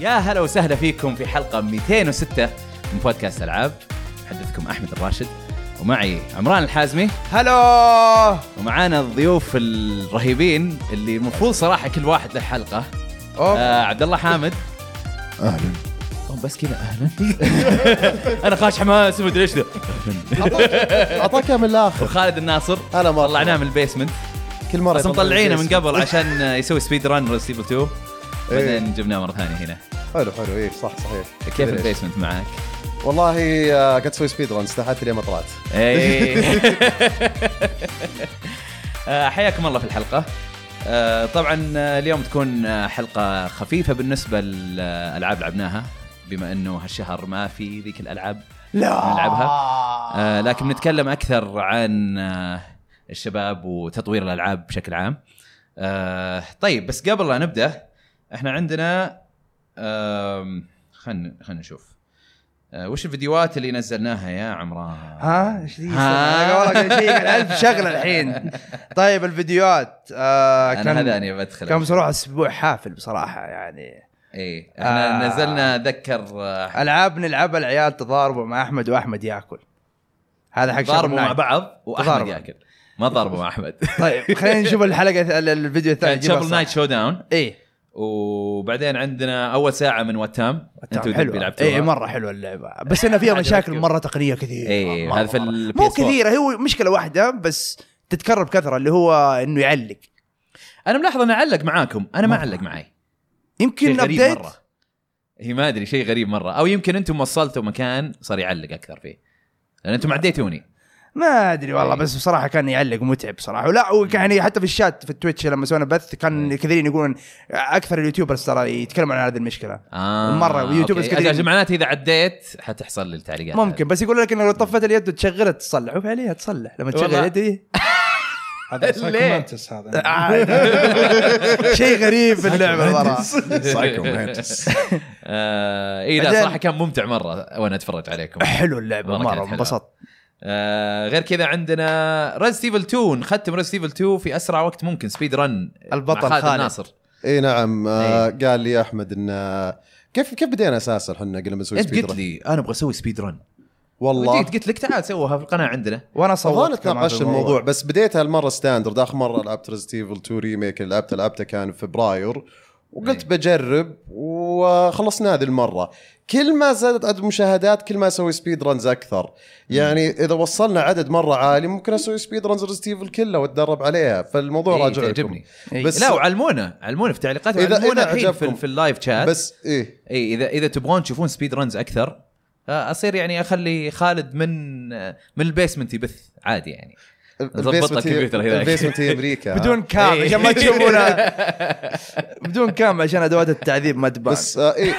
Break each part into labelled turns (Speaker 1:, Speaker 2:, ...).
Speaker 1: يا هلا وسهلا فيكم في حلقه 206 من بودكاست العاب محدثكم احمد الراشد ومعي عمران الحازمي
Speaker 2: هلو
Speaker 1: ومعانا الضيوف الرهيبين اللي المفروض صراحه كل واحد له حلقه آه عبد الله حامد
Speaker 3: اهلا
Speaker 1: طب بس كذا اهلا انا خاش حماس ومدري ايش ذا
Speaker 3: اعطاك من الاخر
Speaker 1: وخالد الناصر
Speaker 3: هلا مرة
Speaker 1: طلعناه من البيسمنت
Speaker 3: كل مره
Speaker 1: نعم. بس
Speaker 3: يطلع
Speaker 1: مطلعينه من
Speaker 3: الفيس.
Speaker 1: قبل عشان يسوي سبيد ران ريسيبل 2
Speaker 3: إيه.
Speaker 1: بعدين جبناه مره ثانيه هنا
Speaker 3: حلو حلو اي صح صحيح
Speaker 1: كيف
Speaker 3: مدري إيش.
Speaker 1: البيسمنت معك؟
Speaker 3: والله آه، قاعد اسوي سبيد ران استحيت لين ما طلعت
Speaker 1: إيه. آه، حياكم الله في الحلقة آه، طبعا آه، اليوم تكون آه، حلقة خفيفة بالنسبة للألعاب لعبناها بما أنه هالشهر ما في ذيك الألعاب لا نلعبها آه، لكن بنتكلم أكثر عن آه، الشباب وتطوير الألعاب بشكل عام آه، طيب بس قبل لا نبدأ احنا عندنا خلينا خلينا نشوف آه، وش الفيديوهات اللي نزلناها يا عمران
Speaker 2: ها ايش ذي
Speaker 1: ها؟
Speaker 2: أنا والله قاعد أشيك على الف شغله الحين طيب الفيديوهات آه
Speaker 1: انا هذا
Speaker 2: كان
Speaker 1: اني بدخل
Speaker 2: كان بصراحه اسبوع حافل بصراحه يعني
Speaker 1: اي احنا
Speaker 2: آه.
Speaker 1: إيه، نزلنا اتذكر آه،
Speaker 2: العاب نلعبها العيال تضاربوا مع احمد واحمد ياكل هذا حق شغل
Speaker 1: ضاربوا مع
Speaker 2: نايت.
Speaker 1: بعض واحمد
Speaker 2: تضاربوا.
Speaker 1: ياكل ما ضاربوا مع احمد
Speaker 2: طيب خلينا نشوف الحلقه ال- ال- الفيديو الثاني
Speaker 1: كان شبل نايت
Speaker 2: نايت
Speaker 1: شو داون
Speaker 2: ايه
Speaker 1: وبعدين عندنا اول ساعه من وتام انتوا
Speaker 2: حلو
Speaker 1: دبي لعبتوها
Speaker 2: اي مره حلوه اللعبه بس انها فيها
Speaker 1: عجبك
Speaker 2: مشاكل
Speaker 1: كيف؟
Speaker 2: مره تقنيه كثير
Speaker 1: إيه،
Speaker 2: مرة
Speaker 1: هذا في
Speaker 2: مرة.
Speaker 1: ال
Speaker 2: مو
Speaker 1: PS4.
Speaker 2: كثيره هو مشكله واحده بس تتكرر بكثره اللي هو انه يعلق
Speaker 1: انا ملاحظ انا اعلق معاكم انا ما علق معي شيء
Speaker 2: يمكن
Speaker 1: غريب
Speaker 2: ابديت
Speaker 1: مره هي ما ادري شيء غريب مره او يمكن انتم وصلتوا مكان صار يعلق اكثر فيه لان انتم عديتوني
Speaker 2: ما ادري والله
Speaker 1: إيه.
Speaker 2: بس بصراحه كان يعلق متعب صراحه ولا ويعني حتى في الشات في التويتش لما سوينا بث
Speaker 1: إيه.
Speaker 2: كان كثيرين يقولون اكثر اليوتيوبرز ترى يتكلمون عن هذه المشكله
Speaker 1: اه
Speaker 2: مرة، ويوتيوبرز
Speaker 1: أوكي.
Speaker 2: كثيرين.
Speaker 1: أجل، معناته اذا عديت حتحصل لي التعليقات
Speaker 2: ممكن بس يقول لك انه لو طفت اليد وتشغلها تصلح وفي عليها تصلح لما تشغل إيه؟
Speaker 1: والله. آه.
Speaker 2: يدي
Speaker 4: هذا
Speaker 1: ليه؟
Speaker 4: سايكومانتس هذا
Speaker 2: آه. شيء غريب في اللعبه صراحه
Speaker 3: سايكومانتس
Speaker 1: آه اي لا
Speaker 2: بعدين-
Speaker 1: صراحه كان ممتع مره وانا اتفرج عليكم
Speaker 2: حلو اللعبه
Speaker 1: مرة كانت
Speaker 2: مره
Speaker 1: حلوة.
Speaker 2: انبسطت
Speaker 1: آه غير كذا عندنا ريز ايفل 2 نختم ريز ايفل 2 في اسرع وقت ممكن سبيد رن
Speaker 2: البطل
Speaker 1: مع خالد
Speaker 2: خالد.
Speaker 1: الناصر
Speaker 3: اي نعم آه،
Speaker 1: إيه.
Speaker 3: قال لي احمد ان آه، كيف كيف بدينا اساسا احنا قلنا بنسوي
Speaker 1: انت
Speaker 3: سبيد
Speaker 1: قلت
Speaker 3: ران
Speaker 1: لي انا ابغى اسوي سبيد رن
Speaker 3: والله
Speaker 1: جيت قلت لك تعال سووها في القناه عندنا
Speaker 2: وانا
Speaker 3: والله
Speaker 2: صورت كمان
Speaker 3: تناقشت
Speaker 2: في
Speaker 3: الموضوع بس بديت هالمره ستاندرد اخر مره لعبت ريزنت ايفل 2 ريميك اللي لعبته لعبته كان في فبراير وقلت
Speaker 1: إيه.
Speaker 3: بجرب وخلصنا هذه المره كل ما زادت عدد المشاهدات كل ما اسوي سبيد رنز اكثر يعني اذا وصلنا عدد مره عالي ممكن اسوي سبيد رنز ريزنت ايفل كلها واتدرب عليها فالموضوع
Speaker 1: إيه،
Speaker 3: راجع لكم.
Speaker 1: تعجبني.
Speaker 2: إيه.
Speaker 3: بس
Speaker 1: لا وعلمونا علمونا في التعليقات
Speaker 3: إذا-
Speaker 1: علمونا
Speaker 3: إذا
Speaker 1: الحين في,
Speaker 3: عجبكم.
Speaker 1: في اللايف شات بس
Speaker 3: بس ايه
Speaker 1: اي اذا اذا تبغون تشوفون سبيد رنز اكثر آه، اصير يعني اخلي خالد من آه، من البيسمنت يبث عادي يعني نظبط لك كمبيوتر هناك.
Speaker 3: البيسمنت هي امريكا
Speaker 2: بدون كام
Speaker 1: إيه.
Speaker 2: عشان ما تشوفونا بدون كام عشان ادوات التعذيب ما تبان
Speaker 3: بس آه ايه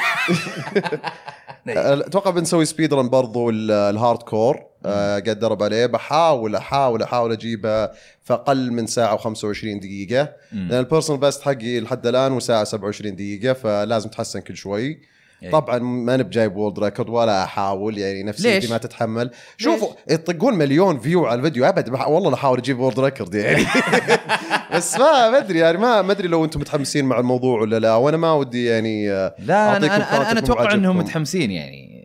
Speaker 1: نعم.
Speaker 3: اتوقع بنسوي سبيد رن برضو ال- الهارد كور آه، قاعد ادرب عليه بحاول احاول احاول اجيبها في اقل من ساعه و25 دقيقه
Speaker 1: مم.
Speaker 3: لان البيرسونال بيست حقي لحد الان وساعه 27 دقيقه فلازم اتحسن كل شوي
Speaker 1: إيه.
Speaker 3: طبعا ما انا بجايب وولد ريكورد ولا احاول يعني
Speaker 1: ليش؟
Speaker 3: نفسيتي ما تتحمل شوفوا يطقون مليون فيو على الفيديو ابد بح- والله لا احاول اجيب وولد ريكورد يعني بس ما ما ادري يعني ما ما ادري لو انتم متحمسين مع الموضوع ولا لا وانا ما ودي يعني آه،
Speaker 1: لا
Speaker 3: أعطيكم
Speaker 1: انا انا انا, أنا
Speaker 3: قناتكم
Speaker 1: اتوقع
Speaker 3: وعجبكم.
Speaker 1: انهم متحمسين يعني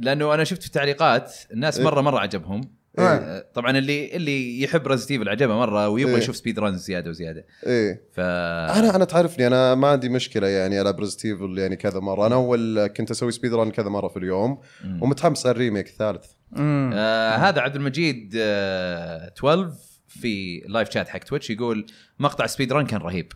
Speaker 1: لانه انا شفت في التعليقات الناس مره مره عجبهم
Speaker 3: إيه.
Speaker 1: آه، طبعا اللي اللي يحب رزنت ايفل عجبه مره ويبغى
Speaker 3: إيه.
Speaker 1: يشوف سبيد ران زياده وزياده
Speaker 3: ايه
Speaker 1: ف
Speaker 3: انا انا تعرفني انا ما عندي مشكله يعني العب ريزنت ايفل يعني كذا مره انا اول كنت اسوي سبيد ران كذا مره في اليوم
Speaker 1: مم.
Speaker 3: ومتحمس على الريميك الثالث
Speaker 2: مم.
Speaker 1: آه هذا عبد المجيد آه 12 في لايف شات حق تويتش يقول مقطع سبيد ران كان رهيب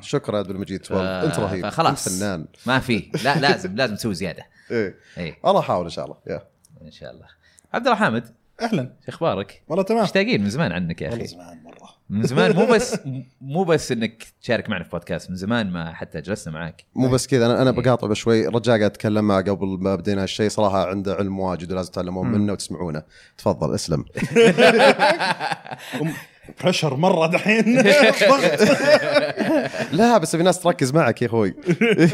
Speaker 3: شكرا يا عبد المجيد
Speaker 1: ف-
Speaker 3: 12 انت رهيب
Speaker 1: آه، فخلاص.
Speaker 3: انت فنان
Speaker 1: ما في لا لازم لازم تسوي زياده
Speaker 3: ايه
Speaker 1: اي
Speaker 3: انا احاول ان شاء الله يا.
Speaker 1: ان شاء الله عبد الله حامد
Speaker 4: اهلا
Speaker 1: شو اخبارك؟
Speaker 4: والله تمام
Speaker 1: مشتاقين من زمان عنك يا
Speaker 4: والله
Speaker 1: اخي
Speaker 4: زمان مره
Speaker 1: من زمان مو بس مو بس انك تشارك معنا في بودكاست من زمان ما حتى جلسنا معك
Speaker 3: مو بس كذا انا انا
Speaker 1: إيه.
Speaker 3: بقاطع شوي رجاء قاعد اتكلم معه قبل ما بدينا هالشيء صراحه عنده علم واجد ولازم تتعلمون
Speaker 2: مم.
Speaker 3: منه وتسمعونه تفضل اسلم
Speaker 4: بريشر مره دحين
Speaker 3: لا بس في ناس تركز معك يا اخوي
Speaker 1: إيه.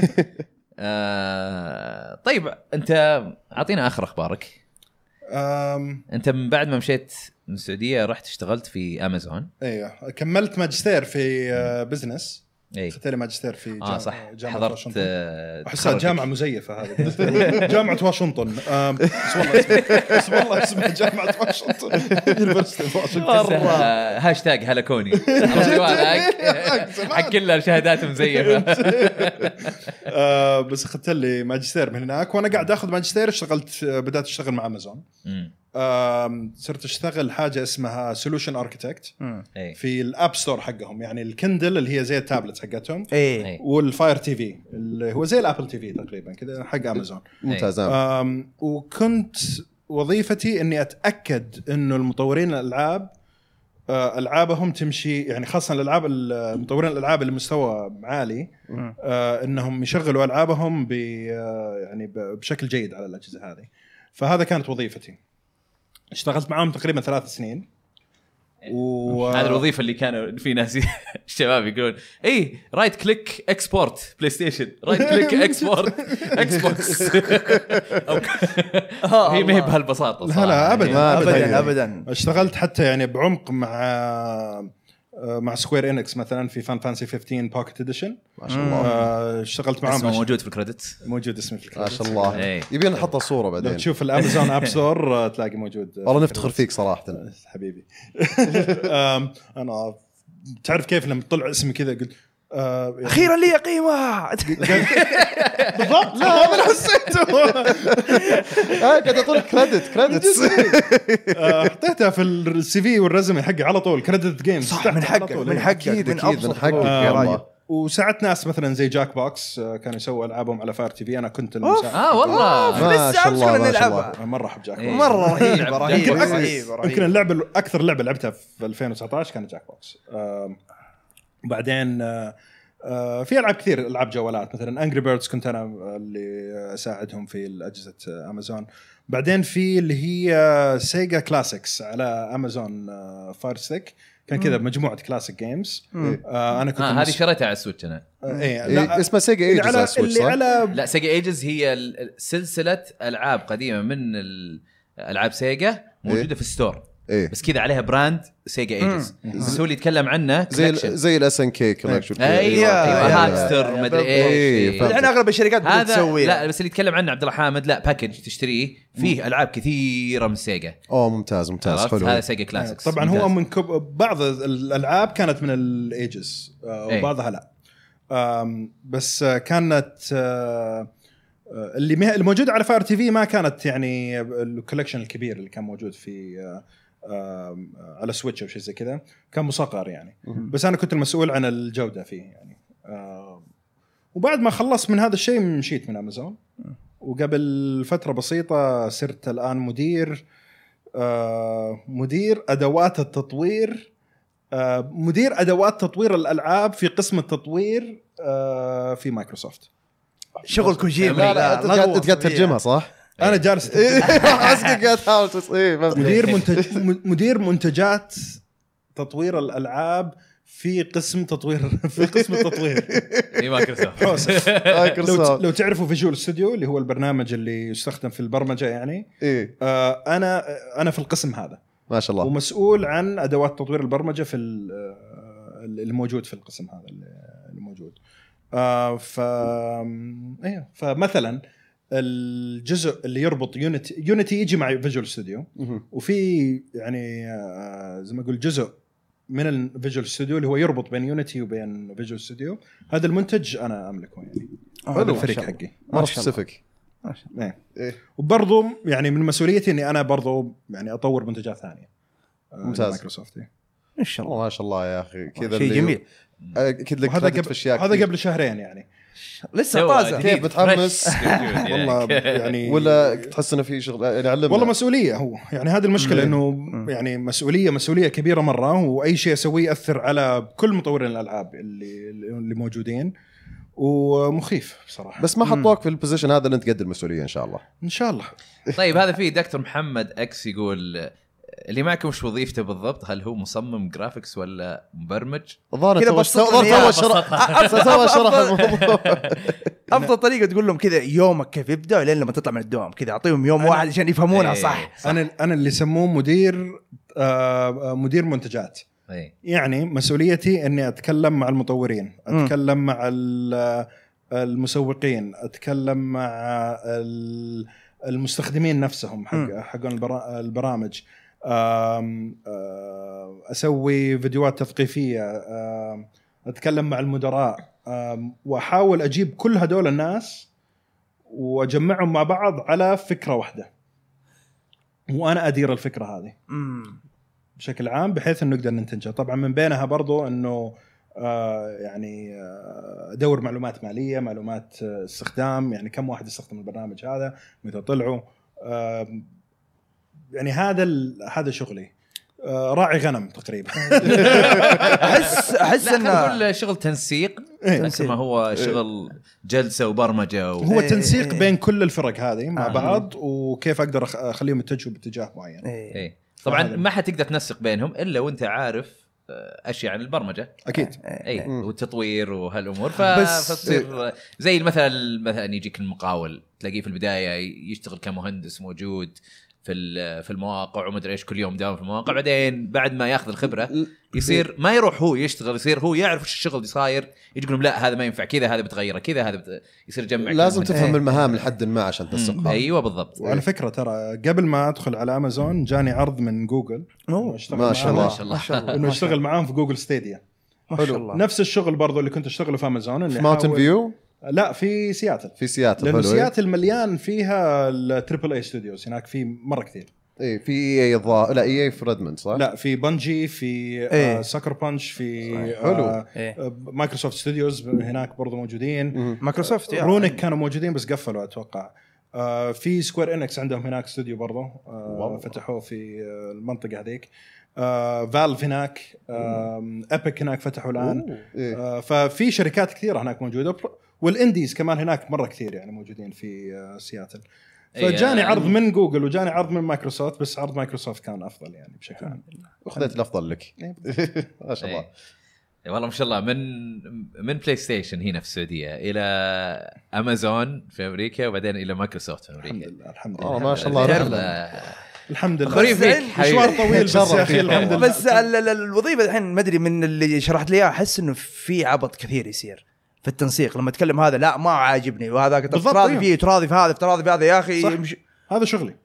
Speaker 1: آه طيب انت اعطينا اخر اخبارك
Speaker 4: أم،
Speaker 1: انت من بعد ما مشيت من السعوديه رحت اشتغلت في امازون
Speaker 4: إيوه. ايوه كملت ماجستير في آه، بزنس
Speaker 1: اي
Speaker 4: سويت لي ماجستير في جامعة
Speaker 1: اه إيه. صح حضرت
Speaker 4: واشنطن.
Speaker 1: آه،
Speaker 4: احسها
Speaker 1: تخرج.
Speaker 4: جامعه مزيفه هذه بالنسبة لي. جامعه واشنطن آم، بس والله اسمها- بس والله اسمها جامعه واشنطن University of
Speaker 1: تحسها
Speaker 4: Washington.
Speaker 1: هاشتاج هلكوني الجوال هاك. حق كل شهادات مزيفه
Speaker 4: آه، بس اخذت لي ماجستير من هناك وانا قاعد اخذ ماجستير اشتغلت بدات اشتغل مع امازون
Speaker 1: أمم،
Speaker 4: آم، صرت اشتغل حاجه اسمها سولوشن اركتكت
Speaker 1: إي.
Speaker 4: في الاب ستور حقهم يعني الكندل اللي هي زي التابلت حقتهم
Speaker 2: ايه
Speaker 1: إي.
Speaker 4: والفاير تي في اللي هو زي الابل تي في تقريبا كذا حق امازون
Speaker 3: ممتاز نعم.
Speaker 4: أم وكنت وظيفتي اني اتاكد انه المطورين الالعاب آه، العابهم تمشي يعني خاصه الالعاب ال- مطورين الالعاب اللي مستوى عالي
Speaker 2: مم.
Speaker 4: آه، انهم يشغلوا العابهم ب آه، يعني ب- بشكل جيد على الاجهزه هذه فهذا كانت وظيفتي اشتغلت معاهم تقريبا ثلاث سنين و
Speaker 1: هذه الوظيفه اللي كانوا في ناس الشباب يقولون إيه، اي رايت كليك اكسبورت بلاي ستيشن رايت كليك اكسبورت اكس بوكس أو- هي ما هي بهالبساطه
Speaker 4: لا لا
Speaker 1: صراحة. يعني
Speaker 4: ابدا
Speaker 3: ما أبداً.
Speaker 2: ابدا ابدا
Speaker 4: اشتغلت حتى يعني بعمق مع آه، مع سكوير انكس مثلا في فان فانسي 15 باكت اديشن
Speaker 3: ما شاء الله
Speaker 4: آه، اشتغلت معاهم
Speaker 1: اسمه موجود في الكريدت
Speaker 4: موجود اسمه في
Speaker 3: ما
Speaker 4: الكريدت.
Speaker 3: شاء الله
Speaker 1: إي.
Speaker 3: يبين نحط صوره
Speaker 4: لو
Speaker 3: بعدين
Speaker 4: تشوف الامازون اب ستور تلاقي موجود آه،
Speaker 3: والله نفتخر فيك صراحه
Speaker 4: حبيبي آم، انا تعرف كيف لما طلع اسمي كذا قلت آه، يعني-
Speaker 2: اخيرا لي قيمه
Speaker 4: بالضبط لا هذا اللي حسيته
Speaker 3: آه، قاعد اعطونك كريدت كريدت
Speaker 4: آه، حطيتها في السي في والرزمي حقي على طول كريدت جيمز
Speaker 2: صح من حقك
Speaker 4: إيه.
Speaker 2: من حقك
Speaker 3: اكيد
Speaker 2: من
Speaker 3: اكيد من
Speaker 2: ابسط
Speaker 3: حقك
Speaker 2: حقك
Speaker 3: يا راجل
Speaker 4: وساعدت ناس مثلا زي جاك بوكس آه، كانوا يسووا العابهم على فاير تي في انا كنت
Speaker 2: أوف.
Speaker 4: المساعد
Speaker 1: اه والله
Speaker 3: ما
Speaker 2: آه، لسه
Speaker 3: شاء
Speaker 2: امس
Speaker 3: الله،
Speaker 2: كنا
Speaker 3: ما شاء
Speaker 2: نلعبها
Speaker 4: آه، مره احب جاك
Speaker 1: إيه.
Speaker 4: بوكس
Speaker 2: مره رهيبه
Speaker 1: يمكن
Speaker 2: رهيبه
Speaker 4: أكثر-
Speaker 2: رهيبه
Speaker 4: يمكن
Speaker 2: رهيبه
Speaker 4: اللعبه ال- اكثر لعبه لعبتها في 2019 كانت جاك بوكس آم، وبعدين آه، آه، في العاب كثير العاب جوالات مثلا انجري بيردز كنت انا اللي اساعدهم في اجهزه امازون بعدين في اللي هي سيجا كلاسيكس على امازون فاير ستيك كان كذا مجموعه كلاسيك جيمز
Speaker 2: مم.
Speaker 4: انا كنت
Speaker 1: آه هذه
Speaker 4: المس-
Speaker 1: شريتها على السويتش انا
Speaker 4: آه، إيه،
Speaker 3: إيه،
Speaker 4: لا،
Speaker 3: اسمه سيجا
Speaker 4: اللي
Speaker 3: ايجز على
Speaker 4: على
Speaker 3: السويتش
Speaker 4: اللي
Speaker 3: صح؟
Speaker 4: على
Speaker 1: لا سيجا ايجز هي ال- سلسله العاب قديمه من ال- العاب سيجا موجوده في الستور
Speaker 3: ايه
Speaker 1: بس كذا عليها براند سيجا ايجز بس هو اللي يتكلم عنه
Speaker 3: زي ال-
Speaker 1: collection.
Speaker 3: زي الاس ان كي كونكشن
Speaker 1: ايوه ايوه
Speaker 2: أيوة.
Speaker 1: هامستر مدري
Speaker 3: إيه،
Speaker 1: ايش
Speaker 3: فهمت.
Speaker 1: إيه.
Speaker 2: الان اغلب الشركات بدات
Speaker 1: هذا
Speaker 2: تسوي
Speaker 1: لا بس اللي يتكلم عنه عبد الله حامد لا باكج تشتريه فيه العاب كثيره من سيجا
Speaker 3: اوه ممتاز ممتاز
Speaker 1: عرفت؟
Speaker 3: حلو
Speaker 1: هذا سيجا كلاسيكس
Speaker 4: طبعا هو
Speaker 1: ممتاز.
Speaker 4: من كب... بعض الالعاب كانت من الايجز
Speaker 1: إيه.
Speaker 4: وبعضها لا آم، بس آه، كانت آه، آه، اللي مه... الموجود على فاير تي في ما كانت يعني الكولكشن الكبير اللي كان موجود في آه، آم، على سويتش او شيء زي كذا كان مصغر يعني
Speaker 3: مهم.
Speaker 4: بس انا كنت المسؤول عن الجوده فيه يعني آم، وبعد ما خلصت من هذا الشيء مشيت من امازون وقبل فتره بسيطه صرت الان مدير آه، مدير ادوات التطوير آه، مدير ادوات تطوير الالعاب في قسم التطوير آه، في مايكروسوفت
Speaker 2: شغل كوجيما
Speaker 1: لا، لا،
Speaker 3: انت قاعد أنت قاعد تترجمها صح؟
Speaker 4: انا جالس
Speaker 3: حسك قاعد تحاول تص- إيه، فهمت.
Speaker 4: مدير منتج مدير منتجات تطوير الالعاب في قسم تطوير في قسم التطوير
Speaker 1: في إيه، مايكروسوفت
Speaker 4: حوسه
Speaker 3: آه،
Speaker 4: لو,
Speaker 3: مايكروسوفت
Speaker 4: لو تعرفوا فيجوال ستوديو اللي هو البرنامج اللي يستخدم في البرمجه يعني
Speaker 3: ايه
Speaker 4: آه، انا انا في القسم هذا
Speaker 3: ما شاء الله
Speaker 4: ومسؤول عن ادوات تطوير البرمجه في ال- آه، الموجود في القسم هذا ال- الموجود آه، ف ايوه فمثلا الجزء اللي يربط يونيتي يونيتي يجي مع فيجوال ستوديو
Speaker 3: مهم.
Speaker 4: وفي يعني آه، زي ما اقول جزء من الفيجوال ستوديو اللي هو يربط بين يونيتي وبين فيجوال ستوديو هذا المنتج انا املكه يعني
Speaker 3: آه،
Speaker 4: هذا الفريق حقي
Speaker 3: مره سبيسيفيك
Speaker 4: إيه.
Speaker 3: إيه.
Speaker 4: وبرضو يعني من مسؤوليتي اني انا برضو يعني اطور منتجات ثانيه آه،
Speaker 3: ممتاز.
Speaker 4: لمايكروسوفت إيه.
Speaker 2: ان شاء الله
Speaker 3: والله ما شاء الله يا اخي كذا
Speaker 2: شيء
Speaker 3: اللي-
Speaker 2: جميل
Speaker 3: آه، اكيد لك
Speaker 4: وهذا
Speaker 3: هذا
Speaker 4: قبل
Speaker 3: في اشياء
Speaker 4: هذا
Speaker 3: كثير.
Speaker 4: قبل شهرين يعني
Speaker 2: لسه طازه
Speaker 3: كيف متحمس؟
Speaker 4: والله يعني
Speaker 3: ولا تحس انه في شغل يعني علمنا
Speaker 4: والله مسؤوليه هو يعني هذه المشكله
Speaker 3: مم.
Speaker 4: انه يعني مسؤوليه مسؤوليه كبيره مره واي شيء اسويه ياثر على كل مطورين الالعاب اللي اللي موجودين ومخيف بصراحه بس
Speaker 3: بس ما حطوك في البوزيشن هذا اللي انت قد المسؤوليه ان شاء الله
Speaker 4: ان شاء الله
Speaker 1: طيب هذا في دكتور محمد اكس يقول اللي معكم وش وظيفته بالضبط؟ هل هو مصمم جرافيكس ولا مبرمج؟
Speaker 3: الظاهر
Speaker 2: كذا
Speaker 3: تو
Speaker 2: بسطنا
Speaker 3: الظاهر
Speaker 2: إياها
Speaker 3: تو شرح تو شرح الموضوع
Speaker 2: افضل طريقه تقول لهم كذا يومك كيف يبدا لين لما تطلع من الدوام كذا اعطيهم يوم واحد عشان يفهمونها
Speaker 1: إيه.
Speaker 2: صح
Speaker 4: انا انا اللي يسموه مدير آه، آه، مدير منتجات
Speaker 1: اي
Speaker 4: يعني مسؤوليتي اني اتكلم مع المطورين اتكلم مع ال- المسوقين اتكلم مع ال- المستخدمين نفسهم حق
Speaker 2: مم.
Speaker 4: حقون البرا- البرامج آم، آه، اسوي فيديوهات تثقيفيه آم، اتكلم مع المدراء آم، واحاول اجيب كل هدول الناس واجمعهم مع بعض على فكره واحده وانا ادير الفكره هذه
Speaker 2: مم.
Speaker 4: بشكل عام بحيث انه نقدر ننتجها طبعا من بينها برضو انه آه يعني آه، ادور معلومات ماليه معلومات آه، استخدام يعني كم واحد استخدم البرنامج هذا متى طلعوا آه يعني هذا ال- هذا شغلي آه راعي غنم تقريبا
Speaker 2: احس احس
Speaker 1: لا خلينا
Speaker 2: انه
Speaker 1: نقول شغل تنسيق اكثر ما هو شغل جلسه وبرمجه و...
Speaker 4: هو
Speaker 2: إيه،
Speaker 4: تنسيق
Speaker 2: إيه.
Speaker 4: بين كل الفرق هذه مع
Speaker 1: آه.
Speaker 4: بعض وكيف اقدر أخ- اخليهم يتجهوا باتجاه معين
Speaker 2: إيه.
Speaker 1: إيه. طبعا
Speaker 4: فهذا-
Speaker 1: ما حتقدر تنسق بينهم الا وانت عارف آه، اشياء عن البرمجه
Speaker 4: اكيد
Speaker 1: اي
Speaker 3: مم.
Speaker 1: والتطوير وهالامور ف...
Speaker 2: بس-
Speaker 1: فتصير زي المثل مثلا يجيك المقاول تلاقيه في البدايه يشتغل كمهندس موجود في ال- في المواقع ومدري ايش كل يوم داوم في المواقع بعدين بعد ما ياخذ الخبره يصير ما يروح هو يشتغل يصير هو يعرف ايش الشغل اللي صاير يجي يقول لهم لا هذا ما ينفع كذا هذا بتغيره كذا هذا بت... يصير يجمع إيه.
Speaker 3: لازم
Speaker 1: كل مهندس.
Speaker 3: تفهم المهام لحد ما عشان
Speaker 1: مم.
Speaker 3: تسقها
Speaker 1: ايوه بالضبط
Speaker 4: وعلى فكره ترى قبل ما ادخل على امازون جاني عرض من جوجل
Speaker 2: أوه.
Speaker 4: أشتغل
Speaker 3: ما شاء
Speaker 4: معاهم.
Speaker 3: الله.
Speaker 1: ما شاء الله
Speaker 4: انه اشتغل معاهم في جوجل ستيديا
Speaker 2: ما شاء
Speaker 4: حلو
Speaker 2: الله
Speaker 4: نفس الشغل برضو اللي كنت اشتغله في امازون اني
Speaker 3: في ماونتن
Speaker 4: أحاول-
Speaker 3: فيو
Speaker 4: لا في سياتل
Speaker 3: في سياتل
Speaker 4: لانه
Speaker 3: حلو إيه.
Speaker 4: سياتل مليان فيها التريبل اي ستوديوز هناك في مره كثير
Speaker 3: اي إيه، في اي اي الظاهر لا إيه اي اي في ريدموند صح؟
Speaker 4: لا في بنجي في
Speaker 2: إيه.
Speaker 4: آه ساكر بانش في
Speaker 3: حلو.
Speaker 4: آه
Speaker 2: إيه.
Speaker 4: آه، مايكروسوفت ستوديوز هناك برضو موجودين
Speaker 3: مم.
Speaker 2: مايكروسوفت يا.
Speaker 4: رونك كانوا موجودين بس قفلوا اتوقع آه في سكوير انكس عندهم هناك استوديو برضو آه
Speaker 3: واو.
Speaker 4: فتحوه في آه، المنطقه هذيك آه فالف هناك آه ابيك هناك فتحوا الان
Speaker 3: إيه.
Speaker 4: آه، ففي شركات كثيره هناك موجوده بر- والانديز كمان هناك مره كثير يعني موجودين في آه، سياتل
Speaker 1: إيه،
Speaker 4: فجاني
Speaker 1: آه،
Speaker 4: عرض من جوجل وجاني عرض من مايكروسوفت بس عرض مايكروسوفت كان افضل يعني بشكل عام
Speaker 3: اخذت الافضل لك ما شاء الله
Speaker 1: إيه. إيه والله ما شاء الله من من بلاي ستيشن هنا في السعوديه الى امازون في امريكا وبعدين الى مايكروسوفت في
Speaker 4: الحمد
Speaker 1: امريكا
Speaker 4: لله الحمد
Speaker 3: والله آه،
Speaker 4: لله
Speaker 3: ما شاء الله
Speaker 1: تعرف،
Speaker 3: رحلة.
Speaker 1: آه،
Speaker 4: الحمد لله
Speaker 1: قريب
Speaker 2: بس
Speaker 1: لك
Speaker 2: إن-
Speaker 1: حبيبي.
Speaker 4: مشوار طويل بس يا اخي
Speaker 3: تشرف فيك.
Speaker 4: الحمد لله
Speaker 2: بس ال- ال- الوظيفه الحين ما ادري من اللي شرحت لي اياها احس انه في عبط كثير يصير في التنسيق لما اتكلم هذا لا ما عاجبني وهذاك
Speaker 4: بالضبط،
Speaker 2: تراضي
Speaker 4: أيوه.
Speaker 2: فيه تراضي في هذا تراضي في هذا يا اخي
Speaker 4: صح.
Speaker 2: مش-
Speaker 4: هذا شغلي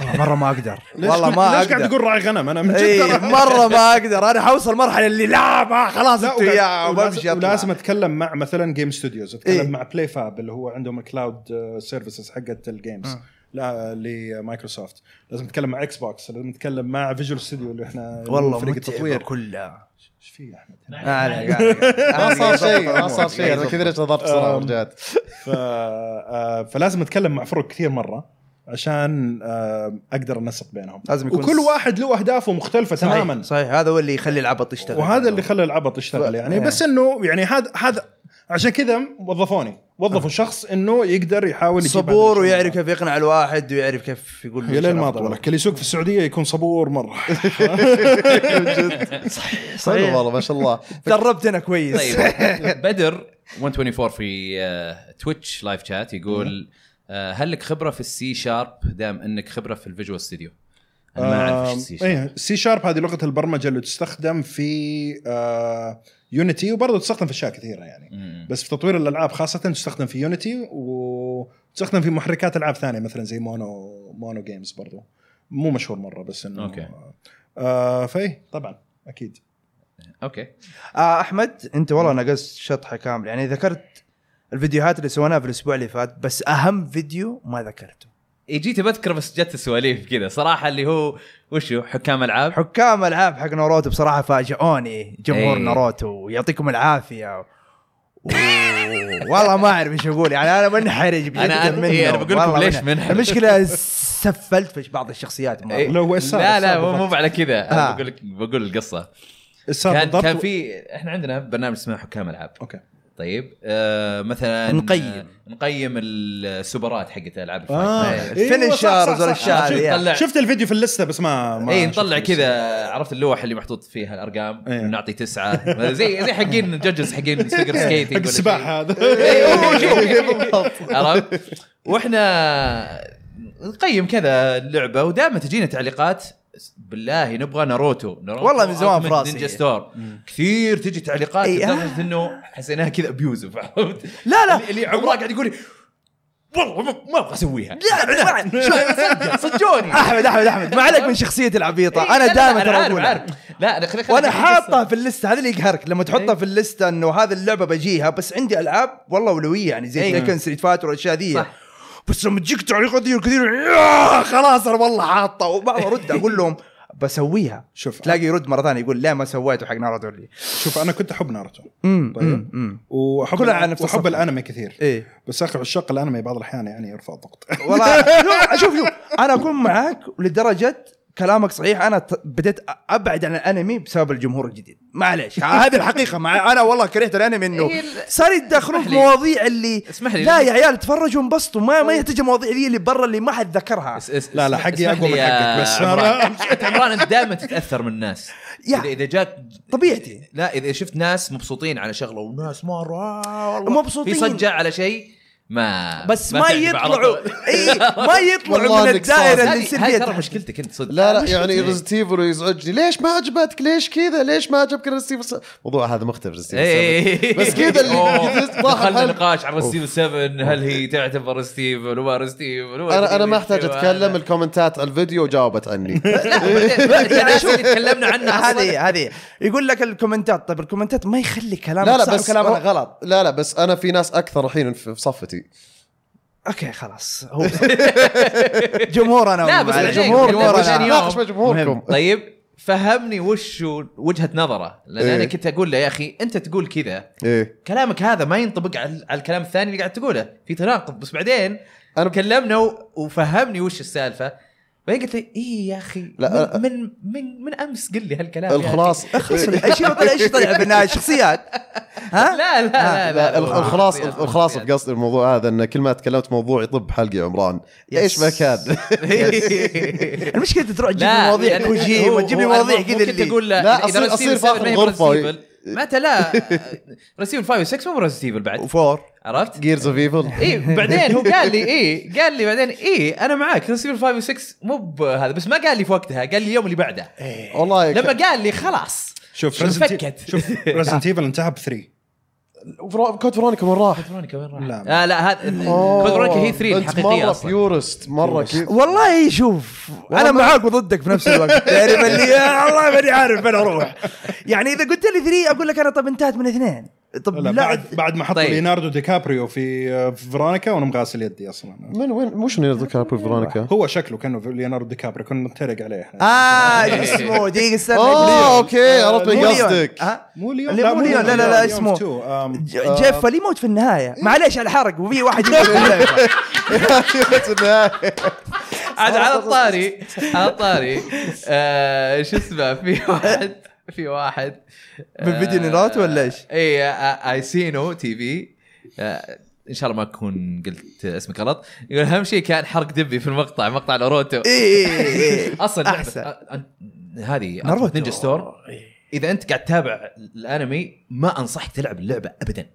Speaker 2: والله مره ما اقدر
Speaker 4: ليش
Speaker 2: والله
Speaker 4: كنت-
Speaker 2: ما
Speaker 4: ليش قاعد
Speaker 2: اقدر
Speaker 4: تقول راعي غنم انا من جد
Speaker 2: اي
Speaker 4: ترى-
Speaker 2: مره ما اقدر انا حوصل مرحله اللي لا ما خلاص
Speaker 4: لا،
Speaker 2: انت
Speaker 4: وقاعد-
Speaker 2: يا
Speaker 4: ولاز-
Speaker 2: بمشي أطلع.
Speaker 4: ولازم اتكلم مع مثلا جيم ستوديوز اتكلم
Speaker 2: إيه.
Speaker 4: مع بلاي فاب اللي هو عندهم الكلاود سيرفيسز حقت الجيمز
Speaker 2: آه.
Speaker 4: لا لمايكروسوفت لازم اتكلم مع اكس بوكس لازم اتكلم مع فيجوال ستوديو اللي احنا
Speaker 2: والله
Speaker 4: فريق
Speaker 2: متعبه
Speaker 4: التطوير
Speaker 2: كلها
Speaker 4: ايش في يا احمد
Speaker 2: ما عليك، ما
Speaker 3: ما
Speaker 2: عليك.
Speaker 3: صار شيء ما صار شيء انا كذا ليش نظرت بسرعه
Speaker 4: أم.
Speaker 3: ورجعت
Speaker 4: ف... آه، فلازم اتكلم مع فرق كثير مره عشان آه، اقدر انسق بينهم
Speaker 2: لازم يكون
Speaker 4: وكل واحد له اهدافه مختلفه
Speaker 2: صحيح،
Speaker 4: تماما
Speaker 2: صحيح هذا هو اللي يخلي العبط يشتغل
Speaker 4: وهذا اللي خلى العبط يشتغل يعني
Speaker 2: إيه.
Speaker 4: بس انه يعني هذا هذا عشان كذا وظفوني وظفوا شخص انه يقدر يحاول يجيب هذا
Speaker 2: صبور
Speaker 4: الشيء.
Speaker 2: ويعرف كيف يقنع الواحد ويعرف كيف يقول له
Speaker 4: يا ليل ما
Speaker 2: شرف.
Speaker 4: طولك اللي يسوق في السعوديه يكون صبور مره
Speaker 3: حلو والله ما شاء الله
Speaker 2: دربت انا كويس
Speaker 1: طيب بدر 124 في آه، تويتش لايف شات يقول آه، هل لك خبره في السي شارب دام انك خبره في الفيجوال ستوديو؟ انا ما اعرف ايش السي شارب
Speaker 4: ايه سي شارب هذه لغه البرمجه اللي تستخدم في آه يونيتي وبرضه تستخدم في اشياء كثيره يعني
Speaker 1: مم.
Speaker 4: بس في تطوير الالعاب خاصه تستخدم في يونيتي وتستخدم في محركات العاب ثانيه مثلا زي مونو مونو جيمز برضه مو مشهور مره بس انه
Speaker 1: أوكي.
Speaker 4: آه فايه طبعا اكيد
Speaker 1: اوكي
Speaker 2: آه احمد انت والله نقصت شطحه كامله يعني ذكرت الفيديوهات اللي سويناها في الاسبوع اللي فات بس اهم فيديو ما ذكرته
Speaker 1: إيه، جيت بذكر بس جت سواليف كذا صراحه اللي هو وشو حكام العاب
Speaker 2: حكام العاب حق ناروتو بصراحه فاجئوني جمهور
Speaker 1: إيه.
Speaker 2: ناروتو يعطيكم العافيه و... والله ما اعرف ايش اقول يعني انا منحرج بجد
Speaker 1: أنا-
Speaker 2: منه.
Speaker 1: إيه، أنا بقول لكم
Speaker 2: والله
Speaker 1: ليش
Speaker 2: منح-
Speaker 1: منحرج.
Speaker 2: المشكله سفلت في بعض الشخصيات مرة.
Speaker 1: إيه.
Speaker 4: لو هو إسار،
Speaker 1: لا لا
Speaker 4: إسار
Speaker 1: مو
Speaker 4: بالضبط.
Speaker 1: مو على كذا انا
Speaker 2: آه.
Speaker 1: بقول لك بقول القصه
Speaker 4: السار
Speaker 1: كان
Speaker 4: بالضبط
Speaker 1: كان
Speaker 4: و-
Speaker 1: في احنا عندنا برنامج اسمه حكام العاب
Speaker 4: اوكي
Speaker 1: طيب آه مثلا
Speaker 2: نقيم.
Speaker 1: آه نقيم السوبرات حقت العاب الفايت
Speaker 4: اه
Speaker 1: آه.
Speaker 4: أيوة، صح،
Speaker 2: الفينشرز
Speaker 4: صح، صح.
Speaker 2: والأشياء
Speaker 4: شفت-
Speaker 1: هذه، يعني.
Speaker 4: شفت الفيديو في اللسته بس ما ما
Speaker 1: اي إيه، نطلع
Speaker 4: شفت اللستة.
Speaker 1: كذا عرفت اللوح اللي محطوط فيها الارقام
Speaker 4: إيه.
Speaker 1: نعطي تسعه زي زي حقين جدجز حقين فيجر سكيتنج
Speaker 4: حق
Speaker 1: إيه.
Speaker 4: السباحه هذا
Speaker 1: عرفت واحنا نقيم كذا اللعبه ودائما تجينا تعليقات بالله نبغى ناروتو, ناروتو
Speaker 2: والله من زمان في
Speaker 1: Ultimate
Speaker 2: راسي.
Speaker 1: نينجا ستور كثير تجي تعليقات
Speaker 2: إي، آه.
Speaker 1: لدرجه انه حسيناها كذا ابيوزف عرفت؟
Speaker 2: لا لا
Speaker 1: اللي- اللي عمره قاعد يقول لي والله ما ما ابغى اسويها
Speaker 2: لا
Speaker 1: صدق- صدقوني
Speaker 2: احمد احمد احمد ما عليك من شخصيتي العبيطه
Speaker 1: إي، إيه، لا،
Speaker 2: انا
Speaker 1: لا،
Speaker 2: دائما
Speaker 1: أنا
Speaker 2: ترى
Speaker 1: عارف،
Speaker 2: اقولها
Speaker 1: عارف. لا أنا خلي- خلي-
Speaker 2: وانا
Speaker 1: خلي-
Speaker 2: حاطه في اللسته هذا اللي يقهرك لما تحطها
Speaker 1: إيه.
Speaker 2: في اللسته انه هذه اللعبه بجيها بس عندي العاب والله اولويه يعني زي
Speaker 1: إيه.
Speaker 2: تيكن ستريت فايتر والاشياء ذي
Speaker 1: صح.
Speaker 2: بس لما تجيك تعليقات ذي كثير ياه، خلاص انا والله حاطه وبعض ارد اقول لهم بسويها
Speaker 4: شوف
Speaker 2: تلاقي يرد مره ثانيه يقول لا ما سويته حق ناروتو لي
Speaker 4: شوف انا كنت احب ناروتو
Speaker 2: امم
Speaker 4: طيب.
Speaker 2: أمم، أمم.
Speaker 4: واحب
Speaker 2: كلها على نفس
Speaker 4: وحب
Speaker 2: الصفحة.
Speaker 4: الانمي كثير
Speaker 1: إيه.
Speaker 2: ايه
Speaker 4: بس اخي عشاق الانمي بعض الاحيان يعني يرفع ضغط
Speaker 2: والله شوف- شوف شوف انا اكون معاك لدرجه كلامك صحيح انا ت- بديت ابعد عن الانمي بسبب الجمهور الجديد معليش هذه الحقيقه مع انا والله كرهت الانمي انه
Speaker 1: إيه، ال-
Speaker 2: صار يتدخلون في
Speaker 1: اسمح لي.
Speaker 2: مواضيع اللي
Speaker 1: اسمح لي. طيب.
Speaker 2: لا يا عيال تفرجوا انبسطوا ما ما يحتاج المواضيع ذي اللي برا اللي ما حد ذكرها
Speaker 1: اس- اس-
Speaker 4: لا، لا،
Speaker 1: اسمح-
Speaker 4: حقي
Speaker 1: اسمح
Speaker 4: أقوى
Speaker 1: لي
Speaker 4: من
Speaker 1: يا
Speaker 4: حقك، بس
Speaker 1: عمران.
Speaker 4: أنا-
Speaker 1: انت عمران انت دائما تتاثر من الناس
Speaker 2: يا.
Speaker 1: اذا اذا جاك
Speaker 2: طبيعتي.
Speaker 1: لا اذا شفت ناس مبسوطين على شغله وناس مره آه، والله
Speaker 2: مبسوطين.
Speaker 1: في صجه على شيء ما
Speaker 2: بس ما
Speaker 1: تعجب على
Speaker 2: يطلعوا إيه،
Speaker 1: طول.
Speaker 2: اي ما يطلعوا
Speaker 3: والله
Speaker 2: من
Speaker 3: إنك صادق.
Speaker 2: الدائره اللي
Speaker 1: هذه هذه ترى
Speaker 2: سلبيتها
Speaker 1: مشكلتك انت صدق
Speaker 3: لا لا
Speaker 1: مشكلتك.
Speaker 3: يعني ريزتيفل يزعجني ليش ما عجبتك ليش كذا ليش ما عجبك ريزتيفل الموضوع هذا مختلف
Speaker 1: إيه.
Speaker 3: ريزتيفل بس كذا
Speaker 1: أوه.
Speaker 3: اللي راح
Speaker 1: دخلنا
Speaker 3: الحل.
Speaker 1: نقاش على ريستيفل 7 هل هي تعتبر ريستيفل وما ريستيفل وما
Speaker 3: انا انا ما احتاج
Speaker 1: ريستيفل.
Speaker 3: اتكلم الكومنتات على الفيديو جاوبت عني
Speaker 1: يعني شوف اللي تكلمنا عنها أصلاً.
Speaker 2: هذه هذه يقول لك الكومنتات طيب الكومنتات ما يخلي كلامك
Speaker 3: لا لا
Speaker 2: صح
Speaker 3: بس
Speaker 2: وكلامك غلط
Speaker 3: لا لا بس انا في ناس اكثر الحين في في صفتي
Speaker 2: اوكي خلاص هو جمهور انا
Speaker 1: لا، بس
Speaker 2: معلش.
Speaker 1: بعدين
Speaker 2: جمهور
Speaker 1: يقول لك
Speaker 2: جمهور
Speaker 1: وش
Speaker 2: أنا.
Speaker 1: اليوم؟
Speaker 3: ناقش مع جمهوركم
Speaker 1: طيب فهمني وش هو وجهه نظره لان
Speaker 3: إيه.
Speaker 1: انا كنت اقول له يا اخي انت تقول كذا
Speaker 3: ايه
Speaker 1: كلامك هذا ما ينطبق على على الكلام الثاني اللي قاعد تقوله في تناقض بس بعدين
Speaker 3: أنا-
Speaker 1: انا كلمنا و- وفهمني وش السالفه بعدين قلت له اي يا اخي
Speaker 3: لا،
Speaker 1: من, من من من امس قل لي هالكلام يا أخي.
Speaker 3: الخلاص
Speaker 2: اخلص ايش طلع ايش طلع بالنهايه شخصيات
Speaker 1: لا
Speaker 2: ها
Speaker 1: لا لا,
Speaker 3: آه، لا
Speaker 1: لا,
Speaker 3: الخ- الخلاص
Speaker 1: شخصيات-
Speaker 3: الخلاص في قصد الموضوع هذا ان كل ما تكلمت موضوع يطب حلقي عمران ايش ما كان
Speaker 2: المشكله أنت تروح تجيب
Speaker 1: لا يعني
Speaker 2: لي مواضيع
Speaker 1: لأن-
Speaker 2: كوجي
Speaker 1: هو-
Speaker 2: وتجيب لي
Speaker 1: هو
Speaker 2: مواضيع
Speaker 1: أنا
Speaker 2: كذا
Speaker 1: كنت
Speaker 2: اللي
Speaker 1: اقول له
Speaker 3: لا،
Speaker 1: إذا
Speaker 3: أصير-
Speaker 1: رسيفل
Speaker 3: أصير في
Speaker 1: سبعة
Speaker 3: آخر
Speaker 1: ما هي
Speaker 3: غرفة.
Speaker 1: برسيفل. متى لا رسيفل 5 و6 مو برسيفل بعد
Speaker 2: فور
Speaker 1: عرفت؟
Speaker 3: جيرز اوف ايفل
Speaker 1: اي إيه، بعدين هو قال لي اي قال لي بعدين اي انا معاك رسيفل 5 و6 مو بهذا بس ما قال لي في وقتها قال لي اليوم اللي بعده
Speaker 3: والله ك-
Speaker 1: لما قال لي خلاص
Speaker 4: شوف
Speaker 1: انفكت
Speaker 4: شوف ريزنت ايفل انتهى بثري
Speaker 3: فرو- كود فرونيكا من راح
Speaker 1: كودرونيكا وين راح؟
Speaker 4: لا.
Speaker 1: لا آه لا هذا كودرونيكا هي 3
Speaker 3: أنت مره
Speaker 1: الحقيقيه اصلا
Speaker 3: بيورست مره كيف
Speaker 2: والله شوف انا معاك وضدك في نفس الوقت تعرف اللي يا الله ماني عارف فين اروح يعني اذا قلت لي ثري اقول لك انا طب انتهت من اثنين طب
Speaker 4: لا
Speaker 2: لا,
Speaker 4: بعد بعد ما حطوا
Speaker 1: طيب.
Speaker 4: ليوناردو دي كابريو في آه، في فرانيكا وانا مغاسل يدي اصلا
Speaker 3: من وين مش ليوناردو كابري فرونيكا
Speaker 4: هو شكله كانه في ليوناردو دي كابريو كنا نتريق عليه احنا
Speaker 2: اه شو اسمه دقيقه استنى آه،
Speaker 3: اوه
Speaker 2: ليون.
Speaker 3: اوكي عرفت
Speaker 2: مو
Speaker 3: من
Speaker 2: ليون.
Speaker 3: قصدك
Speaker 2: ها؟
Speaker 4: مو ليون
Speaker 2: اللي مو ليون لا لا لا اسمه آه. ج- جيف فلي موت في النهايه معليش على الحرق وفي واحد يموت في النهاية.
Speaker 1: عاد على الطاري على الطاري آه، شو اسمه في واحد في واحد آه، إيه،
Speaker 2: من فيديو نيرات ولا ايش؟
Speaker 1: اي اي سينو تي في آه، ان شاء الله ما اكون قلت اسمك غلط يقول اهم شيء كان حرق دبي في المقطع مقطع ناروتو
Speaker 2: اي اي اي
Speaker 1: اصلا لعبة-
Speaker 2: إيه. أحسن.
Speaker 1: آه، آه، هذه
Speaker 2: ناروتو.
Speaker 1: نينجا ستور اذا انت قاعد تتابع الانمي ما انصحك تلعب اللعبه ابدا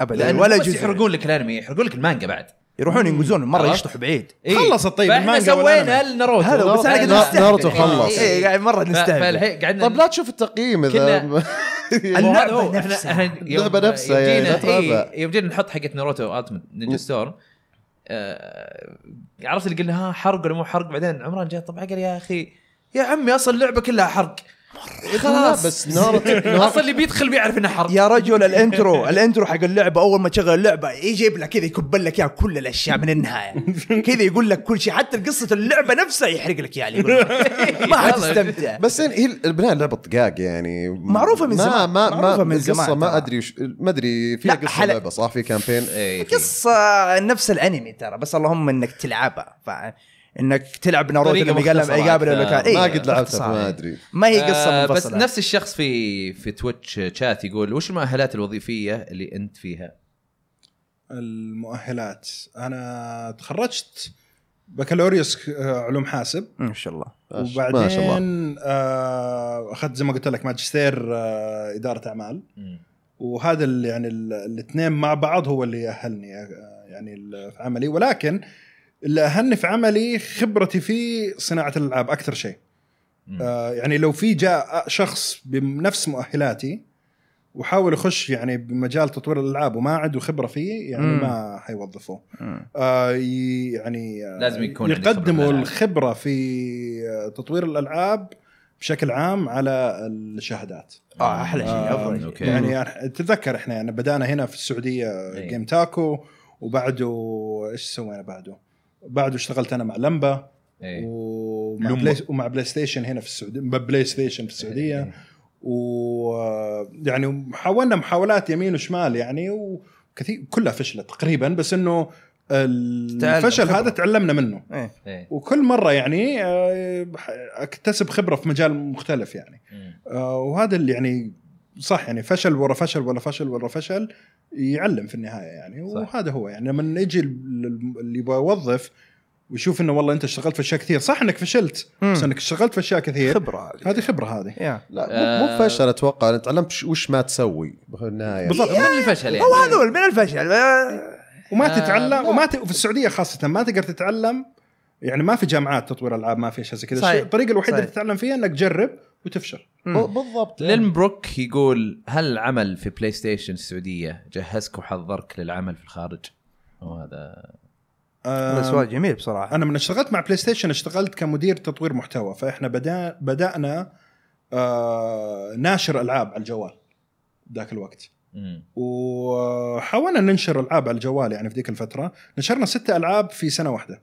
Speaker 2: ابدا
Speaker 1: لان
Speaker 2: إيه، ولا
Speaker 1: ولا بس
Speaker 2: جزء
Speaker 1: يحرقون لك الانمي يحرقون لك المانجا بعد
Speaker 2: يروحون ينقزون مره
Speaker 1: عرفت؟
Speaker 2: يشطحوا بعيد
Speaker 1: إيه.
Speaker 4: خلص الطيب،
Speaker 1: فاحنا
Speaker 4: المانجا والأنمي.
Speaker 1: سوينا الناروتو
Speaker 2: هذا بس انا قاعد
Speaker 3: نا-
Speaker 2: نستهبل
Speaker 3: ناروتو خلص.
Speaker 2: اي قاعد مره نستهبل
Speaker 1: إيه، فالحين قعدنا
Speaker 3: طب طيب، لا تشوف التقييم اذا
Speaker 1: كنا-
Speaker 2: اللعبة
Speaker 1: وهذا هو،
Speaker 2: نفسها.
Speaker 1: إحنا- إحنا يوم-
Speaker 3: اللعبة نفسها
Speaker 1: يوم
Speaker 3: يعني،
Speaker 1: جينا-
Speaker 3: لا تتابع.
Speaker 1: إيه، يوم جينا نحط حقت ناروتو التمت نينجا ستور آه، عرفت اللي قلنا ها حرق ولا مو حرق بعدين عمران جاء طبعا قال يا اخي يا عمي اصلا اللعبه كلها حرق خلاص
Speaker 3: لا، بس ناروتو-
Speaker 1: اصلا اللي بيدخل بيعرف انها حرق
Speaker 2: يا رجل الانترو الانترو حق اللعبه اول ما تشغل اللعبه يجيب لك كذا يكب لك اياها كل الاشياء من النهايه كذا يقول لك كل شيء حتى قصه اللعبه نفسها يحرق لك اياها يقول لك ما حتستمتع
Speaker 3: بس يعني هي البناء لعبه طقاق يعني
Speaker 2: معروفة من
Speaker 3: ما-
Speaker 2: زمان،
Speaker 3: ما
Speaker 2: معروفة
Speaker 3: ما
Speaker 2: من
Speaker 3: من
Speaker 2: زمان
Speaker 3: زمان
Speaker 2: ترى.
Speaker 3: ما ادري وش- ما ادري
Speaker 2: لا،
Speaker 3: فيها قصه
Speaker 2: حل-
Speaker 3: لعبه صح في كامبين
Speaker 1: إيه، في-
Speaker 2: قصة نفس الانمي ترى بس اللهم انك تلعبها ف انك تلعب ناروتو
Speaker 1: طريقة
Speaker 2: لما يقلب
Speaker 1: مختصرة
Speaker 2: يقابل ولا كان
Speaker 1: إيه،
Speaker 3: ما قد لعبتها
Speaker 2: اختصار.
Speaker 3: ما ادري
Speaker 2: ما هي قصة
Speaker 1: آه، بس
Speaker 2: منفصلة
Speaker 1: نفس الشخص في في تويتش شات يقول وش المؤهلات الوظيفيه اللي انت فيها؟
Speaker 4: المؤهلات انا تخرجت بكالوريوس آه، علوم حاسب
Speaker 2: ما شاء الله
Speaker 3: ما شاء الله
Speaker 4: وبعدين آه، اخذت زي ما قلت لك ماجستير آه، اداره اعمال وهذا اللي يعني ال- الاثنين مع بعض هو اللي اهلني آه، يعني ال- في عملي ولكن اللي اهلني في عملي خبرتي في صناعه الالعاب اكثر شيء آه يعني لو في جاء شخص بنفس مؤهلاتي وحاول يخش يعني بمجال تطوير الالعاب وما عنده خبره فيه يعني
Speaker 2: مم.
Speaker 4: ما حيوظفوه
Speaker 2: مم.
Speaker 4: آه ي- يعني آه
Speaker 1: لازم يكون عندك خبرة
Speaker 4: يقدموا
Speaker 1: بالألعاب.
Speaker 4: الخبره في آه، تطوير الالعاب بشكل عام على الشهادات
Speaker 2: اه احلى شيء
Speaker 4: آه،
Speaker 2: افضل شيء
Speaker 1: أوكي.
Speaker 4: يعني أنا- تتذكر احنا يعني بدانا هنا في السعوديه
Speaker 1: إيه.
Speaker 4: جيم تاكو وبعده ايش سوينا بعده؟ بعده اشتغلت انا مع لمبه
Speaker 1: إيه.
Speaker 4: ومع
Speaker 1: لمبة.
Speaker 4: بلاي, ومع بلاي ستيشن هنا في السعوديه بلاي ستيشن في السعوديه و يعني حاولنا محاولات يمين وشمال يعني وكثير كلها فشلت تقريبا بس انه الفشل
Speaker 2: خبرة.
Speaker 4: هذا تعلمنا منه
Speaker 2: إيه.
Speaker 1: إيه.
Speaker 4: وكل مره يعني آه، اكتسب خبره في مجال مختلف يعني
Speaker 1: مم.
Speaker 4: آه، وهذا اللي يعني صح يعني فشل ورا فشل ورا فشل ورا فشل يعلم في النهايه يعني
Speaker 1: صح.
Speaker 4: وهذا هو يعني لما نجي اللي يبغى يوظف ويشوف انه والله انت اشتغلت في اشياء كثير صح انك فشلت بس
Speaker 2: مم.
Speaker 4: انك اشتغلت في اشياء كثير
Speaker 2: خبره هذه
Speaker 4: هذه خبره هذه
Speaker 2: يا.
Speaker 3: لا مو- مو فشل اتوقع انا تعلمت ش- وش ما تسوي بالنهايه
Speaker 1: بالضبط من اللي فشل يعني
Speaker 2: هو هذول من الفشل آه.
Speaker 4: وما
Speaker 1: آه،
Speaker 4: تتعلم
Speaker 1: لا.
Speaker 4: وما ت... في السعوديه خاصه ما تقدر تتعلم يعني ما في جامعات تطوير العاب ما في اشياء زي كذا
Speaker 2: صحيح.
Speaker 4: الطريقه الوحيده
Speaker 2: صحيح.
Speaker 4: اللي تتعلم فيها انك تجرب وتفشل
Speaker 3: ب- بالضبط
Speaker 1: للمبروك يقول هل العمل في بلاي ستيشن السعوديه جهزك وحضرك للعمل في الخارج؟ وهذا
Speaker 2: هذا
Speaker 4: آه
Speaker 2: سؤال جميل بصراحه
Speaker 4: انا من اشتغلت مع بلاي ستيشن اشتغلت كمدير تطوير محتوى فاحنا بدا بدانا آه ناشر العاب على الجوال ذاك الوقت
Speaker 1: مم.
Speaker 4: وحاولنا ننشر العاب على الجوال يعني في ذيك الفتره نشرنا ستة العاب في سنه واحده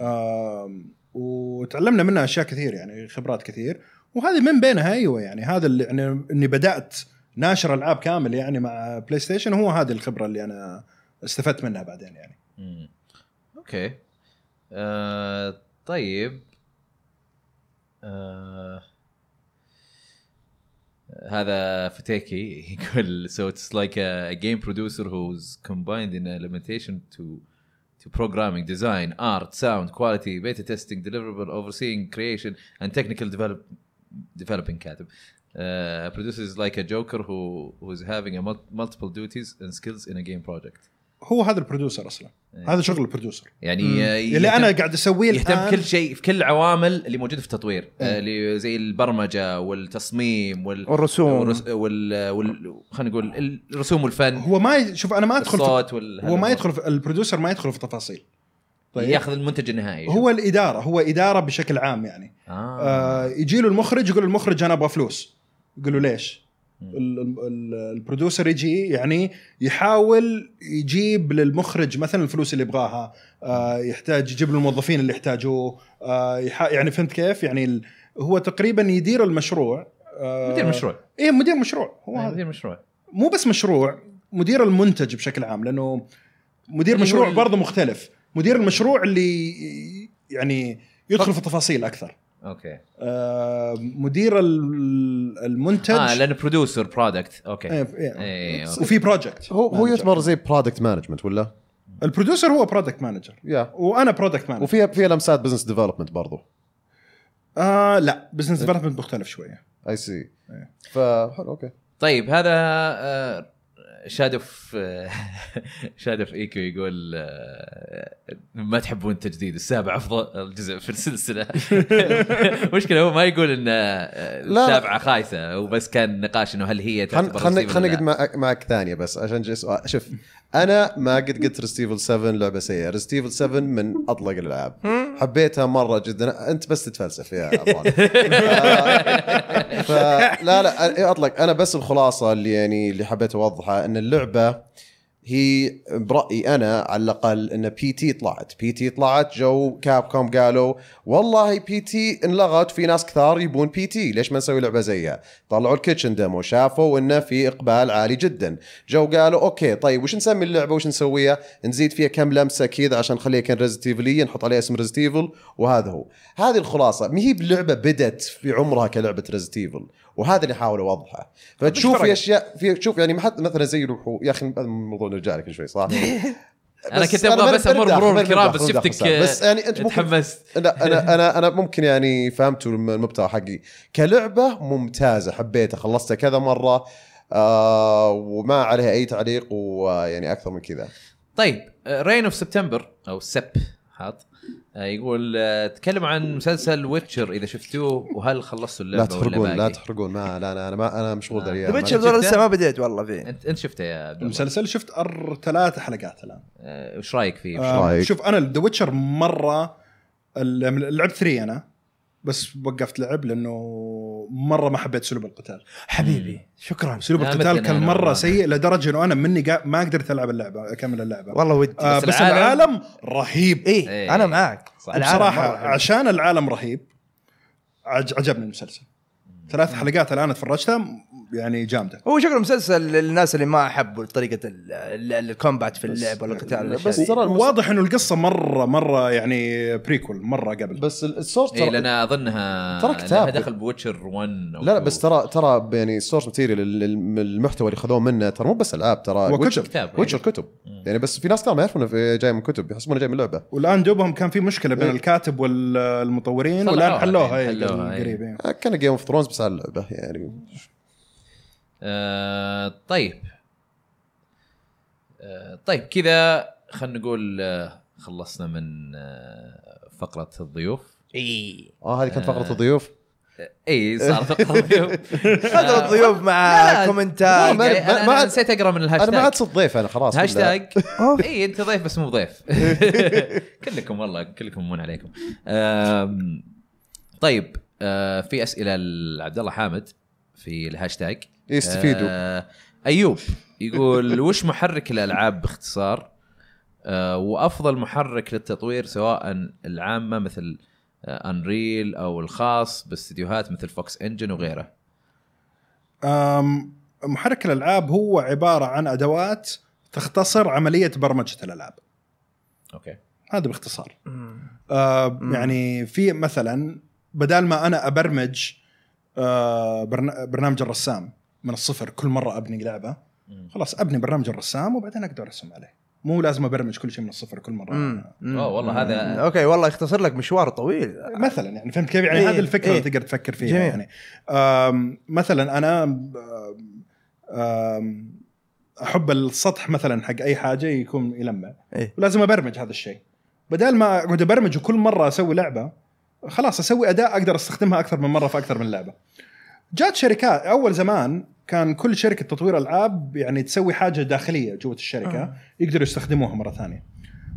Speaker 4: آه وتعلمنا منها اشياء كثير يعني خبرات كثير وهذه من بينها ايوه يعني هذا اللي يعني اني بدات ناشر العاب كامل يعني مع بلاي ستيشن هو هذه الخبره اللي انا استفدت منها بعدين يعني
Speaker 1: مم. اوكي آه، طيب آه، هذا فتيكي يقول so it's like a, a game producer who's combined in a limitation to to programming design art sound quality beta testing deliverable overseeing creation and technical develop developing كاتب uh, producer is like a joker who who's having a mul- multiple duties and skills in a game project
Speaker 4: هو هذا البرودوسر اصلا
Speaker 1: إيه.
Speaker 4: هذا شغل البرودوسر
Speaker 1: يعني
Speaker 2: مم.
Speaker 1: يهتم-
Speaker 4: اللي انا قاعد اسويه
Speaker 1: يهتم
Speaker 4: الآن
Speaker 1: كل شيء في كل العوامل اللي موجوده في التطوير
Speaker 4: إيه.
Speaker 1: آه، اللي زي البرمجه والتصميم وال
Speaker 2: والرسوم
Speaker 1: والرس- وال, وال... خلينا نقول الرسوم والفن
Speaker 4: هو ما ي- شوف انا ما ادخل في...
Speaker 1: الصوت وال...
Speaker 4: هو ما يدخل في... البرودوسر ما يدخل في تفاصيل
Speaker 1: طيب. ياخذ المنتج النهائي
Speaker 4: هو الاداره هو اداره بشكل عام يعني
Speaker 1: آه.
Speaker 4: آه يجي له المخرج يقول المخرج انا ابغى فلوس يقول له ليش؟
Speaker 1: مم.
Speaker 4: ال- ال- ال- البرودوسر يجي يعني يحاول يجيب للمخرج مثلا الفلوس اللي يبغاها آه يحتاج يجيب له الموظفين اللي يحتاجوه آه يح... يعني فهمت كيف؟ يعني ال... هو تقريبا يدير المشروع آه
Speaker 1: مدير مشروع
Speaker 4: ايه مدير مشروع هو
Speaker 1: آه،
Speaker 4: هذا
Speaker 1: مدير مشروع
Speaker 4: مو بس مشروع مدير المنتج بشكل عام لانه مدير
Speaker 1: اللي هو
Speaker 4: مشروع
Speaker 1: ال-
Speaker 4: برضه مختلف مدير المشروع اللي يعني يدخل في تفاصيل اكثر
Speaker 1: اوكي
Speaker 4: آه، مدير ال- المنتج
Speaker 1: اه لانه برودوسر برودكت اوكي
Speaker 4: إيه، إيه.
Speaker 1: إيه، أوكي.
Speaker 4: وفي بروجكت
Speaker 3: هو هو يعتبر زي برودكت مانجمنت ولا؟
Speaker 4: البرودوسر هو برودكت مانجر
Speaker 3: يا
Speaker 4: وانا برودكت مانجر
Speaker 3: وفيها فيها لمسات بزنس ديفلوبمنت برضو
Speaker 4: آه لا بزنس
Speaker 1: إيه.
Speaker 4: ديفلوبمنت مختلف شويه
Speaker 3: اي سي
Speaker 4: إيه.
Speaker 3: فحلو اوكي
Speaker 1: طيب آه، هذا شادف شادف ايكو يقول آه، ما تحبون التجديد السابع افضل جزء في السلسله مشكله هو ما يقول ان آه،
Speaker 3: لا.
Speaker 1: السابعه خايسه وبس كان نقاش انه هل هي تعتبر
Speaker 3: خلينا
Speaker 1: رصيد ولا
Speaker 3: خلينا
Speaker 1: لا.
Speaker 3: اقعد معك- معك ثانيه بس عشان جاي سؤال شوف انا ما قد قلت ريستيفل 7 لعبه سيئه ريستيفل 7 من اطلق الالعاب حبيتها مره جدا انت بس تتفلسف يا عمران فلا لا اطلق انا بس الخلاصه اللي يعني اللي حبيت اوضحها ان اللعبه هي برايي انا على الاقل ان بي تي طلعت بي تي طلعت جو كاب كوم قالوا والله بي تي انلغت في ناس كثار يبون بي تي ليش ما نسوي لعبه زيها طلعوا الكيتشن ديمو شافوا انه في اقبال عالي جدا جو قالوا اوكي طيب وش نسمي اللعبه وش نسويها نزيد فيها كم لمسه كذا عشان نخليها كان ريزيتيفلي نحط عليها اسم ريزيتيفل وهذا هو هذه الخلاصه ما هي بلعبه بدت في عمرها كلعبه ريزيتيفل وهذا اللي احاول اوضحه فتشوف في اشياء في شوف يعني حتى مثلا زي الوحوش يا اخي الموضوع نرجع لك شوي صح
Speaker 1: انا كنت ابغى
Speaker 3: أنا
Speaker 1: بس امر
Speaker 3: برجع-
Speaker 1: مرور
Speaker 3: برجع-
Speaker 1: الكرام بس
Speaker 3: برجع
Speaker 1: شفتك
Speaker 3: خصال. بس
Speaker 1: آه،
Speaker 3: يعني انت ممكن
Speaker 1: تحمست
Speaker 3: لا انا انا انا ممكن يعني فهمت المبتغى حقي كلعبه ممتازه حبيتها خلصتها كذا مره آه وما عليها اي تعليق ويعني اكثر من كذا
Speaker 1: آه، طيب رين اوف سبتمبر او سب حاط آه، يقول آه، تكلم عن مسلسل ويتشر اذا شفتوه وهل خلصتوا
Speaker 3: لا
Speaker 1: اللعبه ولا
Speaker 3: تحرقون لا
Speaker 1: باقي؟
Speaker 3: تحرقون ما لا لا انا يعني. ما انا مشغول
Speaker 1: آه.
Speaker 3: ذا
Speaker 2: ذا
Speaker 1: ما
Speaker 2: ويتشر
Speaker 1: شفته؟
Speaker 2: ذول لسه ما بديت والله فيه
Speaker 1: انت انت شفته يا عبد الله.
Speaker 4: المسلسل شفت أر ثلاث حلقات الان
Speaker 1: آه، وش رايك فيه؟
Speaker 4: آه،
Speaker 3: رايك؟
Speaker 4: شوف انا ذا ويتشر مره ال- لعبت 3 انا بس وقفت لعب لانه مره ما حبيت اسلوب القتال
Speaker 2: حبيبي شكرا
Speaker 4: اسلوب
Speaker 1: لا،
Speaker 4: القتال
Speaker 1: مثلنا
Speaker 4: كان
Speaker 1: أنا
Speaker 4: مره
Speaker 1: والله.
Speaker 4: سيء لدرجه انه انا مني قا- ما قدرت العب اللعبه اكمل اللعبه
Speaker 2: والله ودي
Speaker 4: آه
Speaker 1: بس
Speaker 4: بس
Speaker 1: العالم-
Speaker 4: العالم رهيب
Speaker 1: إيه.
Speaker 2: ايه انا معاك
Speaker 1: صح.
Speaker 2: العالم مرة
Speaker 4: بصراحه
Speaker 2: حلو.
Speaker 4: عشان العالم رهيب عج- عجبني المسلسل ثلاث حلقات الان تفرجتها م- يعني جامده
Speaker 2: هو شكله مسلسل للناس اللي ما حبوا طريقه ال- ال- الكومبات في اللعب ولا القتال والأشياء
Speaker 3: بس
Speaker 2: دي.
Speaker 3: ترى المس-
Speaker 4: واضح انه القصه مره مره يعني بريكول مره قبل
Speaker 3: بس ال- السورس
Speaker 1: اي
Speaker 3: ترى
Speaker 1: لان اظنها
Speaker 3: ترى
Speaker 1: إيه، لأنها
Speaker 3: كتاب.
Speaker 1: دخل بوتشر 1 أو
Speaker 3: لا لا
Speaker 1: 2.
Speaker 3: بس ترى ترى يعني السورس ماتيريال المحتوى اللي خذوه منه ترى مو بس العاب ترى
Speaker 4: وكتب
Speaker 1: كتاب
Speaker 3: ويتشر كتب يعني بس في ناس ترى ما يعرفون إنه في- جاي من كتب يحسبونه جاي من لعبه
Speaker 4: والان دوبهم كان في مشكله بين
Speaker 3: إيه.
Speaker 4: الكاتب والمطورين
Speaker 1: صلحوها
Speaker 4: والان حلوها
Speaker 1: الحين،
Speaker 4: إيه،
Speaker 1: حلوها، إيه.
Speaker 4: قريب إيه.
Speaker 3: آه، كان جيم اوف ثرونز بس على اللعبه يعني
Speaker 1: آه طيب آه طيب كذا خلينا نقول آه خلصنا من آه فقرة الضيوف
Speaker 2: ايه
Speaker 3: اه هذه كانت
Speaker 1: آه.
Speaker 3: فقره الضيوف
Speaker 1: اي صار فقرة الضيوف
Speaker 2: قدر الضيوف
Speaker 1: آه. لا،
Speaker 2: مع
Speaker 1: لا.
Speaker 3: لا،
Speaker 2: كومنتات
Speaker 1: أنا-
Speaker 3: ما- ما-
Speaker 1: أنا-
Speaker 3: ما
Speaker 1: أنا
Speaker 3: عاد-
Speaker 1: نسيت اقرا من
Speaker 3: انا ما عاد
Speaker 1: الهاشتاج
Speaker 3: صرت ضيف انا خلاص
Speaker 1: هاشتاج اي انت ضيف بس مو ضيف كلكم والله كلكم من عليكم آم، طيب آه في اسئله لعبد الله حامد في الهاشتاج
Speaker 3: إيه، يستفيدوا.
Speaker 1: آه ايوب يقول وش محرك الالعاب باختصار آه وافضل محرك للتطوير سواء العامه مثل انريل او الخاص باستديوهات مثل فوكس انجن وغيره
Speaker 4: أم، محرك الالعاب هو عباره عن ادوات تختصر عمليه برمجه الالعاب
Speaker 1: اوكي
Speaker 4: هذا باختصار أه
Speaker 2: مم.
Speaker 4: يعني في مثلا بدال ما انا ابرمج أه برنا- برنامج الرسام من الصفر كل مره ابني لعبه خلاص ابني برنامج الرسام وبعدين اقدر ارسم عليه مو لازم ابرمج كل شيء من الصفر كل مره
Speaker 1: أوه، آه. والله هذا-
Speaker 2: اوكي والله يختصر لك مشوار طويل
Speaker 4: مثلا يعني فهمت كيف يعني
Speaker 2: إيه،
Speaker 4: هذه الفكره اللي
Speaker 2: إيه.
Speaker 4: تقدر تفكر فيها
Speaker 2: جميل.
Speaker 4: يعني أم مثلا انا أم، أم، احب السطح مثلا حق اي حاجه يكون يلمع
Speaker 2: إيه.
Speaker 4: ولازم ابرمج هذا الشيء بدل ما اقعد ابرمج وكل مره اسوي لعبه خلاص اسوي اداء اقدر استخدمها اكثر من مره في اكثر من لعبه جات شركات اول زمان كان كل شركه تطوير العاب يعني تسوي حاجه داخليه جوه الشركه
Speaker 2: آه.
Speaker 4: يقدروا يستخدموها مره ثانيه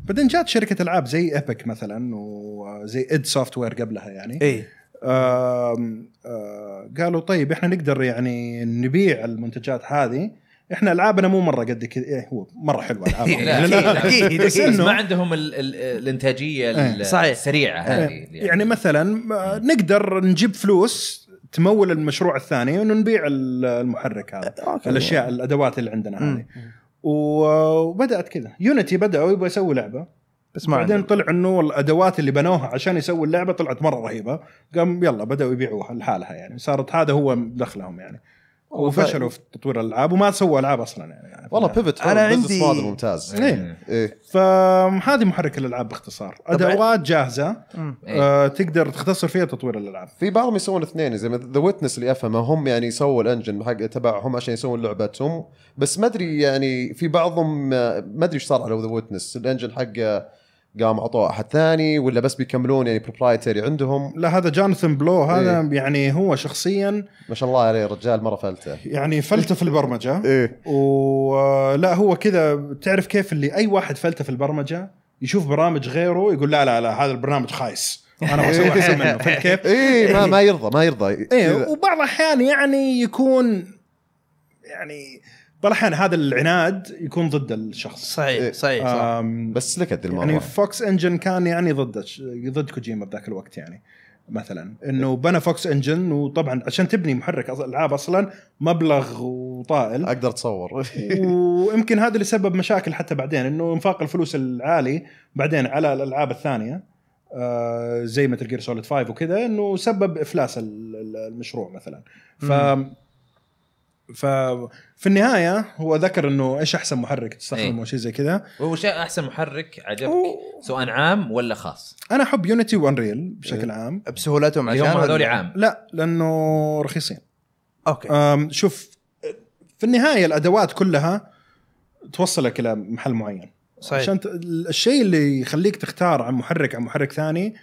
Speaker 4: بعدين جات شركه العاب زي ايبك مثلا وزي اد سوفت وير قبلها يعني
Speaker 2: ايه
Speaker 4: آم، آه، قالوا طيب احنا نقدر يعني نبيع المنتجات هذه احنا العابنا مو مره قد كذا إيه هو مره حلوه العابنا
Speaker 1: لا،
Speaker 4: يعني,
Speaker 1: أكيد،
Speaker 4: لا-
Speaker 2: أكيد،
Speaker 4: بس
Speaker 2: أكيد.
Speaker 1: بس ما
Speaker 4: إنه
Speaker 1: عندهم ال ال الانتاجيه
Speaker 4: إيه،
Speaker 1: ال-
Speaker 2: صحيح.
Speaker 1: السريعه هذه
Speaker 4: يعني مثلا آه، نقدر نجيب فلوس تمول المشروع الثاني انه نبيع ال- المحرك هذا
Speaker 2: اوكي
Speaker 4: الاشياء الادوات اللي عندنا
Speaker 2: مم.
Speaker 4: هذه و- وبدات كذا يونيتي بداوا يبغوا يسووا لعبه
Speaker 2: بس ما
Speaker 4: بعدين
Speaker 2: عندهم.
Speaker 4: طلع انه الادوات اللي بنوها عشان يسووا اللعبه طلعت مره رهيبه قام يلا بداوا يبيعوها لحالها يعني صارت هذا هو دخلهم يعني وفشلوا في تطوير الالعاب وما سووا العاب اصلا يعني
Speaker 3: والله بيفت
Speaker 2: أنا
Speaker 3: انا عندي
Speaker 2: عندي-
Speaker 3: موديل ممتاز
Speaker 4: إيه.
Speaker 3: ايه
Speaker 4: فهذه محرك الالعاب باختصار ادوات جاهزه
Speaker 2: مم.
Speaker 1: إيه.
Speaker 4: آه تقدر تختصر فيها تطوير الالعاب
Speaker 3: في بعضهم يسوون اثنين زي ما ذا ويتنس اللي افهمه هم يعني سووا الانجن حق تبعهم عشان يسوون لعبتهم بس ما ادري يعني في بعضهم آه، ما ادري ايش صار على ذا ويتنس الانجن حقه قام اعطوه احد ثاني ولا بس بيكملون يعني بروبرايتري عندهم
Speaker 4: لا هذا جوناثان بلو هذا يعني هو شخصيا
Speaker 3: ما شاء الله عليه رجال مره فلته
Speaker 4: يعني فلته في البرمجه
Speaker 3: ايه
Speaker 4: ولا هو كذا تعرف كيف اللي اي واحد فلته في البرمجه يشوف برامج غيره يقول لا لا لا هذا البرنامج خايس انا بسوي احسن منه فهمت كيف؟
Speaker 3: ايه ما ما يرضى ما يرضى
Speaker 4: ايه
Speaker 3: إيه.
Speaker 4: وبعض الاحيان يعني يكون يعني بعض الاحيان هذا العناد يكون ضد الشخص
Speaker 2: صحيح
Speaker 3: إيه.
Speaker 2: صحيح صح.
Speaker 4: آم،
Speaker 3: بس لك ذي
Speaker 4: يعني
Speaker 3: المره
Speaker 4: فوكس انجن كان يعني ضد ضد كوجيما بذاك الوقت يعني مثلا انه بنى فوكس انجن وطبعا عشان تبني محرك أص- العاب اصلا مبلغ وطائل
Speaker 3: اقدر اتصور
Speaker 4: آه. ويمكن هذا اللي سبب مشاكل حتى بعدين انه انفاق الفلوس العالي بعدين على الالعاب الثانيه آه زي مثل جير سوليد 5 وكذا انه سبب افلاس ال- ال- المشروع مثلا ف ف في النهايه هو ذكر انه ايش احسن محرك
Speaker 1: إيه.
Speaker 4: تستخدمه وشيء زي كذا
Speaker 1: وش احسن محرك عجبك
Speaker 4: أوه.
Speaker 1: سواء عام ولا خاص؟
Speaker 4: انا احب يونيتي وانريل بشكل عام
Speaker 2: بسهولتهم
Speaker 1: اللي
Speaker 2: عشان
Speaker 1: هم
Speaker 2: ولا-
Speaker 1: هذول عام
Speaker 4: لا لانه رخيصين
Speaker 2: اوكي
Speaker 4: أم، شوف في النهايه الادوات كلها توصلك الى محل معين
Speaker 2: صحيح.
Speaker 4: عشان ت- الشيء اللي يخليك تختار عن محرك عن محرك ثاني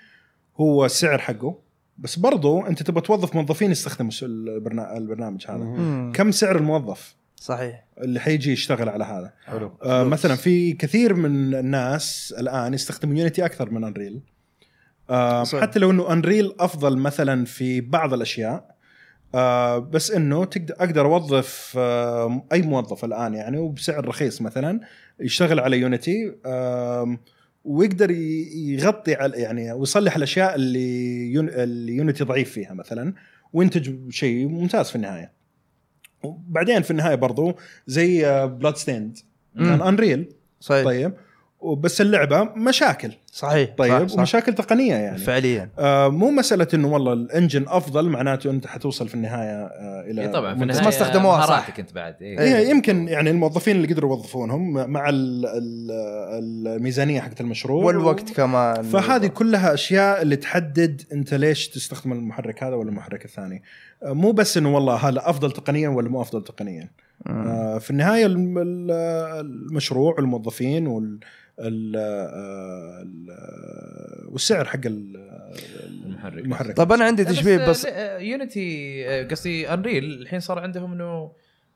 Speaker 4: هو السعر حقه بس برضو انت تبغى توظف موظفين يستخدموا الس- البرنا- البرنامج هذا
Speaker 2: مم.
Speaker 4: كم سعر الموظف
Speaker 2: صحيح
Speaker 4: اللي حيجي يشتغل على هذا
Speaker 3: حلو
Speaker 4: آه، مثلا في كثير من الناس الان يستخدمون يونيتي اكثر من انريل آه
Speaker 2: صحيح.
Speaker 4: حتى لو انه انريل افضل مثلا في بعض الاشياء آه بس انه تقدر اقدر اوظف آه اي موظف الان يعني وبسعر رخيص مثلا يشتغل على يونيتي آه ويقدر ي- يغطي على يعني ويصلح الاشياء اللي يون اللي يونيتي ضعيف فيها مثلا وينتج شيء ممتاز في النهايه وبعدين في النهايه برضو زي آه، بلاد ستيند كان انريل
Speaker 2: صحيح
Speaker 4: طيب وبس اللعبه مشاكل
Speaker 2: صحيح
Speaker 4: طيب
Speaker 2: صح صح.
Speaker 4: ومشاكل تقنيه يعني
Speaker 2: فعليا
Speaker 4: آه مو مساله انه والله الانجن افضل معناته انت حتوصل في النهايه آه الى
Speaker 1: إيه طبعا في
Speaker 4: منتج.
Speaker 1: النهاية
Speaker 2: ما استخدموها صح.
Speaker 1: مهاراتك انت بعد إيه.
Speaker 4: إيه يمكن يعني الموظفين اللي قدروا يوظفونهم مع ال- ال- الميزانيه حقت المشروع
Speaker 2: والوقت كمان
Speaker 4: فهذه كلها اشياء اللي تحدد انت ليش تستخدم المحرك هذا ولا المحرك الثاني آه، مو بس انه والله هذا افضل تقنيا ولا مو افضل تقنيا
Speaker 2: مم.
Speaker 4: آه، في النهايه الم- ال- المشروع والموظفين وال ال- آه، ال- والسعر حق ال-
Speaker 1: المحرك.
Speaker 4: المحرك
Speaker 2: طب انا عندي
Speaker 1: آه،
Speaker 2: تشبيه بس
Speaker 1: يونيتي آه، قصدي انريل الحين صار عندهم انه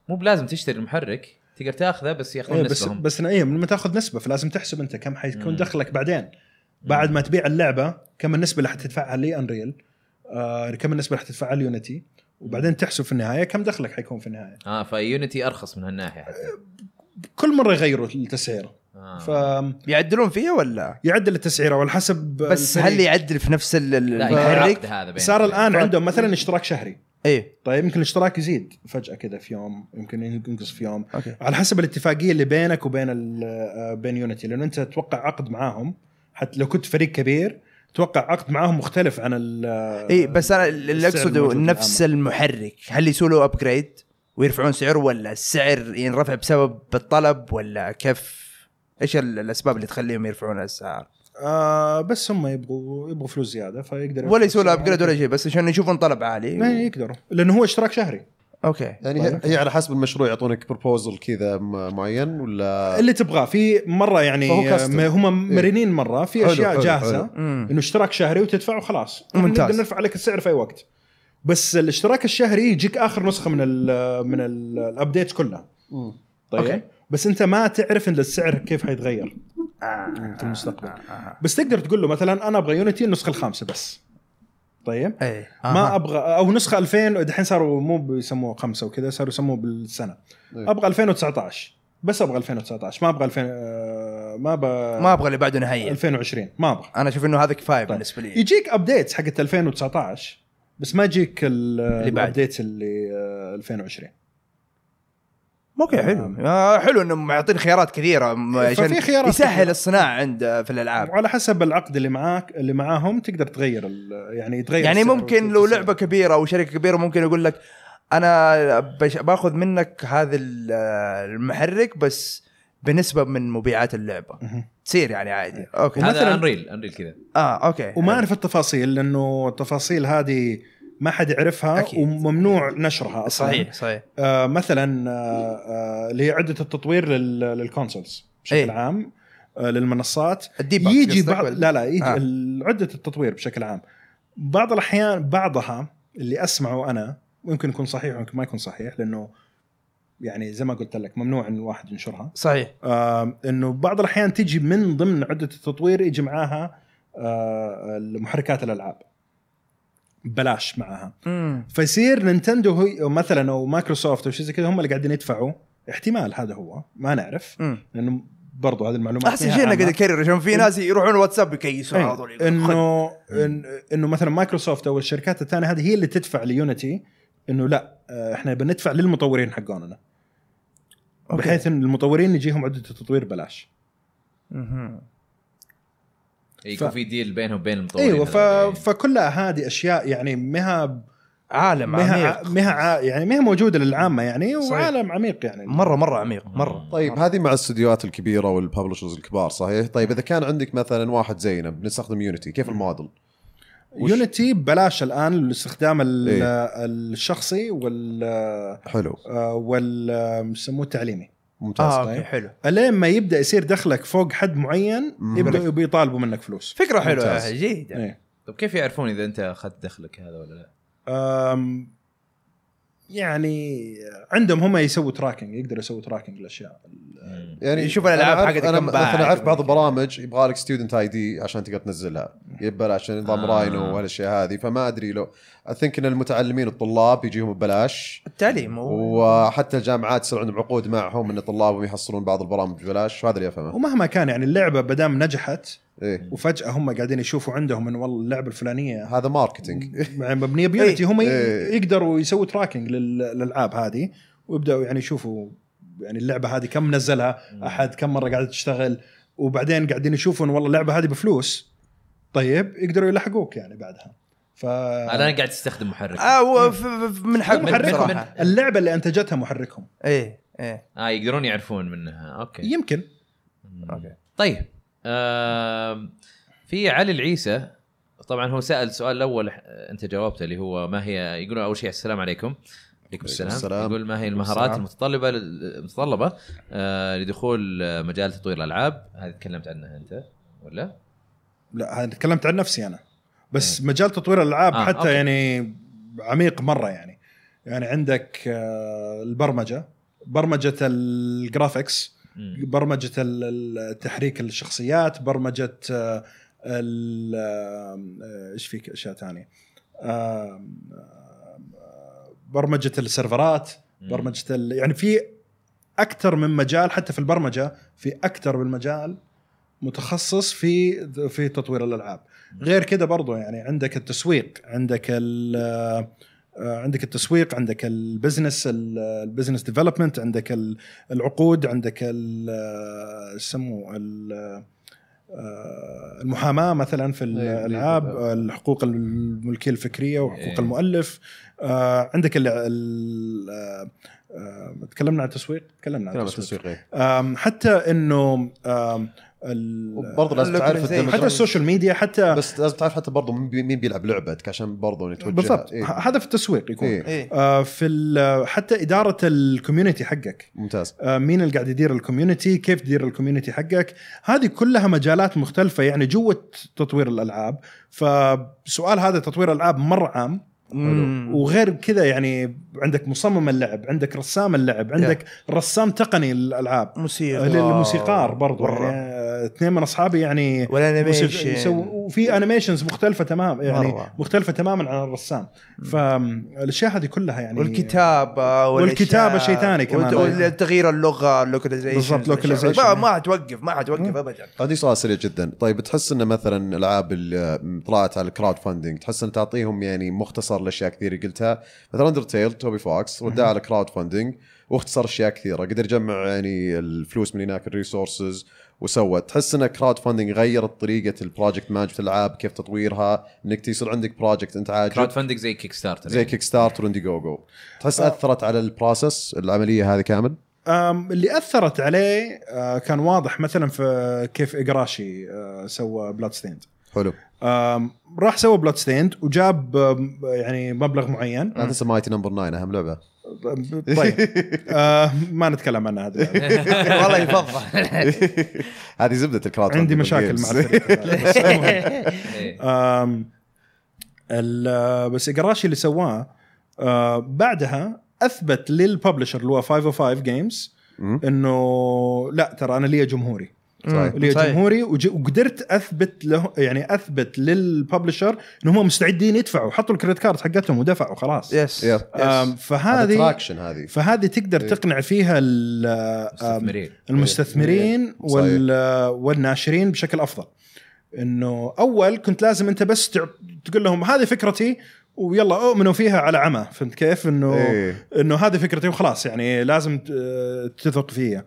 Speaker 1: مو بلازم تشتري المحرك تقدر تاخذه بس
Speaker 4: إيه،
Speaker 1: ياخذون
Speaker 4: بس
Speaker 1: نسبهم
Speaker 4: بس إنه ايه لما تاخذ نسبه فلازم تحسب انت كم
Speaker 1: مم.
Speaker 4: حيكون دخلك بعدين بعد ما تبيع اللعبه كم النسبه اللي حتدفعها لانريل آه كم النسبه اللي حتدفعها ليونيتي وبعدين تحسب في النهايه كم دخلك حيكون في النهايه
Speaker 1: اه فيونيتي ارخص من هالناحيه حتى
Speaker 4: كل مره يغيروا التسعيره
Speaker 1: آه.
Speaker 2: يعدلون فيها ولا
Speaker 4: فيعدل التسعيره وعلى حسب
Speaker 2: بس
Speaker 4: الفريق.
Speaker 2: هل يعدل في نفس ال- ال-
Speaker 1: لا يكون
Speaker 2: المحرك
Speaker 1: عقد هذا بين
Speaker 4: صار الان
Speaker 2: ف-
Speaker 4: عندهم مثلا اشتراك شهري
Speaker 2: ايه
Speaker 4: طيب يمكن الاشتراك يزيد فجاه كذا في يوم يمكن ينقص في يوم
Speaker 2: اوكي
Speaker 4: على حسب الاتفاقيه اللي بينك وبين ال- آه، بين يونيتي لانه انت توقع عقد معاهم حتى لو كنت فريق كبير توقع عقد معاهم مختلف عن ال
Speaker 2: اي إيه، بس انا اللي
Speaker 4: آه، السعر
Speaker 2: اقصده
Speaker 4: الموجود
Speaker 2: نفس المحرك هل يسووا له ابجريد ويرفعون سعره ولا السعر ينرفع بسبب الطلب ولا كيف ايش ال- الاسباب اللي تخليهم يرفعون الاسعار
Speaker 4: آه بس هم يبغوا يبغوا فلوس زياده فيقدر
Speaker 2: ولا يسووا له ابجريد ولا شيء بس عشان يشوفون طلب
Speaker 4: ما
Speaker 2: عالي
Speaker 4: يقدروا لانه هو اشتراك شهري
Speaker 2: اوكي
Speaker 3: يعني هي- هي على حسب المشروع يعطونك بروبوزل كذا م- معين ولا
Speaker 4: اللي تبغاه في مره يعني
Speaker 3: فهو كاستم.
Speaker 4: آه، هم
Speaker 3: إيه.
Speaker 4: مرنين مره في
Speaker 3: حلو،
Speaker 4: اشياء
Speaker 3: حلو،
Speaker 4: جاهزه
Speaker 3: حلو.
Speaker 2: امم
Speaker 4: انه اشتراك شهري وتدفع وخلاص
Speaker 2: ممتاز.
Speaker 4: نقدر نرفع لك السعر في اي وقت بس الاشتراك الشهري يجيك اخر نسخه من ال من ال- الابديت كلها طيب
Speaker 2: أوكي.
Speaker 4: أوكي. بس انت ما تعرف ان السعر كيف حيتغير
Speaker 3: آه،
Speaker 4: في المستقبل بس تقدر تقول له مثلا انا ابغى يونيتي النسخه الخامسه بس طيب
Speaker 2: ايه
Speaker 4: ما ابغى او نسخه 2000 دحين صاروا مو بيسموها خمسه وكذا صاروا يسموه بالسنه
Speaker 2: طيب.
Speaker 3: إيه.
Speaker 4: ابغى 2019 بس ابغى 2019 ما ابغى 2000 آه، ما ابغى
Speaker 2: ما ابغى اللي بعده نهائيا
Speaker 4: 2020 ما ابغى
Speaker 2: انا اشوف انه هذا كفايه
Speaker 4: طيب.
Speaker 2: بالنسبه لي
Speaker 4: يجيك ابديتس حقت 2019 بس ما يجيك
Speaker 2: اللي بعد.
Speaker 4: الابديتس اللي آه، 2020
Speaker 2: اوكي حلو آه حلو انه معطين خيارات كثيره م-
Speaker 4: إيه، ففي
Speaker 2: عشان
Speaker 4: خيارات
Speaker 2: يسهل
Speaker 4: كثيرة.
Speaker 2: الصناعه عند آه، في الالعاب
Speaker 4: وعلى حسب العقد اللي معاك اللي معاهم تقدر تغير ال- يعني تغير
Speaker 2: يعني
Speaker 4: السعر
Speaker 2: ممكن
Speaker 4: وت-
Speaker 2: لو
Speaker 4: تسعر.
Speaker 2: لعبه كبيره او شركه كبيره ممكن يقول لك انا بش- باخذ منك هذا ال- آه، المحرك بس بنسبه من مبيعات اللعبه
Speaker 4: مه.
Speaker 2: تصير يعني عادي اوكي
Speaker 1: هذا
Speaker 4: مثلاً-
Speaker 1: انريل انريل كذا
Speaker 2: اه اوكي
Speaker 4: إيه. وما اعرف التفاصيل لانه التفاصيل هذه ما حد يعرفها
Speaker 2: أكيد.
Speaker 4: وممنوع نشرها اصلا
Speaker 2: صحيح صحيح
Speaker 4: آه مثلا آه، آه، اللي هي عده التطوير لل- للكونسولز بشكل
Speaker 2: إيه.
Speaker 4: عام آه للمنصات
Speaker 2: الديباج
Speaker 4: يجي
Speaker 2: قصدك
Speaker 4: بعض
Speaker 2: ولا؟
Speaker 4: لا لا يجي
Speaker 2: آه.
Speaker 4: آه. عده التطوير بشكل عام بعض الاحيان بعضها اللي اسمعه انا ممكن يكون صحيح ويمكن ما يكون صحيح لانه يعني زي ما قلت لك ممنوع ان الواحد ينشرها
Speaker 2: صحيح
Speaker 4: آه انه بعض الاحيان تجي من ضمن عده التطوير يجي معاها آه محركات الالعاب بلاش معاها
Speaker 2: مم.
Speaker 4: فيصير نينتندو هي مثلا او مايكروسوفت او شيء زي كذا هم اللي قاعدين يدفعوا احتمال هذا هو ما نعرف
Speaker 2: مم.
Speaker 4: لانه برضو هذه المعلومات
Speaker 2: احسن
Speaker 4: فيها إيه.
Speaker 2: شيء انه
Speaker 4: عامة.
Speaker 2: قاعد يكرر عشان في ناس يروحون الواتساب يكيسون على طول
Speaker 4: أيوة. انه إن- انه مثلا مايكروسوفت او الشركات الثانيه هذه هي اللي تدفع ليونيتي انه لا آه، احنا بندفع للمطورين حقوننا
Speaker 2: أوكي.
Speaker 4: بحيث ان المطورين يجيهم عده التطوير بلاش
Speaker 2: مهم.
Speaker 1: إيه، يكون
Speaker 4: ف-
Speaker 1: في ديل بينهم وبين المطورين
Speaker 4: ايوه ف...
Speaker 1: هذول. إيه.
Speaker 4: فكلها هذه اشياء يعني مها
Speaker 2: عالم
Speaker 4: مها
Speaker 2: عميق
Speaker 4: مها ع- يعني مها موجوده للعامه يعني
Speaker 2: صحيح.
Speaker 4: وعالم عميق يعني
Speaker 2: مره مره عميق مره
Speaker 3: طيب هذه مع الاستديوهات الكبيره والببلشرز الكبار صحيح طيب اذا كان عندك مثلا واحد زينا بنستخدم يونيتي كيف الموديل وش-
Speaker 4: يونيتي بلاش الان للاستخدام ال-
Speaker 3: إيه.
Speaker 4: الشخصي وال
Speaker 3: حلو
Speaker 4: آه، وال آه، يسموه التعليمي
Speaker 3: ممتاز
Speaker 2: اه
Speaker 3: آه.
Speaker 2: اوكي
Speaker 4: طيب.
Speaker 2: حلو
Speaker 4: الين ما يبدا يصير دخلك فوق حد معين
Speaker 3: مم.
Speaker 4: يبداوا بيطالبوا منك فلوس
Speaker 2: فكره حلوه
Speaker 3: ممتاز.
Speaker 2: جيده
Speaker 4: إيه.
Speaker 1: طب كيف يعرفون اذا انت اخذت دخلك هذا ولا لا؟
Speaker 4: أم، يعني عندهم هم يسووا تراكنج يقدروا يسووا تراكنج للاشياء
Speaker 3: يعني
Speaker 2: آه، يشوف الألعاب
Speaker 3: أنا أعرف-
Speaker 2: حقتك
Speaker 3: انا
Speaker 2: كم باعت.
Speaker 3: مثلا اعرف بعض البرامج يبغى لك ستودنت اي دي عشان تقدر تنزلها ببلاش نظام
Speaker 1: آه.
Speaker 3: آه. راينو وهالاشياء هذه فما ادري لو اثنك ان المتعلمين الطلاب يجيهم ببلاش
Speaker 2: التعليم هو
Speaker 3: وحتى الجامعات يصير عندهم عقود معهم ان طلابهم يحصلون بعض البرامج ببلاش وهذا اللي افهمه
Speaker 4: ومهما كان يعني اللعبه بدام نجحت
Speaker 3: ايه
Speaker 4: وفجاه هم قاعدين يشوفوا عندهم ان والله اللعبه الفلانيه
Speaker 3: هذا ماركتينج
Speaker 4: يعني مبنيه بيونتي هم ي-
Speaker 3: إيه.
Speaker 4: يقدروا يسووا تراكنج للالعاب هذه ويبداوا يعني يشوفوا يعني اللعبه هذه كم نزلها احد كم مره قاعده تشتغل وبعدين قاعدين يشوفوا ان والله اللعبه هذه بفلوس طيب يقدروا يلحقوك يعني بعدها ف
Speaker 1: انا قاعد استخدم محرك
Speaker 2: آه هو ف- ف- من حقه
Speaker 1: من- من-
Speaker 4: محركهم
Speaker 2: بصراحه
Speaker 4: اللعبه اللي انتجتها محركهم
Speaker 2: ايه ايه
Speaker 1: اه يقدرون يعرفون منها
Speaker 3: إيه.
Speaker 1: اوكي
Speaker 4: يمكن
Speaker 1: اوكي طيب آم، في علي العيسى طبعا هو سال السؤال الاول آه، انت جاوبته اللي هو ما هي يقولون اول شيء السلام عليكم عليكم السلام.
Speaker 3: السلام.
Speaker 1: يقول ما هي المهارات
Speaker 4: السلام.
Speaker 1: المتطلبه لل- المتطلبه آه، لدخول آه، مجال تطوير الالعاب هذه تكلمت عنها انت ولا؟
Speaker 4: لا انا تكلمت عن نفسي انا بس مجال تطوير الالعاب
Speaker 1: إيه. آه،
Speaker 4: آه حتى
Speaker 1: أوكي.
Speaker 4: أوكي. يعني عميق مره يعني يعني عندك آه، البرمجه برمجه الجرافيكس
Speaker 1: مم.
Speaker 4: برمجه ال- ال- تحريك الشخصيات برمجه آه، ال- آه، ايش فيك اشياء ثانيه برمجه السيرفرات
Speaker 1: مم.
Speaker 4: برمجه ال... يعني في اكثر من مجال حتى في البرمجه في اكثر من مجال متخصص في في تطوير الالعاب غير كده برضو يعني عندك التسويق عندك ال آه، عندك التسويق عندك البزنس ال- البزنس ديفلوبمنت عندك ال- العقود عندك ال- آه، إيش يسموه ال- آه، المحاماه مثلا في الالعاب آه، الحقوق الملكيه الفكريه
Speaker 1: إيه.
Speaker 4: وحقوق المؤلف آه، عندك ال- ال- آه، آه، تكلمنا عن التسويق تكلمنا عن
Speaker 3: كلام
Speaker 4: التسويق
Speaker 3: تسويقي
Speaker 4: أم، حتى انه أم، ال-
Speaker 3: برضه لازم تعرف
Speaker 2: حتى
Speaker 3: الدمج.
Speaker 4: حتى السوشيال ميديا حتى
Speaker 3: بس لازم تعرف حتى برضه مين بي- مين بيلعب لعبتك عشان برضه يعني توجه
Speaker 4: بالضبط
Speaker 3: إيه.
Speaker 4: ه- هذا في التسويق يكون
Speaker 3: إيه.
Speaker 2: ايه
Speaker 4: أه، في ال- حتى اداره الكوميونتي حقك
Speaker 3: ممتاز
Speaker 4: أه، مين اللي قاعد يدير الكوميونتي كيف تدير الكوميونتي حقك هذه كلها مجالات مختلفه يعني جوه تطوير الالعاب فسؤال هذا تطوير الالعاب مره عام
Speaker 2: مم.
Speaker 4: وغير كذا يعني عندك مصمم اللعب عندك رسام اللعب عندك رسام تقني للالعاب
Speaker 2: موسيقى
Speaker 4: للموسيقار برضو
Speaker 2: مرة.
Speaker 4: يعني آه، اثنين من اصحابي يعني موسيق- يسووا-
Speaker 2: والانيميشن
Speaker 4: وفي انيميشنز مختلفه تمام يعني
Speaker 2: مرة.
Speaker 4: مختلفه تماما عن الرسام فالاشياء هذه كلها يعني
Speaker 2: والكتابه
Speaker 4: والكتابة شيء ثاني كمان. طيب.
Speaker 2: تغيير اللغه اللوكاليزيشن
Speaker 4: بالضبط، localization.
Speaker 2: ما حتوقف ما حتوقف ابدا
Speaker 3: عندي سؤال سريع جدا طيب تحس انه مثلا الالعاب اللي طلعت على الكراود فاندنج تحس ان تعطيهم يعني مختصر لاشياء كثيره قلتها مثلا اندرتيل توبي فوكس وداها على كراود فاندنج واختصر اشياء كثيره قدر يجمع يعني الفلوس من هناك الريسورسز وسوى تحس ان كراود فاندنج غيرت طريقه البروجكت مانجمنت الالعاب كيف تطويرها انك يصير عندك بروجكت انت
Speaker 1: كراود
Speaker 3: عاجب
Speaker 1: فاندنج زي كيك ستارتر
Speaker 3: زي كيك ستارت وندي جوجو تحس
Speaker 4: آه.
Speaker 3: اثرت على البروسس العمليه هذه كامل
Speaker 4: آم، اللي اثرت عليه آه، كان واضح مثلا في كيف اقراشي آه، سوى بلاد ستيند
Speaker 3: حلو
Speaker 4: راح سوى بلاد ستيند وجاب آم، يعني مبلغ معين
Speaker 3: لا تنسى مايتي نمبر 9 اهم لعبه
Speaker 4: طيب آه، ما نتكلم عنها هذه
Speaker 2: والله يفضل
Speaker 3: هذه زبده الكراود
Speaker 4: عندي
Speaker 3: funding
Speaker 4: مشاكل
Speaker 3: والgames.
Speaker 4: مع الفريق بس المهم.
Speaker 1: إيه.
Speaker 4: آم، ال- آه، بس اقراشي اللي سواه آه، بعدها اثبت للببلشر اللي هو 505 جيمز
Speaker 3: مم.
Speaker 4: انه لا ترى انا لي جمهوري
Speaker 3: صحيح.
Speaker 4: لي
Speaker 2: صحيح.
Speaker 4: جمهوري وج- وقدرت اثبت له يعني اثبت للببلشر ان هم مستعدين يدفعوا حطوا الكريدت كارد حقتهم ودفعوا خلاص
Speaker 2: يس
Speaker 3: يب.
Speaker 4: آم،
Speaker 3: هذه
Speaker 4: فهذه
Speaker 3: تراكشن هذه
Speaker 4: فهذه تقدر تقنع فيها ال- آم،
Speaker 1: مستثمرين
Speaker 4: المستثمرين وال والناشرين بشكل افضل انه اول كنت لازم انت بس تع- تقول لهم هذه فكرتي ويلا اؤمنوا فيها على عمى فهمت كيف انه
Speaker 3: إيه.
Speaker 4: انه هذه فكرتي وخلاص يعني لازم ت- تثق فيها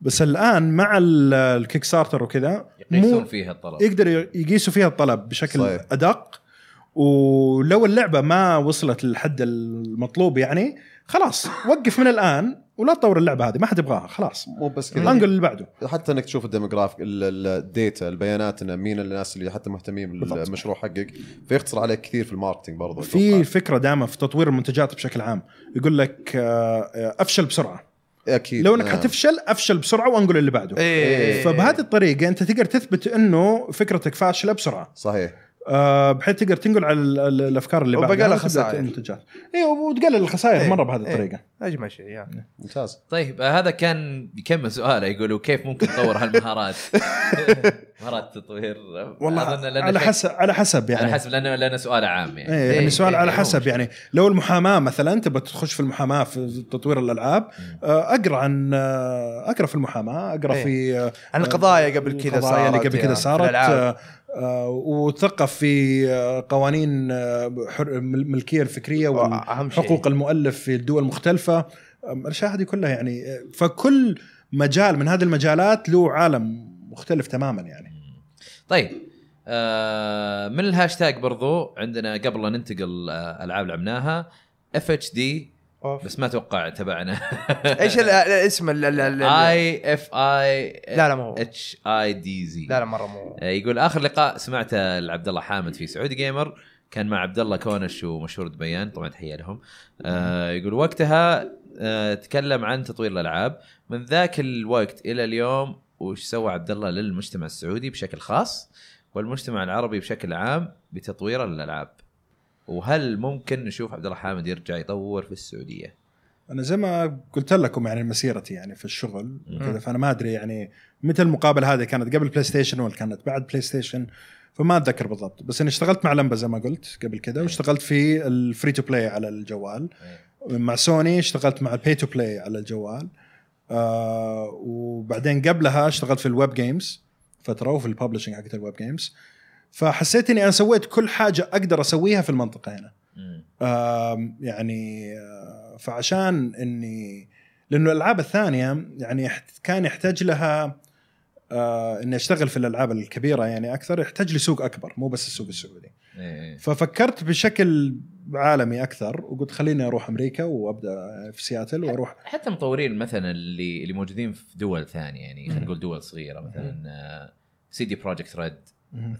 Speaker 4: بس الان مع ال- الكيك ستارتر وكذا
Speaker 1: يقيسون
Speaker 4: مو- إيه.
Speaker 1: فيها الطلب
Speaker 4: يقدر يقيسوا فيها الطلب بشكل
Speaker 3: صحيح.
Speaker 4: صحيح. ادق ولو اللعبه ما وصلت للحد المطلوب يعني خلاص وقف من الان ولا تطور اللعبه هذه ما حد يبغاها خلاص
Speaker 3: مو بس كذا
Speaker 4: انقل اللي بعده
Speaker 3: حتى انك تشوف الديموغرافيك الديتا البيانات إن مين الناس اللي حتى مهتمين بالمشروع حقك فيختصر عليك كثير في الماركتينج برضه
Speaker 4: في فكره دائما في تطوير المنتجات بشكل عام يقول لك آه، آه، افشل بسرعه
Speaker 3: اكيد
Speaker 4: لو انك
Speaker 3: نعم.
Speaker 4: حتفشل افشل بسرعه وانقل اللي بعده
Speaker 2: إيه.
Speaker 4: فبهذه الطريقه انت تقدر تثبت انه فكرتك فاشله بسرعه
Speaker 3: صحيح
Speaker 4: آه، بحيث تقدر تنقل على ال- ال- الافكار اللي
Speaker 2: وبقلل
Speaker 4: بعدها
Speaker 2: خسائر.
Speaker 4: انتاجات اي وتقلل الخسائر
Speaker 2: إيه،
Speaker 4: مره بهذه
Speaker 2: إيه.
Speaker 4: الطريقه
Speaker 2: اجمل شيء يعني
Speaker 3: ممتاز
Speaker 1: طيب آه، هذا كان يكمل سؤاله يقولوا كيف ممكن تطور هالمهارات؟ مهارات تطوير
Speaker 4: والله
Speaker 1: أظن لأن
Speaker 4: على
Speaker 1: شيء-
Speaker 4: حسب على حسب يعني
Speaker 1: على حسب لانه لانه سؤال عام يعني
Speaker 4: ايه يعني سؤال
Speaker 1: إيه،
Speaker 4: على
Speaker 1: إيه،
Speaker 4: حسب
Speaker 1: مو
Speaker 4: يعني لو المحاماه مثلا تبى تخش في المحاماه في تطوير الالعاب آه، اقرا عن آه، اقرا في المحاماه اقرا
Speaker 2: إيه.
Speaker 4: في آه،
Speaker 2: عن القضايا قبل كذا
Speaker 4: القضايا اللي
Speaker 2: صارت
Speaker 4: قبل
Speaker 2: يعني
Speaker 4: كذا
Speaker 2: في
Speaker 4: صارت
Speaker 2: الألعاب.
Speaker 4: آه، آه، وتثقف في آه، قوانين آه، حر- الملكيه الفكريه
Speaker 2: آه، أهم شيء.
Speaker 4: وحقوق المؤلف في الدول المختلفه آم، الاشياء هذه كلها يعني آه، فكل مجال من هذه المجالات له عالم مختلف تماما يعني
Speaker 1: طيب آه من الهاشتاج برضو عندنا قبل لا ننتقل آه، العاب لعبناها اف اتش دي
Speaker 2: أوف.
Speaker 1: بس ما توقع تبعنا
Speaker 2: ايش ال- الاسم ال- ال- ال-
Speaker 1: اي اف اي
Speaker 2: لا لا ما هو
Speaker 1: اتش اي دي زي
Speaker 2: لا لا مره مو
Speaker 1: آه، يقول اخر لقاء سمعته لعبد الله حامد في سعودي جيمر كان مع عبد الله كونش ومشهور دبيان طبعا تحيه لهم آه يقول وقتها آه تكلم عن تطوير الالعاب من ذاك الوقت الى اليوم وش سوى عبد الله للمجتمع السعودي بشكل خاص والمجتمع العربي بشكل عام بتطوير الالعاب وهل ممكن نشوف عبد الله حامد يرجع يطور في السعوديه؟
Speaker 4: انا زي ما قلت لكم يعني مسيرتي يعني في الشغل
Speaker 1: مم.
Speaker 4: كذا فانا ما ادري يعني متى المقابله هذه كانت قبل بلاي ستيشن ولا كانت بعد بلاي ستيشن فما اتذكر بالضبط بس اني اشتغلت مع لمبه زي ما قلت قبل كذا واشتغلت في الفري تو بلاي على الجوال مع سوني اشتغلت مع البي تو بلاي على الجوال آه وبعدين قبلها اشتغلت في الويب جيمز فتره وفي الببلشنج حقت الويب جيمز فحسيت اني انا سويت كل حاجه اقدر اسويها في المنطقه هنا
Speaker 1: مم.
Speaker 4: آم، يعني آه، فعشان اني لانه الالعاب الثانيه يعني يحت- كان يحتاج لها آه، اني اشتغل في الالعاب الكبيره يعني اكثر يحتاج لي سوق اكبر مو بس السوق السعودي
Speaker 1: إيه.
Speaker 4: ففكرت بشكل عالمي اكثر وقلت خليني اروح امريكا وابدا في سياتل واروح
Speaker 1: حتى مطورين مثلا اللي اللي موجودين في دول ثانيه يعني خلينا نقول دول آه، صغيره مثلا سي دي بروجكت ريد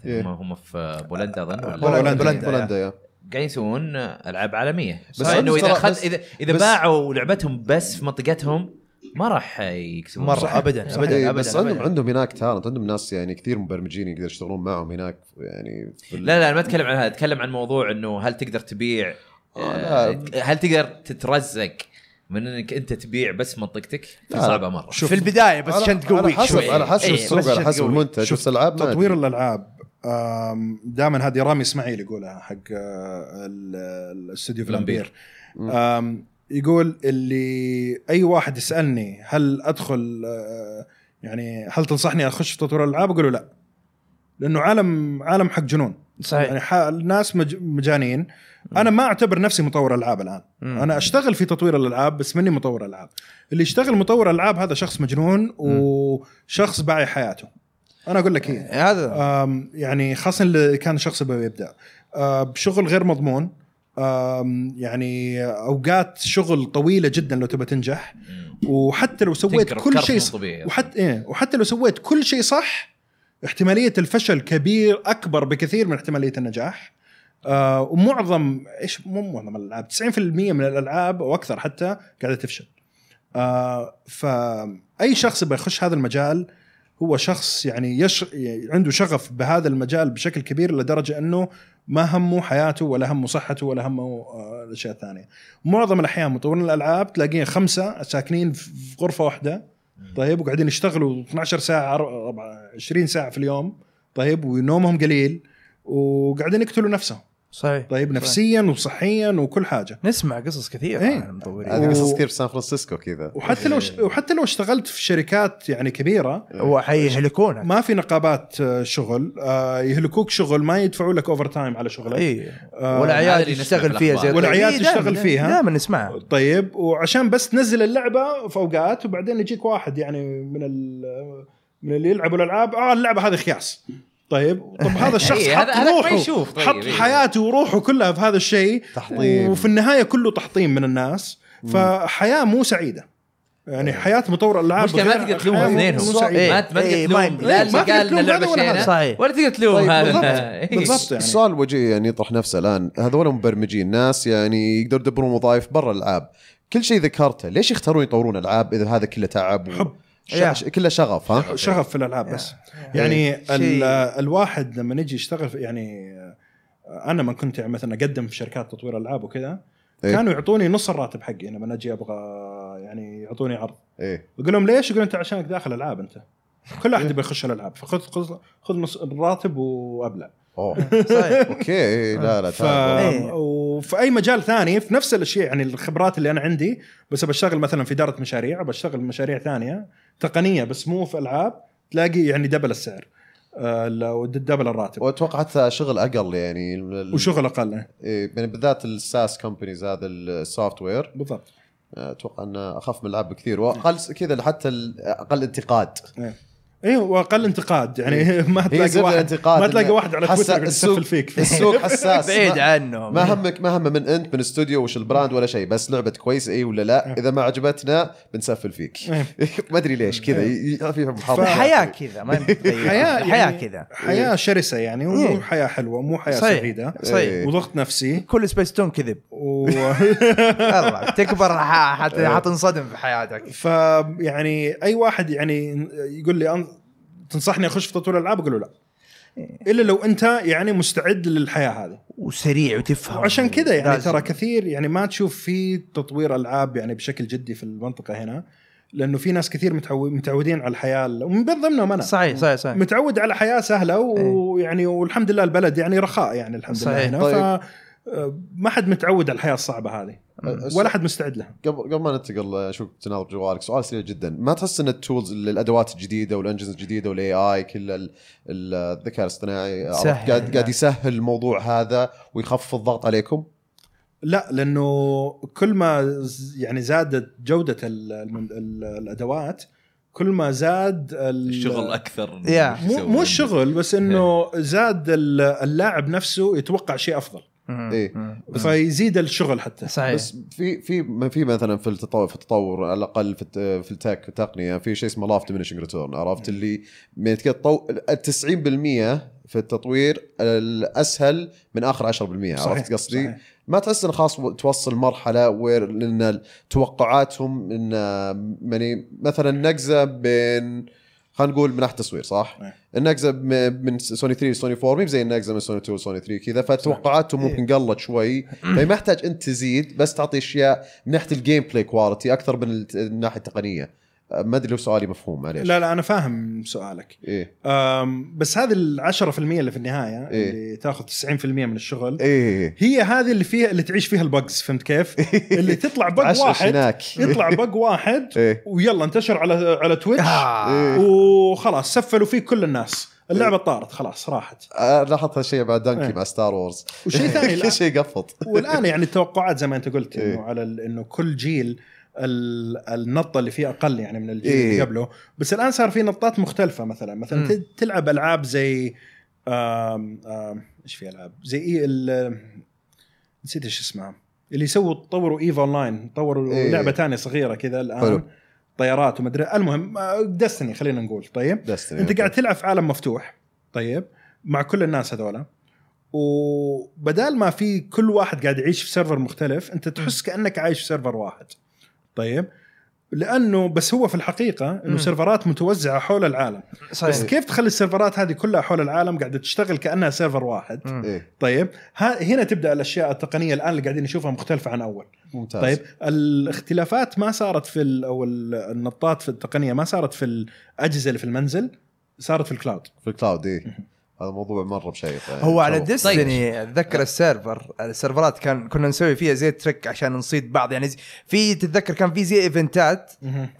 Speaker 3: إيه.
Speaker 1: هم هم في بولندا اظن ولا-
Speaker 4: بولندا. يعني.
Speaker 3: بولندا بولندا يا.
Speaker 1: قاعدين يسوون العاب عالميه بس
Speaker 3: بس
Speaker 1: انه اذا
Speaker 3: ترى-
Speaker 1: خد
Speaker 3: بس-
Speaker 1: اذا اذا
Speaker 3: بس-
Speaker 1: باعوا لعبتهم بس في منطقتهم ما راح يكسبون
Speaker 2: مره
Speaker 1: صح.
Speaker 2: ابدا
Speaker 3: إيه،
Speaker 2: ابدا
Speaker 3: بس
Speaker 2: ابدا
Speaker 3: عندهم
Speaker 2: أبداً.
Speaker 3: عندهم هناك تالنت عندهم ناس يعني كثير مبرمجين يقدر يشتغلون معهم هناك يعني في ال-
Speaker 1: لا لا أنا ما اتكلم عن هذا اتكلم عن موضوع انه هل تقدر تبيع
Speaker 3: آه،
Speaker 1: آه،
Speaker 3: لا.
Speaker 1: هل تقدر تترزق من انك انت تبيع بس منطقتك
Speaker 3: لا.
Speaker 1: صعبه مره
Speaker 4: شوف.
Speaker 2: في البدايه بس
Speaker 3: على-
Speaker 2: عشان
Speaker 3: على
Speaker 2: تقويك
Speaker 3: حسب
Speaker 2: شوي
Speaker 3: على حسب
Speaker 2: إيه،
Speaker 3: السوق
Speaker 2: بس
Speaker 3: على
Speaker 2: عشان
Speaker 3: حسب
Speaker 2: تقويك.
Speaker 3: المنتج
Speaker 4: شوف،
Speaker 3: بس العاب ما
Speaker 4: تطوير
Speaker 3: أدري.
Speaker 4: الالعاب آم، دائما هذه رامي اسماعيل يقولها حق آه، ال- ال- الاستوديو في
Speaker 1: لامبير.
Speaker 4: الامبير آم، يقول اللي اي واحد يسالني هل ادخل آه، يعني هل تنصحني اخش في تطوير الالعاب اقول له لا لانه عالم عالم حق جنون يعني
Speaker 2: صحيح
Speaker 4: ح- الناس مج- مجانين انا ما اعتبر نفسي مطور العاب الان
Speaker 2: مم.
Speaker 4: انا اشتغل في تطوير الالعاب بس مني مطور العاب اللي يشتغل مطور العاب هذا شخص مجنون وشخص باعي حياته انا اقول لك هي
Speaker 1: إيه،
Speaker 2: هذا
Speaker 4: أم، يعني خاصه اللي كان شخص يبغى يبدا أه، بشغل غير مضمون أم، يعني اوقات شغل طويله جدا لو تبى تنجح
Speaker 1: مم.
Speaker 4: وحتى لو سويت
Speaker 1: تنكر
Speaker 4: كل
Speaker 1: بكرف
Speaker 4: شيء
Speaker 1: مو
Speaker 4: صح
Speaker 1: طبيعي.
Speaker 4: وحتى إيه وحتى لو سويت كل شيء صح احتماليه الفشل كبير اكبر بكثير من احتماليه النجاح آه ومعظم ايش مو معظم الالعاب 90% من الالعاب او اكثر حتى قاعده تفشل آه فاي شخص يبغى يخش هذا المجال هو شخص يعني يش... يعني عنده شغف بهذا المجال بشكل كبير لدرجه انه ما همه حياته ولا همه صحته ولا همه آه، الاشياء الثانيه. معظم الاحيان مطورين الالعاب تلاقيهم خمسه ساكنين في في غرفه واحده طيب وقاعدين يشتغلوا 12 ساعه أر- أربعة- 20 ساعه في اليوم طيب ونومهم قليل وقاعدين يقتلوا نفسهم
Speaker 2: صحيح
Speaker 4: طيب نفسيا وصحيا وكل حاجه
Speaker 2: نسمع قصص كثيره
Speaker 4: إيه.
Speaker 2: عن المطورين
Speaker 3: هذه قصص
Speaker 4: و-
Speaker 3: كثير في يعني سان فرانسيسكو كذا
Speaker 4: وحتى لو ش... وحتى لو اشتغلت في شركات يعني كبيره
Speaker 2: وحيهلكونك
Speaker 4: ما في نقابات آه، شغل آه، يهلكوك شغل ما يدفعوا لك اوفر تايم على شغلك
Speaker 2: اي
Speaker 4: آه،
Speaker 2: ولا
Speaker 1: هذا
Speaker 2: عيال
Speaker 1: اللي نسمع في
Speaker 2: يشتغل فيها زي
Speaker 1: الأخبار.
Speaker 4: ولا عيال تشتغل فيها.
Speaker 2: دائما نسمعها
Speaker 4: طيب وعشان بس تنزل اللعبه في اوقات وبعدين يجيك واحد يعني من ال... من اللي يلعبوا الالعاب اه اللعبه هذه خياس طيب طب هذا الشخص
Speaker 1: إيه، هذا-
Speaker 4: حط
Speaker 1: هذاك ما
Speaker 4: روحه
Speaker 1: يشوف طيب،
Speaker 4: حط
Speaker 1: إيه.
Speaker 4: حياته وروحه كلها في هذا الشيء
Speaker 3: تحطيم.
Speaker 4: وفي النهايه كله تحطيم من الناس فحياه مو سعيده يعني حياه مطور الالعاب
Speaker 1: مشكلة ما
Speaker 4: غير-
Speaker 1: تقدر تلومهم
Speaker 4: حياة مو-
Speaker 1: اثنينهم
Speaker 4: مو
Speaker 1: ما
Speaker 4: سعيدة.
Speaker 2: إيه.
Speaker 1: ما تقدر
Speaker 2: إيه، ما
Speaker 1: تلوم
Speaker 2: يمدي.
Speaker 1: لا
Speaker 2: ما
Speaker 1: اللي
Speaker 4: تقدر
Speaker 1: قال ان
Speaker 4: تلوم هذا
Speaker 1: اللعبه
Speaker 4: ولا
Speaker 1: شينه
Speaker 4: هذا.
Speaker 2: صحيح.
Speaker 1: ولا تقدر تلوم
Speaker 4: طيب،
Speaker 1: هذا
Speaker 4: بالضبط.
Speaker 1: إيه.
Speaker 4: بالضبط. يعني.
Speaker 3: السؤال الوجيه يعني يطرح نفسه الان هذول مبرمجين ناس يعني يقدروا يدبرون وظائف برا الالعاب كل شيء ذكرته ليش يختارون يطورون العاب اذا هذا كله تعب و...
Speaker 4: حب.
Speaker 3: ش- ش... كله شغف ها
Speaker 4: شغف في الالعاب بس يعني ال- الواحد لما نجي يشتغل في- يعني آه، انا من كنت يعني مثلا اقدم في شركات تطوير العاب وكذا
Speaker 3: إيه.
Speaker 4: كانوا يعطوني نص الراتب حقي لما اجي ابغى يعني يعطوني عرض
Speaker 3: ايه
Speaker 4: اقول لهم ليش؟ يقولون انت عشانك داخل العاب انت كل احد يبغى يخش الالعاب فخذ خذ خذ نص الراتب وابلع
Speaker 3: اوه
Speaker 2: صحيح
Speaker 3: اوكي إيه، لا لا
Speaker 4: ف...
Speaker 3: تعال
Speaker 2: إيه.
Speaker 4: آه، وفي اي مجال ثاني في نفس الاشياء يعني الخبرات اللي انا عندي بس بشتغل مثلا في اداره مشاريع بشتغل مشاريع ثانيه تقنيه بس مو في العاب تلاقي يعني دبل السعر آه، لو د- دبل الراتب
Speaker 3: واتوقع حتى شغل اقل يعني ال- ال-
Speaker 4: وشغل اقل
Speaker 3: إيه يعني بالذات الساس كومبانيز هذا السوفت وير
Speaker 4: بالضبط
Speaker 3: اتوقع انه اخف من العاب بكثير واقل س- كذا حتى ال- اقل انتقاد
Speaker 4: ايوه واقل انتقاد يعني ما
Speaker 3: إيه. هي
Speaker 4: تلاقي
Speaker 3: زبده
Speaker 4: واحد
Speaker 3: الانتقاد
Speaker 4: ما تلاقي
Speaker 3: إنه
Speaker 4: واحد على
Speaker 3: حسا-
Speaker 4: تويتر يسفل
Speaker 3: السوق-
Speaker 4: فيك
Speaker 3: السوق حساس
Speaker 2: بعيد يعني.
Speaker 3: ما-
Speaker 2: عنه
Speaker 3: ما همك ما همه من انت من استوديو وش البراند ولا شيء بس لعبه كويسه اي ولا لا
Speaker 4: نعم.
Speaker 3: اذا ما عجبتنا بنسفل فيك
Speaker 4: إيه.
Speaker 3: ما ادري ليش كذا
Speaker 4: نعم.
Speaker 3: ي- ي- فيهم حظ
Speaker 2: الحياه كذا ما نتغير.
Speaker 4: حياة
Speaker 2: الحياه
Speaker 4: يعني-
Speaker 2: كذا
Speaker 4: حياه شرسه يعني مو
Speaker 2: إيه.
Speaker 4: حياه حلوه مو حياه
Speaker 2: صحيح.
Speaker 4: سعيده
Speaker 2: صحيح.
Speaker 4: وضغط نفسي
Speaker 2: كل سبيس تون كذب
Speaker 4: و...
Speaker 2: يلا تكبر ح- حت- حتنصدم في حياتك
Speaker 4: فيعني اي واحد يعني يقول لي أن... تنصحني اخش في تطوير الالعاب اقول له لا
Speaker 2: إيه.
Speaker 4: الا لو انت يعني مستعد للحياه هذه
Speaker 2: وسريع وتفهم
Speaker 4: وعشان كذا يعني
Speaker 2: لازم.
Speaker 4: ترى كثير يعني ما تشوف في تطوير العاب يعني بشكل جدي في المنطقه هنا لانه في ناس كثير متعو... متعودين على الحياه ال- ومن بين ضمنهم انا
Speaker 2: صحيح صحيح صحيح
Speaker 4: متعود على حياه سهله ويعني والحمد لله البلد يعني رخاء يعني الحمد
Speaker 2: صحيح. طيب.
Speaker 4: لله هنا ف آه، ما حد متعود على الحياه الصعبه هذه ولا حد مستعد لها
Speaker 3: قبل قبل ما ننتقل اشوف تناظر جوالك سؤال سريع جدا ما تحس ان التولز الادوات الجديده والانجنز الجديده والاي اي كل ال- ال- الذكاء الاصطناعي عرفت؟
Speaker 2: سهل.
Speaker 3: قاعد قاعد يسهل الموضوع هذا ويخفف الضغط عليكم
Speaker 4: لا لانه كل ما ز- يعني زادت جوده ال- المن- ال- الادوات كل ما زاد ال-
Speaker 1: الشغل اكثر
Speaker 2: يا.
Speaker 1: وش
Speaker 4: مو
Speaker 1: يسوون.
Speaker 4: مو الشغل بس انه
Speaker 3: إيه.
Speaker 4: زاد ال- اللاعب نفسه يتوقع شيء افضل
Speaker 2: مم.
Speaker 3: إيه.
Speaker 2: مم.
Speaker 4: فيزيد الشغل حتى
Speaker 2: صحيح
Speaker 3: بس في في ما في مثلا في التطور في التطور على الاقل في الت- في التك التقنيه في شيء اسمه لاف ديمنشنج ريتيرن عرفت اللي من كده طو... ال 90% في التطوير الاسهل من اخر 10% عرفت قصدي؟
Speaker 4: صحيح.
Speaker 3: ما تحس انه خلاص توصل مرحله وير لان توقعاتهم ان يعني مثلا نقزه بين خلينا نقول من ناحيه التصوير صح؟
Speaker 4: إيه.
Speaker 3: النقزه م- من سوني 3 لسوني 4 مو زي النقزه من سوني 2 لسوني 3 كذا فتوقعاتهم
Speaker 2: إيه.
Speaker 3: ممكن قلت شوي فما يحتاج انت تزيد بس تعطي اشياء من ناحيه الجيم بلاي كواليتي اكثر من الت- الناحيه التقنيه أه، ما ادري لو سؤالي مفهوم معليش
Speaker 4: لا لا انا فاهم سؤالك
Speaker 3: ايه
Speaker 4: أم، بس هذه ال 10% اللي في النهايه
Speaker 3: إيه.
Speaker 4: اللي تاخذ 90% من الشغل
Speaker 3: ايه
Speaker 4: هي هذه اللي فيها اللي تعيش فيها البجز فهمت كيف؟
Speaker 3: إيه.
Speaker 4: اللي تطلع بج
Speaker 3: عشرة
Speaker 4: واحد
Speaker 3: هناك
Speaker 4: يطلع بج واحد
Speaker 3: ايه
Speaker 4: ويلا انتشر على على تويتش إيه.
Speaker 3: إيه.
Speaker 2: آه.
Speaker 4: وخلاص سفلوا فيه كل الناس اللعبه طارت خلاص راحت
Speaker 3: أه، لاحظت هالشيء بعد دانكي
Speaker 4: إيه.
Speaker 3: مع ستار وورز
Speaker 4: وشيء ثاني
Speaker 3: كل
Speaker 4: الآن-
Speaker 3: شيء قفط
Speaker 4: والان يعني التوقعات زي ما انت قلت
Speaker 3: إيه.
Speaker 4: انه على ال- انه كل جيل ال- النطه اللي فيه اقل يعني من الجيل
Speaker 3: إيه.
Speaker 4: اللي قبله بس الان صار في نطات مختلفه مثلا مثلا
Speaker 2: مم.
Speaker 4: ت- تلعب العاب زي آم، آم، ايش في العاب زي اي ال- نسيت ايش اسمها اللي يسووا طوروا ايفا اونلاين طوروا
Speaker 3: إيه.
Speaker 4: لعبه تانية صغيره كذا الان
Speaker 3: حلو.
Speaker 4: طيارات ومدري المهم دستني خلينا نقول طيب
Speaker 3: Destiny.
Speaker 4: انت قاعد تلعب في عالم مفتوح طيب مع كل الناس هذولا وبدال ما في كل واحد قاعد يعيش في سيرفر مختلف انت تحس كانك عايش في سيرفر واحد طيب لانه بس هو في الحقيقه انه
Speaker 2: مم. طيب.
Speaker 4: سيرفرات متوزعه حول العالم
Speaker 2: صحيح
Speaker 4: بس كيف تخلي السيرفرات هذه كلها حول العالم قاعده تشتغل كانها سيرفر واحد
Speaker 2: مم.
Speaker 3: ايه
Speaker 4: طيب ها هنا تبدا الاشياء التقنيه الان اللي قاعدين نشوفها مختلفه عن اول
Speaker 3: ممتاز
Speaker 4: طيب الاختلافات ما صارت في ال او ال- النطات في التقنيه ما صارت في الاجهزه اللي في المنزل صارت في الكلاود
Speaker 3: في الكلاود اي هذا موضوع مره بشيق يعني
Speaker 2: هو على
Speaker 3: طبعاً.
Speaker 2: ديستني اتذكر يعني السيرفر السيرفرات كان كنا نسوي فيها زي تريك عشان نصيد بعض يعني زي- في تتذكر كان في زي ايفنتات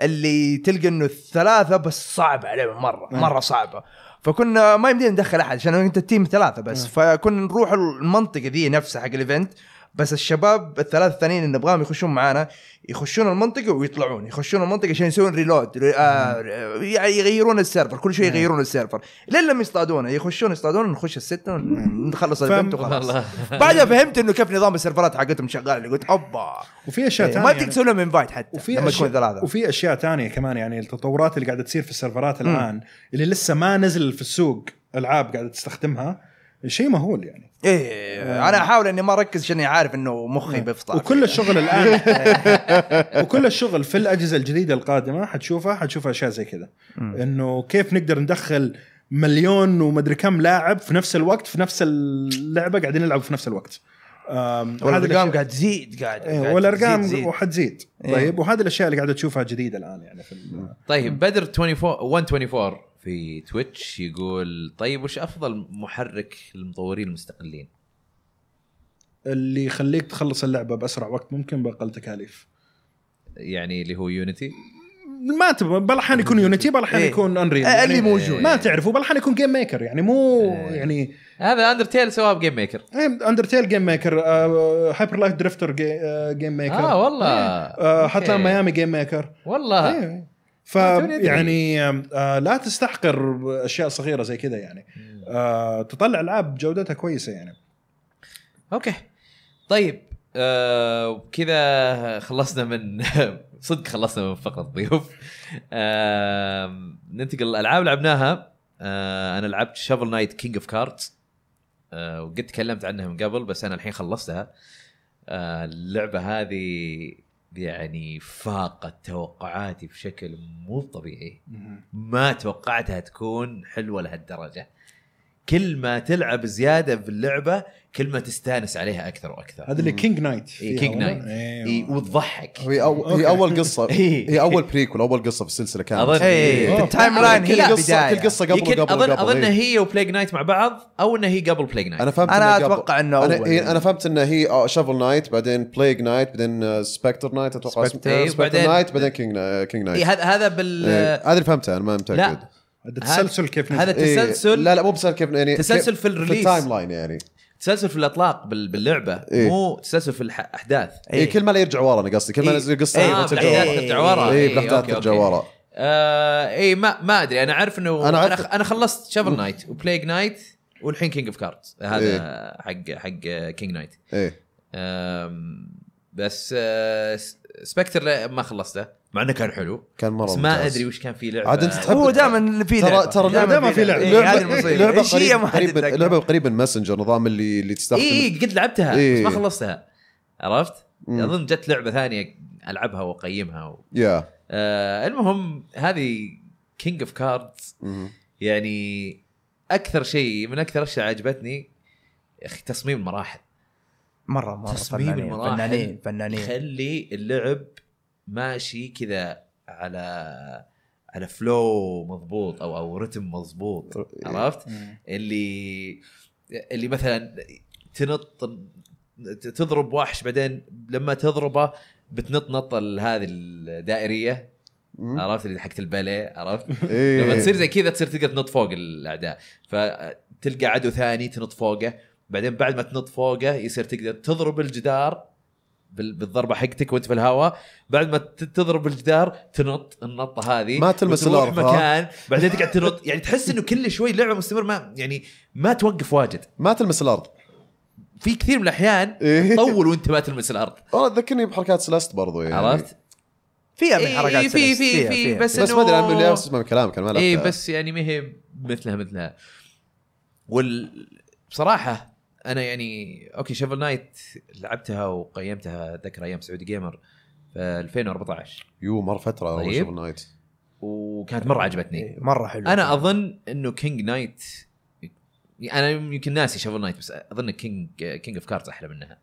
Speaker 2: اللي تلقى انه الثلاثه بس صعبه عليهم مره
Speaker 4: مم.
Speaker 2: مره صعبه فكنا ما يمدينا ندخل احد عشان انت التيم ثلاثه بس فكنا نروح المنطقه ذي نفسها حق الايفنت بس الشباب الثلاث الثانيين اللي نبغاهم يخشون معانا يخشون المنطقه ويطلعون يخشون المنطقه عشان يسوون ريلود ري... آه... يعني يغيرون السيرفر كل شوي يغيرون السيرفر لين لما يصطادونا يخشون يصطادونا نخش السته ون- نخلص الايفنت وخلاص
Speaker 1: والله.
Speaker 2: بعدها فهمت انه كيف نظام السيرفرات حقتهم شغال اللي قلت اوبا
Speaker 4: وفي اشياء ثانيه
Speaker 2: إيه، ما يمديك تسوي لهم انفايت حتى
Speaker 4: وفي
Speaker 2: لما تكون
Speaker 4: اشياء
Speaker 2: ثلاثه
Speaker 4: وفي اشياء ثانيه كمان يعني التطورات اللي قاعده تصير في السيرفرات الان اللي لسه ما نزل في السوق العاب قاعده تستخدمها شيء مهول يعني
Speaker 2: ايه انا احاول اني ما اركز عشاني عارف انه مخي بيفطر
Speaker 4: وكل الشغل الان وكل الشغل في الاجهزه الجديده القادمه حتشوفها حتشوف اشياء زي كذا
Speaker 2: مم.
Speaker 4: انه كيف نقدر ندخل مليون ومدري كم لاعب في نفس الوقت في نفس اللعبه قاعدين نلعب في نفس الوقت أم، هذه
Speaker 2: والارقام
Speaker 4: الأشياء-
Speaker 2: قاعد تزيد قاعد
Speaker 4: إيه،
Speaker 2: قاعد تزيد-
Speaker 4: والارقام
Speaker 2: تزيد.
Speaker 4: وحتزيد
Speaker 2: إيه.
Speaker 4: طيب وهذه الاشياء اللي قاعده تشوفها جديده الان يعني في ال-
Speaker 1: طيب بدر 24 124 في تويتش يقول طيب وش افضل محرك للمطورين المستقلين؟
Speaker 4: اللي يخليك تخلص اللعبه باسرع وقت ممكن باقل تكاليف
Speaker 1: يعني اللي هو يونيتي
Speaker 4: ما تبغى بالاحيان يكون يونيتي بالاحيان
Speaker 2: إيه.
Speaker 4: يكون انريل
Speaker 2: إيه، اللي موجود.
Speaker 4: ما تعرف وبالاحيان يكون جيم ميكر يعني مو
Speaker 1: إيه.
Speaker 4: يعني إيه،
Speaker 1: هذا اندرتيل سواها بجيم ميكر
Speaker 4: اندرتيل جيم ميكر هايبر لايف درفتر جيم ميكر
Speaker 2: آه،
Speaker 1: اه والله
Speaker 4: إيه، آه، حتى
Speaker 1: أوكي.
Speaker 4: ميامي جيم ميكر
Speaker 1: والله
Speaker 4: إيه. ف
Speaker 1: آه، توني أدري.
Speaker 4: يعني آه، لا تستحقر اشياء صغيره زي كذا يعني آه، تطلع العاب جودتها كويسه يعني
Speaker 1: اوكي طيب آه وكذا خلصنا من صدق خلصنا من فقره الضيوف آه ننتقل للالعاب اللي لعبناها آه انا لعبت شافل نايت كينج اوف كاردز آه، وقد تكلمت عنها من قبل بس انا الحين خلصتها آه اللعبه هذه يعني فاقت توقعاتي بشكل مو طبيعي ما توقعتها تكون حلوه لهالدرجه كل ما تلعب زياده في اللعبه كل ما تستانس عليها اكثر واكثر
Speaker 4: هذا اللي كينج نايت
Speaker 1: إيه،
Speaker 4: فيها
Speaker 1: كينج
Speaker 4: ولا؟
Speaker 1: نايت
Speaker 4: أيوة.
Speaker 1: إيه
Speaker 3: يعني
Speaker 1: وتضحك
Speaker 3: هي أو... هي اول قصه
Speaker 1: إيه.
Speaker 3: هي اول بريكول اول قصه في السلسله
Speaker 1: اظن
Speaker 3: كانت
Speaker 2: ايه في
Speaker 1: إيه.
Speaker 2: التايم لاين هي
Speaker 3: كل قصه
Speaker 2: البداية.
Speaker 3: كل قصه قبل
Speaker 1: يمكن
Speaker 3: قبل
Speaker 1: اظن
Speaker 3: قبل
Speaker 1: اظن
Speaker 3: إيه.
Speaker 1: هي وبلايك نايت مع بعض او انها هي قبل بلايك نايت
Speaker 3: انا فهمت
Speaker 2: انا
Speaker 3: إنه قبل.
Speaker 2: اتوقع انه
Speaker 3: انا
Speaker 2: اول
Speaker 3: إيه انا فهمت ان هي شافل نايت بعدين بلايج نايت بعدين آه، سبكتر نايت اتوقع
Speaker 1: Spectre، إيه،
Speaker 3: سبكتر
Speaker 1: وبعدين-
Speaker 3: نايت آه، بعدين كينج كينج
Speaker 1: إيه
Speaker 3: نايت
Speaker 1: هذا هذا بال
Speaker 3: إيه، هذا اللي فهمته انا ما متاكد
Speaker 1: لا
Speaker 4: هذا تسلسل كيف
Speaker 1: هذا
Speaker 4: نزل.
Speaker 3: إيه،
Speaker 1: تسلسل
Speaker 3: لا لا مو بسلسل كيف يعني
Speaker 1: تسلسل
Speaker 3: كيف-
Speaker 1: في الريليس.
Speaker 3: في التايم لاين يعني
Speaker 1: تسلسل في الاطلاق بال- باللعبه
Speaker 3: إيه.
Speaker 1: مو تسلسل في الاحداث
Speaker 3: إيه. كل ما لا يرجع ورا انا قصدي كل ما
Speaker 1: إيه.
Speaker 3: ينزل قصه
Speaker 1: إيه،
Speaker 3: ما
Speaker 1: آه، بالأحداث ترجع ورا.
Speaker 3: اي
Speaker 1: إيه،
Speaker 3: بالاحداث
Speaker 1: أوكي،
Speaker 3: ترجع
Speaker 1: أوكي.
Speaker 3: ورا
Speaker 1: آه اي ما ما ادري انا عارف انه
Speaker 3: أنا
Speaker 1: انا
Speaker 3: عارف-
Speaker 1: انا, خ- أنا خلصت شافل نايت وبلايك نايت والحين كينج اوف كاردز هذا إيه. حق حق كينج نايت
Speaker 3: ايه
Speaker 1: أم، بس آه، س- سبكتر لا- ما خلصته مع انه كان حلو
Speaker 3: كان مره
Speaker 1: بس ما ادري وش كان إيه، في لعبه
Speaker 3: عاد أنت تحب-
Speaker 2: هو دائما في
Speaker 3: ترى-
Speaker 2: لعبة.
Speaker 3: ترى
Speaker 2: دايماً
Speaker 4: دايماً في لعبة.
Speaker 2: إيه، هذه
Speaker 3: لعبه
Speaker 2: المصيبة.
Speaker 3: لعبه
Speaker 2: إيش هي
Speaker 3: قريب
Speaker 2: ما حد
Speaker 3: قريب
Speaker 2: يتذكر.
Speaker 3: لعبه قريب من ماسنجر نظام اللي اللي تستخدم
Speaker 1: اي قد لعبتها
Speaker 3: إيه.
Speaker 1: بس ما خلصتها عرفت؟
Speaker 3: مم.
Speaker 1: اظن جت لعبه ثانيه العبها واقيمها و...
Speaker 3: يا
Speaker 1: آه المهم هذه كينج اوف كاردز
Speaker 3: مم.
Speaker 1: يعني اكثر شيء من اكثر الاشياء عجبتني يا اخي تصميم المراحل
Speaker 2: مرة مرة
Speaker 1: تصميم
Speaker 2: فنانين
Speaker 1: المراحل
Speaker 2: فنانين فنانين
Speaker 1: يخلي اللعب ماشي كذا على على فلو مضبوط او او رتم مضبوط عرفت؟
Speaker 4: مم.
Speaker 1: اللي اللي مثلا تنط تضرب وحش بعدين لما تضربه بتنط نطه هذه الدائريه
Speaker 3: مم.
Speaker 1: عرفت اللي حقت الباليه عرفت؟
Speaker 3: إيه.
Speaker 1: آه. لما تصير زي كذا تصير تقدر تنط فوق الاعداء فتلقى عدو ثاني تنط فوقه بعدين بعد ما تنط فوقه يصير تقدر تضرب الجدار بال- بالضربه حقتك وانت في الهواء بعد ما ت- تضرب الجدار تنط النطه هذه
Speaker 3: ما تلمس
Speaker 1: وتروح
Speaker 3: الأرض، ها؟
Speaker 1: مكان بعدين تقعد تنط يعني تحس انه كل شوي لعبه مستمر ما يعني ما توقف واجد
Speaker 3: ما تلمس الارض
Speaker 1: في كثير من الاحيان
Speaker 3: إيه.
Speaker 1: طول وانت ما تلمس الارض
Speaker 3: والله تذكرني بحركات سلست برضو يعني
Speaker 1: عرفت؟
Speaker 2: فيها من
Speaker 1: إيه،
Speaker 2: حركات
Speaker 1: في-
Speaker 2: سلس،
Speaker 1: في-
Speaker 2: فيها-
Speaker 1: في-
Speaker 2: فيها.
Speaker 1: بس
Speaker 3: بس ما ادري انا
Speaker 1: إنه-
Speaker 3: اللي اسمع من كلامك انا ما
Speaker 1: اي
Speaker 3: لعبتها.
Speaker 1: بس يعني ما هي مثلها مثلها وال بصراحه انا يعني اوكي شافل نايت لعبتها وقيمتها ذكر ايام سعودي جيمر في 2014
Speaker 3: يو مر فتره اول
Speaker 1: طيب.
Speaker 3: شوف نايت
Speaker 1: وكانت مره عجبتني
Speaker 2: إيه، مرة حلو
Speaker 1: انا اظن انه كينج نايت انا يعني يمكن ناسي شافل نايت بس اظن كينج كينج اوف كارت احلى منها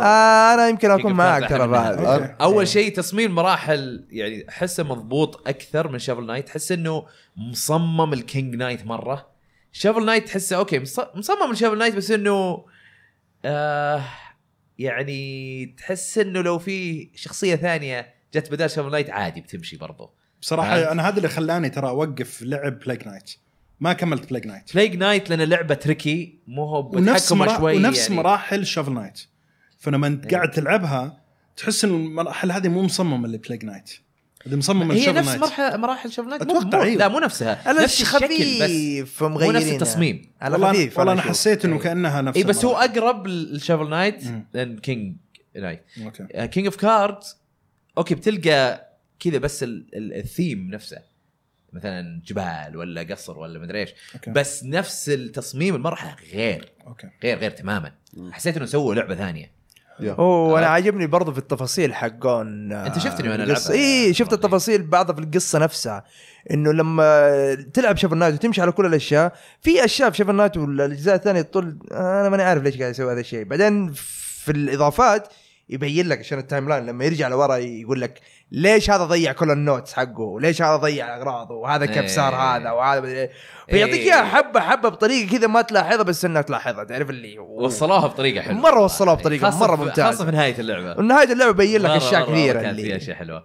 Speaker 2: آه، انا يمكن اكون
Speaker 1: كينج
Speaker 2: معك
Speaker 1: أوف
Speaker 2: ترى
Speaker 1: كارت أحلى
Speaker 2: بعد.
Speaker 1: منها.
Speaker 4: أوكي.
Speaker 1: اول
Speaker 2: إيه.
Speaker 1: شيء تصميم مراحل يعني احسه مضبوط اكثر من شافل نايت تحس انه مصمم الكينج نايت مره شافل نايت تحسه اوكي مص- مصمم الشافل نايت بس انه آه يعني تحس انه لو في شخصيه ثانيه جت بدال شافل نايت عادي بتمشي برضه عاد.
Speaker 4: بصراحه انا هذا اللي خلاني ترى اوقف لعب بلاك نايت ما كملت بلاك نايت
Speaker 1: بلاي نايت لان لعبه تركي مو هو
Speaker 4: ونفس
Speaker 1: بتحكمه
Speaker 4: مرا...
Speaker 1: شوي
Speaker 4: ونفس
Speaker 1: يعني. إيه.
Speaker 4: مراحل شافل نايت فلما انت قاعد تلعبها تحس ان المراحل هذه مو مصممه لبلاك نايت هذه مصممه
Speaker 1: هي
Speaker 4: لشافل
Speaker 1: نفس
Speaker 4: نايت
Speaker 1: مرحله مراحل شافل نايت مو-
Speaker 4: أتوقع
Speaker 1: مو-
Speaker 4: أيوه.
Speaker 1: لا مو نفسها
Speaker 2: على
Speaker 1: نفس الشكل بس
Speaker 2: خفيف
Speaker 1: مو
Speaker 2: مغيرين
Speaker 1: نفس التصميم
Speaker 2: على
Speaker 4: والله أنا-
Speaker 2: خفيف
Speaker 4: والله انا
Speaker 2: أشوف.
Speaker 4: حسيت انه
Speaker 2: إيه.
Speaker 4: كانها نفس
Speaker 1: اي بس هو
Speaker 4: المراحل.
Speaker 1: اقرب للشافل نايت
Speaker 4: مم.
Speaker 1: لان كينج نايت
Speaker 4: اوكي
Speaker 1: Uh, كينج اوف كاردز اوكي بتلقى كذا بس ال- ال- الثيم نفسه مثلا جبال ولا قصر ولا مدري ايش
Speaker 4: أوكي.
Speaker 1: بس نفس التصميم المرحله غير
Speaker 4: اوكي
Speaker 1: غير غير تماما حسيت انه سووا لعبه ثانيه
Speaker 2: اوه انا
Speaker 1: آه.
Speaker 2: عاجبني برضه في التفاصيل حقون
Speaker 1: أنت شفتني وأنا ألعبها.
Speaker 2: اي شفت التفاصيل بعضها في القصه نفسها انه لما تلعب شفل نايت وتمشي على كل الاشياء في اشياء في شفل نايت والاجزاء الثانيه تطل انا ماني عارف ليش قاعد يسوي هذا الشيء بعدين في الاضافات يبين لك عشان التايم لاين لما يرجع لورا يقول لك ليش هذا ضيع كل النوتس حقه وليش هذا ضيع اغراضه وهذا كيف صار
Speaker 1: إيه.
Speaker 2: هذا وهذا مدري إيه. فيعطيك اياها حبه حبه بطريقه كذا ما تلاحظها بس انك تلاحظها تعرف اللي
Speaker 1: وصلوها بطريقه حلوه
Speaker 2: مرة وصلوها بطريقة
Speaker 1: خاصة
Speaker 2: مرة
Speaker 1: في-
Speaker 2: ممتازة.
Speaker 1: خاصه في نهايه اللعبه
Speaker 2: ونهايه اللعبه بين لك
Speaker 1: مرة-
Speaker 2: اشياء
Speaker 1: مرة
Speaker 2: كثيره
Speaker 1: كانت فيها
Speaker 2: اللي
Speaker 1: اشياء حلوه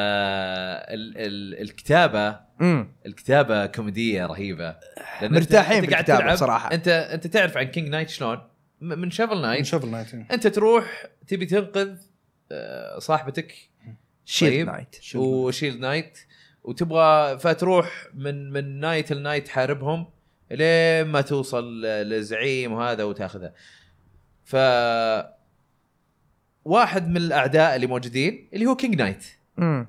Speaker 1: آه ال ال الكتابه
Speaker 2: امم
Speaker 1: الكتابه كوميديه رهيبه لأن أنت-
Speaker 2: مرتاحين
Speaker 1: أنت
Speaker 2: في
Speaker 1: قاعد
Speaker 2: الكتابة
Speaker 1: تلعب-
Speaker 2: بصراحة.
Speaker 1: انت انت تعرف عن كينج نايت شلون م- من شفل
Speaker 4: من
Speaker 1: نايت
Speaker 4: شوفل نايت إيه.
Speaker 1: انت تروح تبي تنقذ آه، صاحبتك
Speaker 2: شيلد
Speaker 1: طيب.
Speaker 2: نايت
Speaker 4: شيلد نايت.
Speaker 1: وشيلد نايت وتبغى فتروح من من نايت لنايت تحاربهم لين ما توصل لزعيم وهذا وتاخذها ف واحد من الاعداء اللي موجودين اللي هو كينج نايت
Speaker 2: امم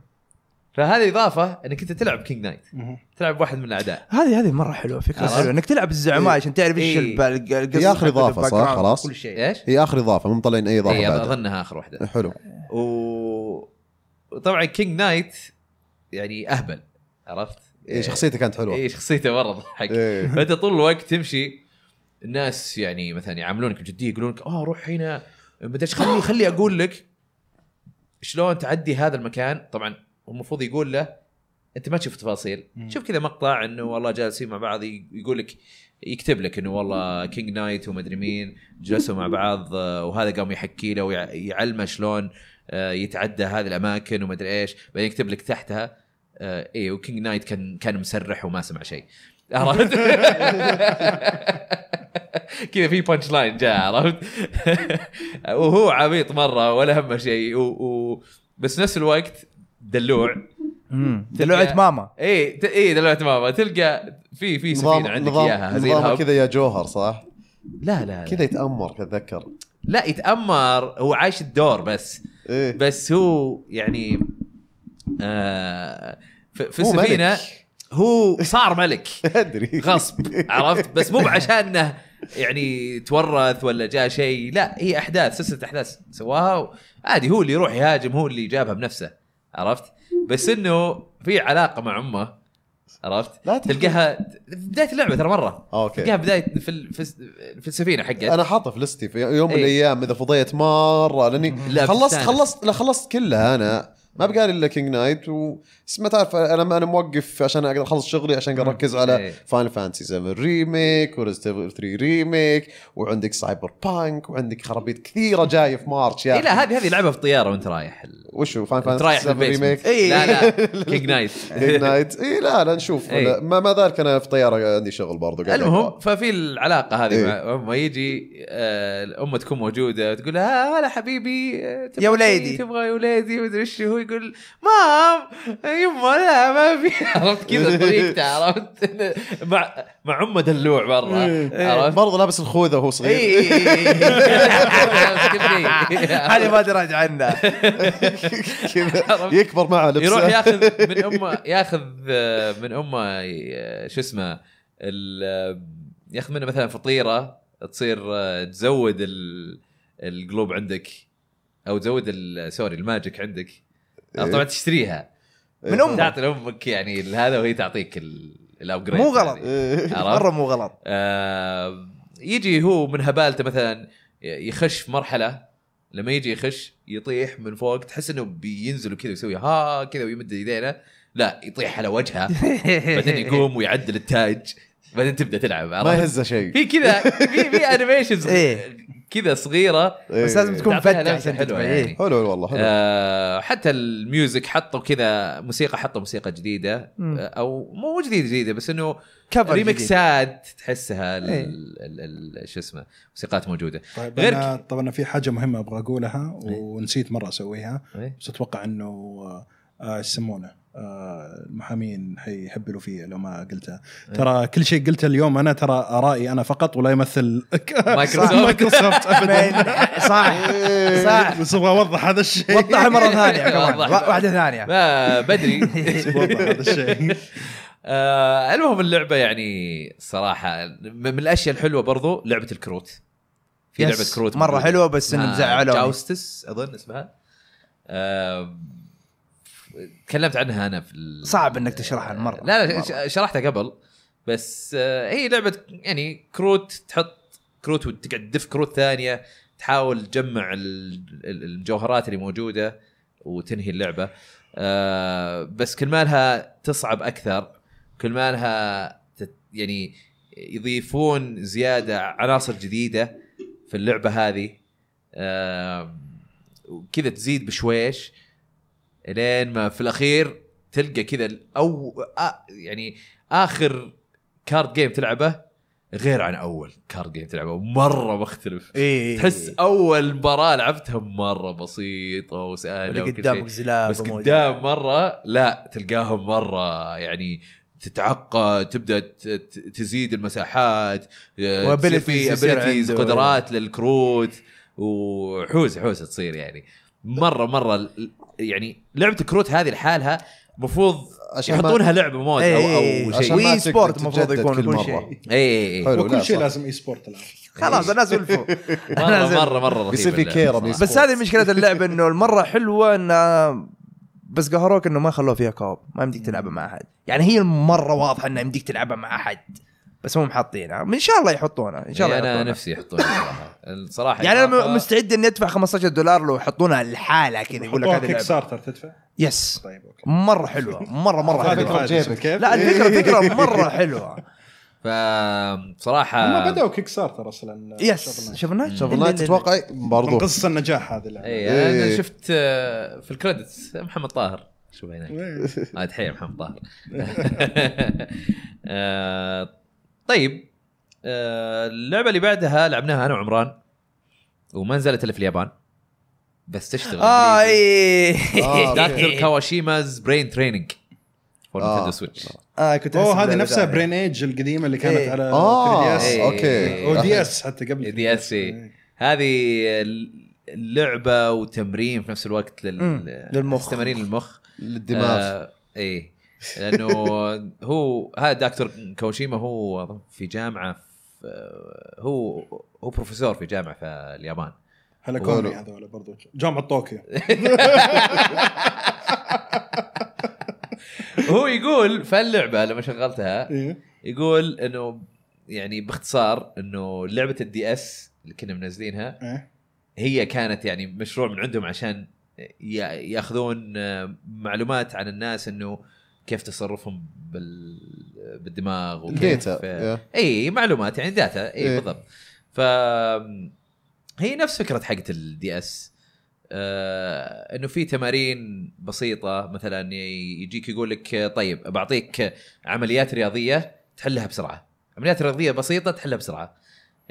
Speaker 1: فهذه اضافه انك انت تلعب كينج نايت
Speaker 4: مهم.
Speaker 1: تلعب واحد من الاعداء
Speaker 2: هذه هذه مره حلوه فكره
Speaker 1: عرفت؟
Speaker 2: حلوه انك تلعب الزعماء
Speaker 3: إيه.
Speaker 2: عشان تعرف ايش
Speaker 1: إيه.
Speaker 2: الب- الق- القصص
Speaker 3: هي آخر
Speaker 2: حقت
Speaker 3: إضافة
Speaker 2: الباك
Speaker 3: صح؟
Speaker 2: جراوند
Speaker 3: خلاص.
Speaker 2: وكل شيء
Speaker 1: ايش؟
Speaker 3: هي اخر اضافه مو مطلعين اي اضافه
Speaker 1: اي
Speaker 3: بعد
Speaker 1: اظنها اخر واحده
Speaker 3: حلو
Speaker 1: و وطبعا كينج نايت يعني اهبل عرفت؟
Speaker 3: إيه شخصيته كانت حلوه
Speaker 1: اي شخصيته مره ضحك
Speaker 3: إيه.
Speaker 1: فانت طول الوقت تمشي الناس يعني مثلا يعاملونك بجديه يقولون لك اه روح هنا بدي خلي خلي اقول لك شلون تعدي هذا المكان طبعا هو المفروض يقول له انت ما تشوف تفاصيل
Speaker 4: مم.
Speaker 1: شوف كذا مقطع انه والله جالسين مع بعض ي- يقول لك يكتب لك انه والله كينج نايت ومدري مين جلسوا مع بعض آه، وهذا قام يحكي له ويع- يعلمه شلون آه، يتعدى هذه الاماكن ومدري ايش بعدين يكتب لك تحتها آه، ايه وكينج نايت كان كان مسرح وما سمع شيء عرفت كذا في بانش لاين جاء عرفت وهو عبيط مره ولا همه شيء و... و... بس نفس الوقت دلوع
Speaker 2: امم
Speaker 1: تلقى-
Speaker 2: دلوعه ماما
Speaker 1: اي ت... اي دلوع تماما تلقى في في
Speaker 3: نظام
Speaker 1: سفينه عندك اياها
Speaker 3: نظام
Speaker 1: زي
Speaker 3: نظام
Speaker 1: الهب
Speaker 3: كذا يا جوهر صح؟
Speaker 1: لا لا
Speaker 3: كذا
Speaker 1: كذا
Speaker 3: يتامر اتذكر
Speaker 1: لا يتامر هو عايش الدور بس
Speaker 3: ايه
Speaker 1: بس هو يعني آه في, في
Speaker 3: هو ملك.
Speaker 1: السفينه هو صار ملك
Speaker 3: ادري
Speaker 1: غصب عرفت بس مو عشان انه يعني تورث ولا جاء شيء لا هي احداث سلسله احداث سواها عادي هو اللي يروح يهاجم هو اللي جابها بنفسه عرفت بس انه في علاقه مع امه عرفت
Speaker 3: لا تحكي.
Speaker 1: تلقاها في بدايه اللعبه ترى مره
Speaker 3: اوكي
Speaker 1: تلقاها بدايه في ال- في الس- في السفينه حقت
Speaker 3: انا حاطه في لستي في يوم من
Speaker 1: إيه.
Speaker 3: الايام اذا فضيت مره لاني
Speaker 1: لا،
Speaker 3: خلصت
Speaker 1: بتستانس.
Speaker 3: خلصت لا خلصت كلها انا ما بقى لي الا كينج نايت وما تعرف انا انا موقف عشان اقدر اخلص شغلي عشان اقدر اركز
Speaker 1: إيه.
Speaker 3: على فاينل فانتسي 7 ريميك وريزنت 3 ريميك وعندك سايبر بانك وعندك خرابيط كثيره جايه في مارش يا
Speaker 1: إيه
Speaker 3: أخي.
Speaker 1: لا هذه هذه لعبه في الطياره وانت رايح ال-
Speaker 3: وشو فاينل
Speaker 1: وانت
Speaker 3: فانتسي
Speaker 1: رايح
Speaker 3: 7
Speaker 1: للبيت
Speaker 3: ريميك
Speaker 1: لا لا كينج نايت
Speaker 3: كينج نايت اي لا لا نشوف
Speaker 1: إيه.
Speaker 3: ولا- ما ما ذلك انا في طياره عندي شغل برضو قاعد
Speaker 1: المهم
Speaker 3: أقرأ.
Speaker 1: ففي العلاقه هذه
Speaker 3: إيه.
Speaker 1: مع امه يجي آه، الام تكون موجوده تقول لها هلا حبيبي آه، تبغى
Speaker 2: يا
Speaker 1: شي-
Speaker 2: وليدي.
Speaker 1: تبغى يا وليدي مدري ايش هو يقول مام يما لا ما في عرفت كذا طريقته عرفت مع مع امه دلوع مره
Speaker 3: إيه.
Speaker 2: إيه.
Speaker 1: عرفت إيه.
Speaker 3: برضو لابس الخوذه وهو
Speaker 1: إي-
Speaker 3: صغير
Speaker 1: إي- إي- إي. عرفت كيف؟
Speaker 2: هذه ما درج عنها
Speaker 3: كذا يكبر معه لبسه
Speaker 1: يروح ياخذ من امه ياخذ آه، من امه آه، شو اسمه ال- آه، ياخذ منه مثلا فطيره تصير آه، تزود ال- القلوب عندك او تزود ال- سوري الماجيك عندك
Speaker 2: إيه.
Speaker 1: آه، طبعا تشتريها
Speaker 2: من امه
Speaker 1: تعطي لامك يعني هذا وهي تعطيك ال- الابجريد
Speaker 2: مو غلط.
Speaker 1: هذه.
Speaker 3: إيه.
Speaker 1: عرفت؟
Speaker 2: مره مو غلط
Speaker 1: آه، يجي هو من هبالته مثلا يخش في مرحله لما يجي يخش يطيح من فوق تحس انه بينزل وكذا ويسوي ها كذا ويمد يدينه لا يطيح على وجهه بعدين يقوم ويعدل التاج بعدين تبدا تلعب
Speaker 3: ما
Speaker 1: عرفت؟
Speaker 3: يهزه شيء
Speaker 1: في كذا في في انيميشنز
Speaker 2: إيه.
Speaker 1: كذا صغيره
Speaker 3: إيه.
Speaker 2: بس لازم تكون
Speaker 1: تعطيها
Speaker 2: فتح
Speaker 1: لمسة
Speaker 2: عشان
Speaker 1: حلوة
Speaker 2: تدفع
Speaker 1: يعني.
Speaker 2: إيه.
Speaker 3: حلو والله حلو
Speaker 1: آه حتى الميوزك حطوا كذا موسيقى حطوا موسيقى جديده
Speaker 2: مم.
Speaker 1: آه، او مو جديده جديده بس انه
Speaker 2: كفر جديد.
Speaker 1: ريمكسات تحسها ال-
Speaker 2: إيه.
Speaker 1: ال- ال- شو اسمه موسيقات موجوده
Speaker 4: طيب
Speaker 1: غير
Speaker 4: انا طب انا في حاجه مهمه ابغى اقولها ونسيت مره اسويها
Speaker 1: إيه.
Speaker 4: بس اتوقع انه آه، آه، إيش يسمونه آه، المحامين حيحبلوا فيه لو ما قلتها ترى كل شيء قلته اليوم انا ترى ارائي انا فقط ولا يمثل
Speaker 1: مايكروسوفت.
Speaker 4: مايكروسوفت ابدا
Speaker 2: من- صح
Speaker 3: إيه.
Speaker 2: صح
Speaker 4: بس ابغى اوضح هذا الشيء
Speaker 2: وضحها مره ثانيه كمان
Speaker 1: وضح.
Speaker 2: واحده ثانيه
Speaker 1: ما بدري
Speaker 4: بس بوضح هذا الشيء
Speaker 1: آه المهم اللعبه يعني صراحه من الاشياء الحلوه برضو لعبه الكروت في
Speaker 2: يس،
Speaker 1: لعبه كروت
Speaker 2: مره
Speaker 1: موجودة.
Speaker 2: حلوه بس انه
Speaker 1: اسمها
Speaker 2: مزعلوني
Speaker 1: جاوستس اظن اسمها آه، تكلمت عنها انا في ال-
Speaker 2: صعب إنك تشرحها مرة.
Speaker 1: لا لا
Speaker 2: مرة.
Speaker 1: ش- شرحتها قبل بس آه، هي لعبه يعني كروت تحط كروت وتقعد تدف كروت ثانيه تحاول تجمع ال- ال- المجوهرات اللي موجوده وتنهي اللعبه آه، بس كل ما لها تصعب اكثر كل ما لها تت- يعني يضيفون زياده عناصر جديده في اللعبه هذه آم، وكذا تزيد بشويش لين ما في الاخير تلقى كذا ال- او آ- يعني اخر كارد جيم تلعبه غير عن اول كارد جيم تلعبه مره مختلف
Speaker 2: اي
Speaker 1: تحس اول مباراه لعبتها مره بسيطه وسهله
Speaker 2: اللي
Speaker 1: وكل شيء
Speaker 2: قدامك زلابه
Speaker 1: بس
Speaker 2: موجودة.
Speaker 1: قدام مره لا تلقاهم مره يعني تتعقد تبدا ت- ت- تزيد المساحات آه، تصير
Speaker 2: وabilities
Speaker 1: في
Speaker 2: يصير
Speaker 1: abilities،
Speaker 2: عنده.
Speaker 1: قدرات للكروت وحوسه حوسه تصير يعني مره مره ال- يعني لعبه الكروت هذه لحالها المفروض
Speaker 3: عشان ما- إيه،
Speaker 1: يحطونها لعبه مود او او
Speaker 2: اي
Speaker 3: عشان
Speaker 1: شيء إيه،
Speaker 3: ما
Speaker 2: وي
Speaker 3: تقدر
Speaker 2: سبورت المفروض
Speaker 3: تتجدد
Speaker 2: يكون
Speaker 3: كل
Speaker 2: كل
Speaker 3: مرة.
Speaker 2: شيء
Speaker 1: اي اي
Speaker 3: حلو.
Speaker 1: إي.
Speaker 3: لا،
Speaker 4: وكل شيء
Speaker 3: صح.
Speaker 4: لازم اي سبورت الان
Speaker 2: خلاص الناس ولفوا
Speaker 1: مره مره مره رهيبة
Speaker 3: بيصير في
Speaker 1: اللعبة
Speaker 3: كيرة
Speaker 1: صراحة.
Speaker 3: بيصير.
Speaker 2: بس هذه مشكله اللعبه انه المره حلوه انها بس قهروك انه ما خلوه فيها كوب ما يمديك تلعبها مع احد يعني هي المره واضحه انه يمديك تلعبها مع احد بس هم حاطينها ان شاء الله يحطونها ان شاء الله
Speaker 1: إي، انا
Speaker 2: يحطونها.
Speaker 1: يعني نفسي يحطونها صراحه الصراحه
Speaker 2: يعني انا
Speaker 1: إضافة-
Speaker 2: م- مستعد اني ادفع 15 دولار لو يحطونها لحالها كذا يقول لك هذه
Speaker 4: كيك
Speaker 2: اللعبة.
Speaker 4: ستارتر تدفع
Speaker 2: يس
Speaker 4: طيب اوكي
Speaker 2: مره حلوه مره مره
Speaker 3: هذا
Speaker 2: حلوه
Speaker 3: فكرة جيبك.
Speaker 4: كيف؟ إيه.
Speaker 2: لا الفكره فكره مره حلوه
Speaker 1: فبصراحه
Speaker 4: هم بدأوا كيك ستارتر اصلا
Speaker 2: يس
Speaker 4: شغلنا.
Speaker 2: شفنا
Speaker 3: طب والله تتوقع إيه؟
Speaker 4: من
Speaker 3: برضو
Speaker 4: قصص النجاح هذه اللعبة.
Speaker 1: اي انا
Speaker 3: إيه.
Speaker 1: شفت آه، في الكريدتس محمد طاهر شوف هناك
Speaker 4: إيه.
Speaker 1: آه، تحيه محمد طاهر آه، طيب آه، اللعبه اللي بعدها لعبناها انا وعمران وما نزلت الا في اليابان بس تشتغل إيه،
Speaker 2: اه
Speaker 1: إنجليزي.
Speaker 2: اي
Speaker 3: آه،
Speaker 1: دكتور كاواشيماز برين تريننج فور
Speaker 3: آاه.
Speaker 1: نينتندو سويتش
Speaker 2: اه كنت
Speaker 4: اوه
Speaker 2: أحسب
Speaker 4: هذه
Speaker 2: لعبة
Speaker 4: نفسها
Speaker 2: ثانية.
Speaker 4: برين ايج القديمه اللي كانت
Speaker 2: إيه.
Speaker 4: على
Speaker 3: اه
Speaker 4: 3DS.
Speaker 1: إيه.
Speaker 3: اوكي
Speaker 4: او دي اس حتى قبل إيه.
Speaker 1: دي إيه. اس اي هذه اللعبه وتمرين في نفس الوقت
Speaker 2: مم،
Speaker 1: لل...
Speaker 2: للمخ.
Speaker 1: تمارين المخ
Speaker 3: للدماغ
Speaker 1: آه ايه لانه هو هذا دكتور كوشيما هو أظن في جامعه في هو هو بروفيسور في جامعه في اليابان
Speaker 4: هلا كوري
Speaker 3: ولو.
Speaker 4: هذول برضو جامعه طوكيو إيه.
Speaker 1: هو يقول في اللعبه لما شغلتها
Speaker 4: إيه.
Speaker 1: يقول انه يعني باختصار انه لعبه الدي اس اللي كنا منزلينها
Speaker 4: إيه.
Speaker 1: هي كانت يعني مشروع من عندهم عشان يا- ياخذون آه، معلومات عن الناس انه كيف تصرفهم بال بالدماغ وكيف
Speaker 3: ديتا
Speaker 1: آه،
Speaker 3: يا.
Speaker 1: اي معلومات يعني داتا اي
Speaker 3: إيه.
Speaker 1: بالضبط ف هي نفس فكره حقت الدي اس آه انه في تمارين بسيطه مثلا ي- يجيك يقول لك آه، طيب بعطيك عمليات رياضيه تحلها بسرعه عمليات رياضيه بسيطه تحلها بسرعه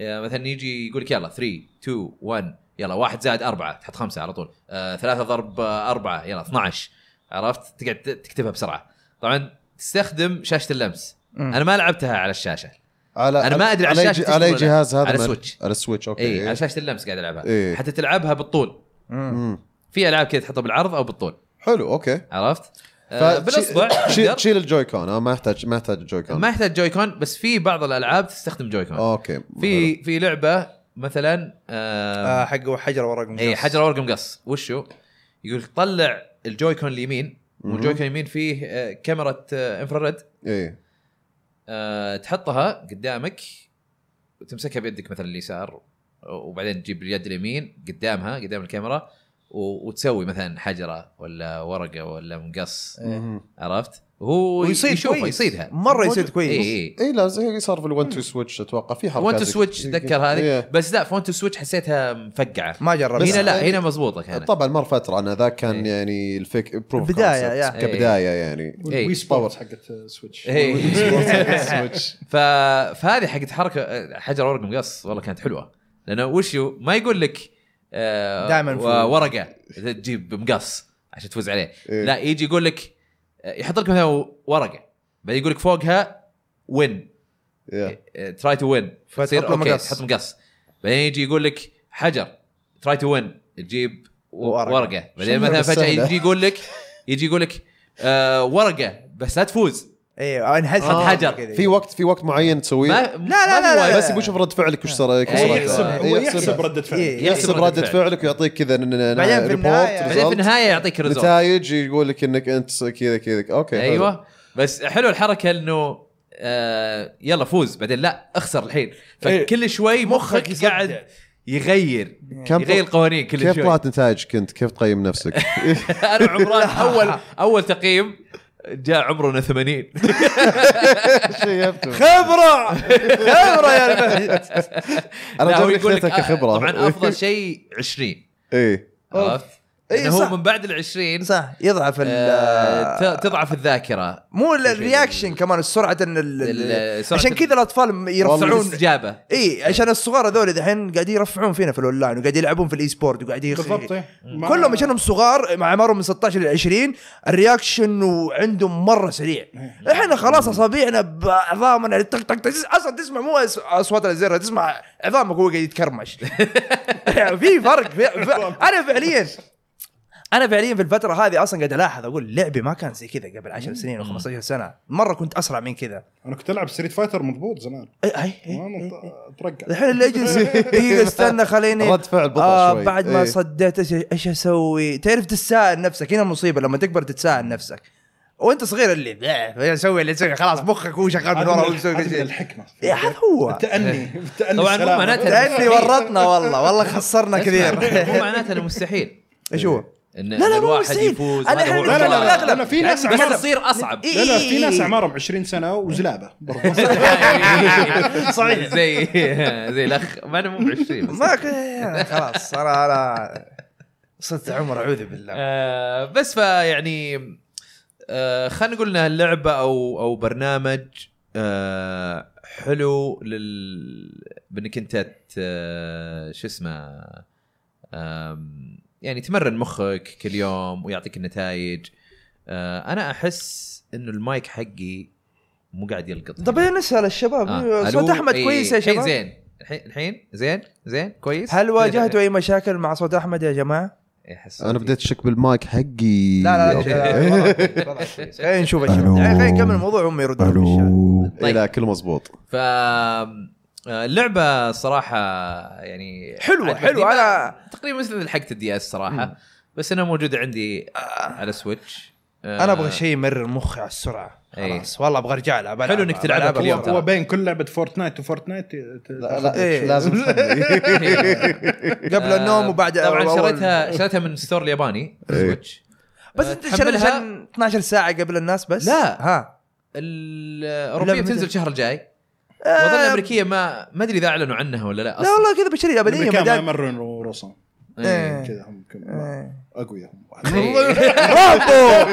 Speaker 1: آه مثلا يجي يقول لك يلا 3 2 1 يلا واحد زائد أربعة تحط خمسة على طول آه ثلاثة ضرب آه، أربعة يلا 12 عرفت تقعد تكتبها بسرعة طبعا تستخدم شاشة اللمس
Speaker 2: مم.
Speaker 1: أنا ما لعبتها على الشاشة
Speaker 3: على
Speaker 1: أنا ما أدري على
Speaker 3: على
Speaker 1: الشاشة
Speaker 3: على أي
Speaker 1: تشتغل ولا
Speaker 3: جهاز
Speaker 1: لا.
Speaker 3: هذا
Speaker 1: على
Speaker 3: من-
Speaker 1: سويتش.
Speaker 3: على السويتش اوكي
Speaker 1: اي على
Speaker 3: إيه.
Speaker 1: شاشه اللمس قاعد العبها
Speaker 3: إيه.
Speaker 1: حتى تلعبها بالطول
Speaker 2: مم.
Speaker 3: مم.
Speaker 1: في العاب كذا تحطها بالعرض او بالطول
Speaker 3: حلو اوكي
Speaker 1: عرفت؟ آه
Speaker 3: فتشي-
Speaker 1: بالاصبع
Speaker 3: تشي-
Speaker 1: تقدر.
Speaker 3: تشيل الجويكون اه ما يحتاج ما يحتاج الجويكون
Speaker 1: ما يحتاج جويكون بس في بعض الالعاب تستخدم جويكون
Speaker 3: اوكي حلو.
Speaker 1: في في لعبه مثلا آه
Speaker 2: آه، حق حجر ورق مقص
Speaker 1: اي إيه، حجر ورقه مقص وشو؟ يقول لك طلع الجويكون اليمين
Speaker 3: مهم.
Speaker 1: والجويكون اليمين فيه آه كاميرا آه انفراريد
Speaker 3: ايه
Speaker 1: آه، تحطها قدامك وتمسكها بيدك مثلا اليسار وبعدين تجيب اليد اليمين قدامها قدام الكاميرا و- وتسوي مثلا حجره ولا ورقه ولا مقص
Speaker 3: مهم.
Speaker 1: عرفت؟ وهو
Speaker 2: ويصيد
Speaker 1: يشوفها
Speaker 2: كويس.
Speaker 1: يصيدها إيه،
Speaker 2: مره يصير
Speaker 1: اي
Speaker 2: كويس
Speaker 1: اي
Speaker 3: اي إيه، لا زي صار في الون تو سويتش اتوقع في حركات
Speaker 1: وان تو
Speaker 3: زي-
Speaker 1: سويتش تذكر هذه
Speaker 3: إيه.
Speaker 1: بس لا في وان تو سويتش حسيتها مفقعه
Speaker 2: ما جربت
Speaker 1: هنا لا
Speaker 3: إيه.
Speaker 1: هنا مضبوطه
Speaker 2: طيب،
Speaker 1: كانت
Speaker 3: طبعا مر فتره انا ذاك كان
Speaker 1: يعني. إيه.
Speaker 3: يعني الفيك بروف
Speaker 2: البداية،
Speaker 3: concept
Speaker 1: يا.
Speaker 3: كبدايه يعني
Speaker 1: إيه.
Speaker 4: وي سبورت حقت سويتش
Speaker 1: إيه.
Speaker 3: سويتش
Speaker 1: ف... فهذه حقت حركه حجر ورق مقص والله كانت حلوه لانه وش هو؟ ما يقول لك آه
Speaker 2: دائماً
Speaker 1: و-
Speaker 2: فوز.
Speaker 1: ورقه تجيب مقص عشان تفوز عليه
Speaker 3: إيه.
Speaker 1: لا يجي يقول لك آه، يحط لك مثلا ورقه بعدين يقول لك فوقها آه، وين إيه.
Speaker 3: يا.
Speaker 1: تراي تو وين
Speaker 2: إيه. فتحط
Speaker 1: تصير
Speaker 2: له
Speaker 1: اوكي
Speaker 2: مقص.
Speaker 1: تحط مقص بعدين يجي يقول لك حجر تراي تو وين تجيب و-
Speaker 2: ورقة.
Speaker 1: ورقه بعدين
Speaker 3: شنو
Speaker 1: مثلا فجاه
Speaker 3: سهلة.
Speaker 1: يجي يقول لك يجي يقول لك آه ورقه بس لا تفوز
Speaker 2: ايوه انحس
Speaker 1: آه.
Speaker 2: حجر
Speaker 1: حجر.
Speaker 2: كذا
Speaker 3: في وقت في وقت معين تسويه
Speaker 1: ما-
Speaker 2: لا لا لا, لا, لا.
Speaker 3: بس يبغى يشوف رد فعلك وش صار وش
Speaker 1: أيوة.
Speaker 4: هو
Speaker 3: صار-
Speaker 4: يحسب هو يحسب رده فعل
Speaker 2: إيه.
Speaker 3: يحسب ردة فعلك ويعطيك كذا
Speaker 2: بعدين في النهاية-
Speaker 1: بعدين في النهايه يعطيك ريزولت
Speaker 3: نتائج يقول لك انك انت كذا كذا اوكي حلو.
Speaker 1: ايوه بس حلو الحركه انه آه يلا فوز بعدين لا اخسر الحين
Speaker 3: إيه.
Speaker 1: فكل شوي مخك قاعد يغير
Speaker 3: كم
Speaker 1: يغير قوانين كل
Speaker 3: كيف
Speaker 1: شوي
Speaker 3: طلعت نتائجك انت؟ كيف تقيم نفسك؟
Speaker 1: انا عمران اول اول تقييم جاء عمرنا 80
Speaker 2: خبره خبره يا المهد
Speaker 3: انا
Speaker 1: لا، هو
Speaker 3: جاي
Speaker 1: يقول لك
Speaker 3: اخذتها
Speaker 1: آه،
Speaker 3: كخبره
Speaker 1: طبعا افضل شيء 20
Speaker 3: ايه
Speaker 1: عرفت؟
Speaker 2: إي
Speaker 1: لانه
Speaker 2: صح.
Speaker 1: هو من بعد ال 20
Speaker 2: صح يضعف
Speaker 1: آه،
Speaker 2: ال
Speaker 1: ت- تضعف الذاكره
Speaker 2: مو الرياكشن كمان سرعه ال- ال-
Speaker 1: ال- سرعة
Speaker 2: عشان كذا الاطفال يرفعون
Speaker 1: الاستجابه
Speaker 2: اي عشان الصغار هذول دحين قاعدين يرفعون فينا في الاونلاين وقاعدين يلعبون في الاي سبورت وقاعدين يخ-
Speaker 4: بالضبط إيه. ما-
Speaker 2: كلهم عشانهم صغار مع عمرهم من 16 ل 20 الرياكشن وعندهم مره سريع
Speaker 4: إيه،
Speaker 2: احنا خلاص اصابعنا بعظامنا طق طق طق اصلا تسمع مو أس- اصوات الازرار تسمع عظامك وهو قاعد يتكرمش في فرق في ف... انا فعليا انا فعليا في الفتره هذه اصلا قاعد الاحظ اقول لعبي ما كان زي كذا قبل 10 سنين و15 سنه مره كنت اسرع من كذا إيه،
Speaker 4: انا كنت العب ستريت فايتر مضبوط زمان
Speaker 2: اي اي اي
Speaker 4: ما ترقع
Speaker 2: الحين اللي اجلس دقيقه استنى خليني
Speaker 3: رد فعل بطل
Speaker 2: آه
Speaker 3: شوي.
Speaker 2: بعد ما
Speaker 3: إيه.
Speaker 2: صديت ايش ايش اسوي؟ تعرف تتساءل نفسك هنا المصيبه لما تكبر تتساءل نفسك وانت صغير اللي "إيه، سوي اللي تسوي خلاص مخك هو شغال من
Speaker 4: هذه
Speaker 2: ورا
Speaker 4: من-
Speaker 2: هو يسوي كل
Speaker 4: هذه من
Speaker 2: شيء
Speaker 4: الحكمه
Speaker 2: إيه، هذا هو
Speaker 4: التأني التأني
Speaker 1: طبعاً مو
Speaker 4: السلامة.
Speaker 1: معناته-
Speaker 2: لاني ورطنا والله والله خسرنا
Speaker 1: اسمع،
Speaker 2: كثير
Speaker 1: مو معناته انه مستحيل
Speaker 2: ايش هو؟
Speaker 1: ان
Speaker 2: لا،
Speaker 1: إن
Speaker 2: لا، مو
Speaker 1: الواحد
Speaker 2: مستحيل.
Speaker 1: يفوز
Speaker 2: أنا
Speaker 1: هذا هو
Speaker 2: إحنا
Speaker 4: لا لا
Speaker 1: الغلط.
Speaker 4: لا لا، لا في
Speaker 1: بس
Speaker 4: ناس اعمارهم
Speaker 1: تصير اصعب
Speaker 2: إيه.
Speaker 4: لا لا في ناس اعمارهم 20 سنه وزلابه برضه
Speaker 1: صحيح يعني زي زي الاخ ما انا مو ب 20 بس
Speaker 2: ما ك- خلاص انا انا صرت عمر اعوذ بالله
Speaker 1: آه بس فيعني آه خلينا نقول انها لعبه او او برنامج آه حلو لل بانك انت ت- شو اسمه آم، يعني تمرن مخك كل يوم ويعطيك النتائج آه انا احس انه المايك حقي مو قاعد يلقط
Speaker 2: طب نسال الشباب
Speaker 1: آه.
Speaker 2: صوت
Speaker 1: ألو؟
Speaker 2: احمد
Speaker 1: إيه،
Speaker 2: كويس يا
Speaker 1: الحين
Speaker 2: شباب
Speaker 1: زين الحين الحين زين زين كويس
Speaker 2: هل واجهتوا اي مشاكل مع صوت احمد يا جماعه؟
Speaker 1: أحس
Speaker 3: انا بديت اشك بالمايك حقي إيه.
Speaker 2: لا لا لا خلينا نشوف الشباب
Speaker 3: ألو.
Speaker 2: خلينا نكمل الموضوع وهم يردون في الشات.
Speaker 3: الو
Speaker 1: طيب.
Speaker 3: إيه، لا كله مزبوط
Speaker 1: ف آه، اللعبة صراحة يعني
Speaker 2: حلوة،
Speaker 1: عجبتني.
Speaker 2: حلوة، أنا-
Speaker 1: تقريبا مثل حق الدي اس صراحة بس انها موجودة عندي على سويتش آه،
Speaker 2: انا ابغى شيء يمرر مخي على السرعه
Speaker 1: أي.
Speaker 2: خلاص والله ابغى ارجع لها بلعبها،
Speaker 1: حلو إنك تلعبها
Speaker 2: بلعبها
Speaker 1: كل يوم
Speaker 2: مرة.
Speaker 1: ترى.
Speaker 4: وبين كل لعبه فورتنايت وفورتنايت ت-
Speaker 3: لا
Speaker 2: لا، إيه. لازم
Speaker 3: لازم
Speaker 2: قبل النوم وبعد
Speaker 1: طبعا
Speaker 2: أول-
Speaker 1: آه، شريتها شريتها من ستور الياباني
Speaker 3: إيه.
Speaker 1: سويتش
Speaker 2: بس
Speaker 1: آه،
Speaker 2: انت شريتها
Speaker 1: تحملها.
Speaker 2: عشان 12 ساعه قبل الناس بس
Speaker 1: لا.
Speaker 2: ها
Speaker 1: الاوروبية
Speaker 2: لا،
Speaker 1: بتنزل
Speaker 2: مثل-
Speaker 1: الشهر الجاي
Speaker 2: آه،
Speaker 1: واظن الامريكية ما ما ادري اذا اعلنوا عنها ولا لا
Speaker 2: لا
Speaker 1: اصلا
Speaker 2: والله كذا بشتريها ابديه
Speaker 4: الامريكان ما
Speaker 2: مدام
Speaker 4: يمرن روسهم
Speaker 1: إيه.
Speaker 4: كذا هم كم-
Speaker 2: إيه.
Speaker 4: اقوياء هم
Speaker 1: إيه.
Speaker 2: برافو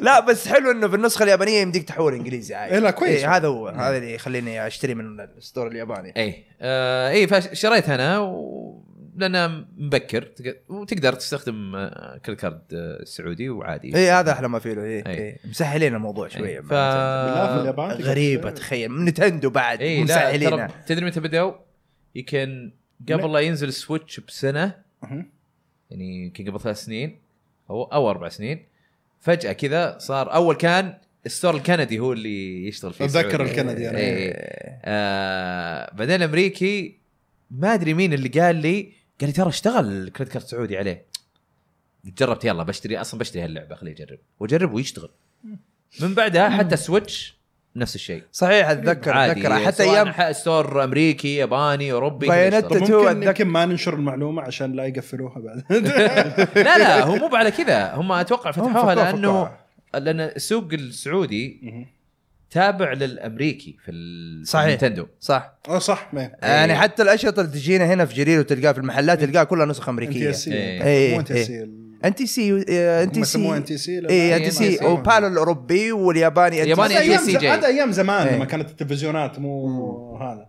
Speaker 2: لا بس حلو انه في النسخه اليابانيه يمديك تحول انجليزي عادي
Speaker 4: إيه، لا، كويس.
Speaker 2: إيه، هذا هو هذا اللي يخليني اشتري من الستور الياباني
Speaker 1: اي آه اي فشريتها انا و... لانها مبكر تق- وتقدر تستخدم آه، كل كارد آه، سعودي وعادي
Speaker 2: اي إيه، هذا احلى ما فيه له
Speaker 1: إيه.
Speaker 2: اي مسهلين الموضوع شويه
Speaker 1: ف...
Speaker 4: بالله في اليابان تقدر
Speaker 2: غريبه
Speaker 4: تسوي.
Speaker 2: تخيل نتندو بعد
Speaker 1: اي إيه، لا ترى
Speaker 2: مسهلين
Speaker 1: تدري متى بدأوا؟ يمكن قبل لا ينزل سويتش بسنه
Speaker 4: أها.
Speaker 1: يعني يمكن قبل ثلاث سنين او او اربع سنين فجاه كذا صار اول كان الستور الكندي هو اللي يشتغل فيه
Speaker 4: أتذكر
Speaker 1: سعودي. إيه،
Speaker 4: الكندي أنا.
Speaker 1: إي، إي.
Speaker 2: إيه.
Speaker 1: آه بعدين الامريكي ما ادري مين اللي قال لي قال لي ترى اشتغل الكريدت كارد سعودي عليه جربت يلا بشتري اصلا بشتري هاللعبه خليني اجرب واجرب ويشتغل من بعدها حتى سويتش نفس الشيء
Speaker 2: صحيح اتذكر
Speaker 1: عادي، إيه،
Speaker 2: اتذكر حتى
Speaker 1: سواء
Speaker 2: ايام
Speaker 1: ح- ستور امريكي ياباني اوروبي كذا
Speaker 2: بايونت
Speaker 1: يشتغل.
Speaker 4: طب
Speaker 2: تتو
Speaker 4: ممكن
Speaker 2: أتذكر.
Speaker 4: يمكن ما ننشر المعلومه عشان لا يقفلوها بعد
Speaker 1: لا لا هو مو على كذا هم اتوقع فتحوها
Speaker 4: فكوها-
Speaker 1: لانه
Speaker 4: فكوها.
Speaker 1: لان السوق السعودي تابع للامريكي في ال-
Speaker 2: صحيح.
Speaker 1: نينتندو
Speaker 2: صح
Speaker 4: اه صح ما
Speaker 1: إيه.
Speaker 2: يعني حتى الاشرطه اللي تجينا هنا في جرير وتلقاها في المحلات تلقاها كلها نسخ
Speaker 4: ان
Speaker 2: امريكيه
Speaker 4: إيه. تي سي
Speaker 1: إيه.
Speaker 2: إيه.
Speaker 4: مو ان تي سي
Speaker 2: ان تي سي آه، ان تي
Speaker 4: يسموها
Speaker 2: سي
Speaker 4: ان تي سي
Speaker 2: اي ان تي
Speaker 1: إيه،
Speaker 2: سي
Speaker 1: ما
Speaker 2: وبالو الاوروبي والياباني NTC.
Speaker 1: الياباني إيه.
Speaker 4: هذا ايام
Speaker 1: NTC.
Speaker 4: ز- هذا ايام زمان
Speaker 2: إيه.
Speaker 4: لما كانت التلفزيونات مو هذا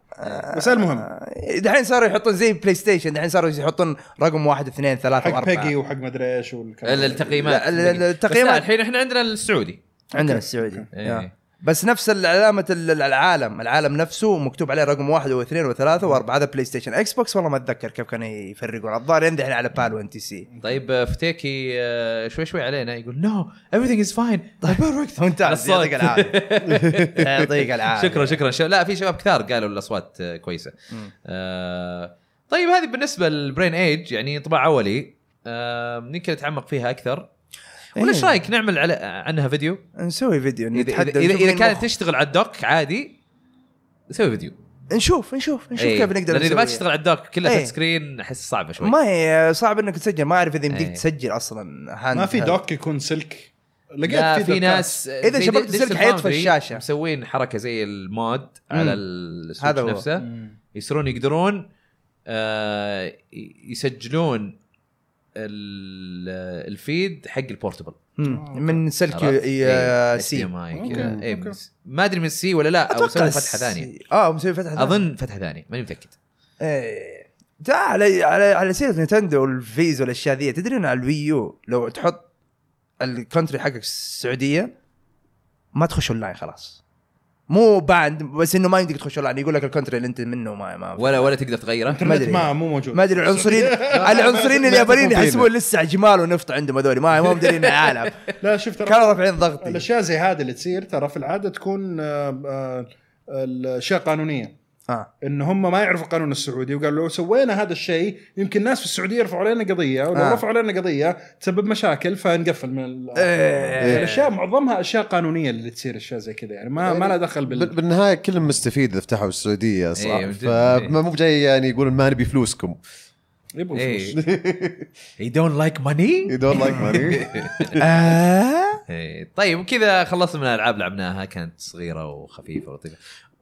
Speaker 4: بس المهم
Speaker 2: آه، دحين صاروا يحطون زي بلاي ستيشن دحين صاروا يحطون رقم واحد اثنين ثلاثه
Speaker 4: حق بيجي
Speaker 2: واربعه
Speaker 4: وحق مدري ايش والكلام
Speaker 1: ال- التقييمات
Speaker 2: لا، ال- ال-
Speaker 1: بس لا،
Speaker 2: التقييمات.
Speaker 1: الحين احنا عندنا السعودي
Speaker 2: عندنا السعودي
Speaker 1: إيه.
Speaker 2: يا. بس نفس علامه ال- ال- العالم العالم نفسه مكتوب عليه رقم واحد واثنين وثلاثه واربعه هذا بلاي ستيشن اكس بوكس والله ما اتذكر كيف كانوا يفرقون الظاهر ينذهن على بال وان تي سي
Speaker 1: طيب آه، فتيكي آه، شوي شوي علينا يقول نو everything از فاين
Speaker 2: طيب.
Speaker 1: بيرفكت
Speaker 2: ممتاز يعطيك العافيه يعطيك العافيه
Speaker 1: شكرا شكرا شو... لا في شباب كثار قالوا الاصوات آه، كويسه
Speaker 2: يعني. مم.
Speaker 1: آه... طيب هذه بالنسبه للبرين ايج يعني انطباع اولي آه... يمكن نتعمق فيها اكثر ولا ايش
Speaker 2: إيه.
Speaker 1: رايك نعمل على... عنها فيديو
Speaker 2: نسوي فيديو
Speaker 1: اذا
Speaker 2: نتحدى
Speaker 1: اذا, إذا,
Speaker 2: ونشوف
Speaker 1: إذا
Speaker 2: مين
Speaker 1: كانت
Speaker 2: مخ-
Speaker 1: تشتغل على الدوك عادي نسوي فيديو
Speaker 2: نشوف نشوف نشوف
Speaker 1: إيه.
Speaker 2: كيف نقدر
Speaker 1: لان اذا ما
Speaker 2: نسويها.
Speaker 1: تشتغل على الدوك كلها
Speaker 2: إيه.
Speaker 1: تاتش سكرين احس صعبه شوي
Speaker 2: ما هي صعب انك تسجل ما اعرف اذا
Speaker 1: إيه.
Speaker 2: يمديك تسجل اصلا هاند
Speaker 4: ما في
Speaker 2: هيلد.
Speaker 4: دوك يكون سلك
Speaker 1: لا في
Speaker 4: دوكات.
Speaker 1: ناس
Speaker 2: إذا
Speaker 1: زي
Speaker 2: شبكت
Speaker 1: دي-
Speaker 2: السلك
Speaker 1: Digital
Speaker 2: حيطفى
Speaker 1: Foundry
Speaker 2: الشاشة.
Speaker 1: مسوين حركه زي المود على السويتش
Speaker 2: هذا هو.
Speaker 1: نفسه
Speaker 4: مم.
Speaker 1: يصيرون يقدرون آه، ي- يسجلون ال- الفيد حق البورتبل
Speaker 2: مم. من
Speaker 1: عرفت؟
Speaker 2: سلك
Speaker 1: إيه،
Speaker 2: آه، سي
Speaker 1: HDMI
Speaker 4: أوكي،
Speaker 1: كذا. إيه،
Speaker 4: أوكي.
Speaker 1: بس- ما ادري من سي ولا لا او سووا
Speaker 2: س-
Speaker 1: فتحه ثانيه
Speaker 2: اه مسوي فتحه ثانية.
Speaker 1: اظن فتحه ثانيه ماني متاكد
Speaker 2: ايه تعال على على على سيره نينتندو والفيز والاشياء ذي تدري ان على الويو لو تحط الكونتري حقك السعوديه ما تخش اونلاين خلاص مو بعد بس انه ما يمديك تخش اونلاين يقول لك الكونتري اللي انت منه ما ما
Speaker 1: ولا ولا تقدر تغيره
Speaker 2: ما أدري.
Speaker 4: ما مو موجود
Speaker 2: ما ادري العنصريين العنصريين اليابانيين يحسبون لسه جمال ونفط عندهم هذول ما ما هم مدرين العالم
Speaker 4: لا شوف ترى
Speaker 2: كانوا رافعين ضغطي
Speaker 4: الاشياء زي هذه اللي تصير ترى في العاده تكون آه، آه، الاشياء قانونيه
Speaker 2: آه.
Speaker 4: ان هم ما يعرفوا القانون السعودي وقالوا لو سوينا هذا الشيء يمكن الناس في السعوديه يرفعوا علينا قضيه ولو
Speaker 2: آه.
Speaker 4: رفعوا علينا قضيه تسبب مشاكل فنقفل من ال-
Speaker 2: إيه.
Speaker 4: الاشياء معظمها اشياء قانونيه اللي تصير اشياء زي كذا يعني ما ما لها دخل
Speaker 3: بال...
Speaker 4: بال
Speaker 3: بالنهايه كلهم مستفيد اذا فتحوا السعوديه صح
Speaker 1: إيه،
Speaker 3: إيه
Speaker 1: من جد،
Speaker 3: فما مو جاي يعني يقولون ما نبي فلوسكم
Speaker 4: يبغوا
Speaker 1: إيه.
Speaker 4: فلوس
Speaker 1: You don't like money؟
Speaker 3: You don't like money
Speaker 2: آه.
Speaker 1: إيه، طيب وكذا خلصنا من الالعاب لعبناها كانت صغيره وخفيفه ولطيفه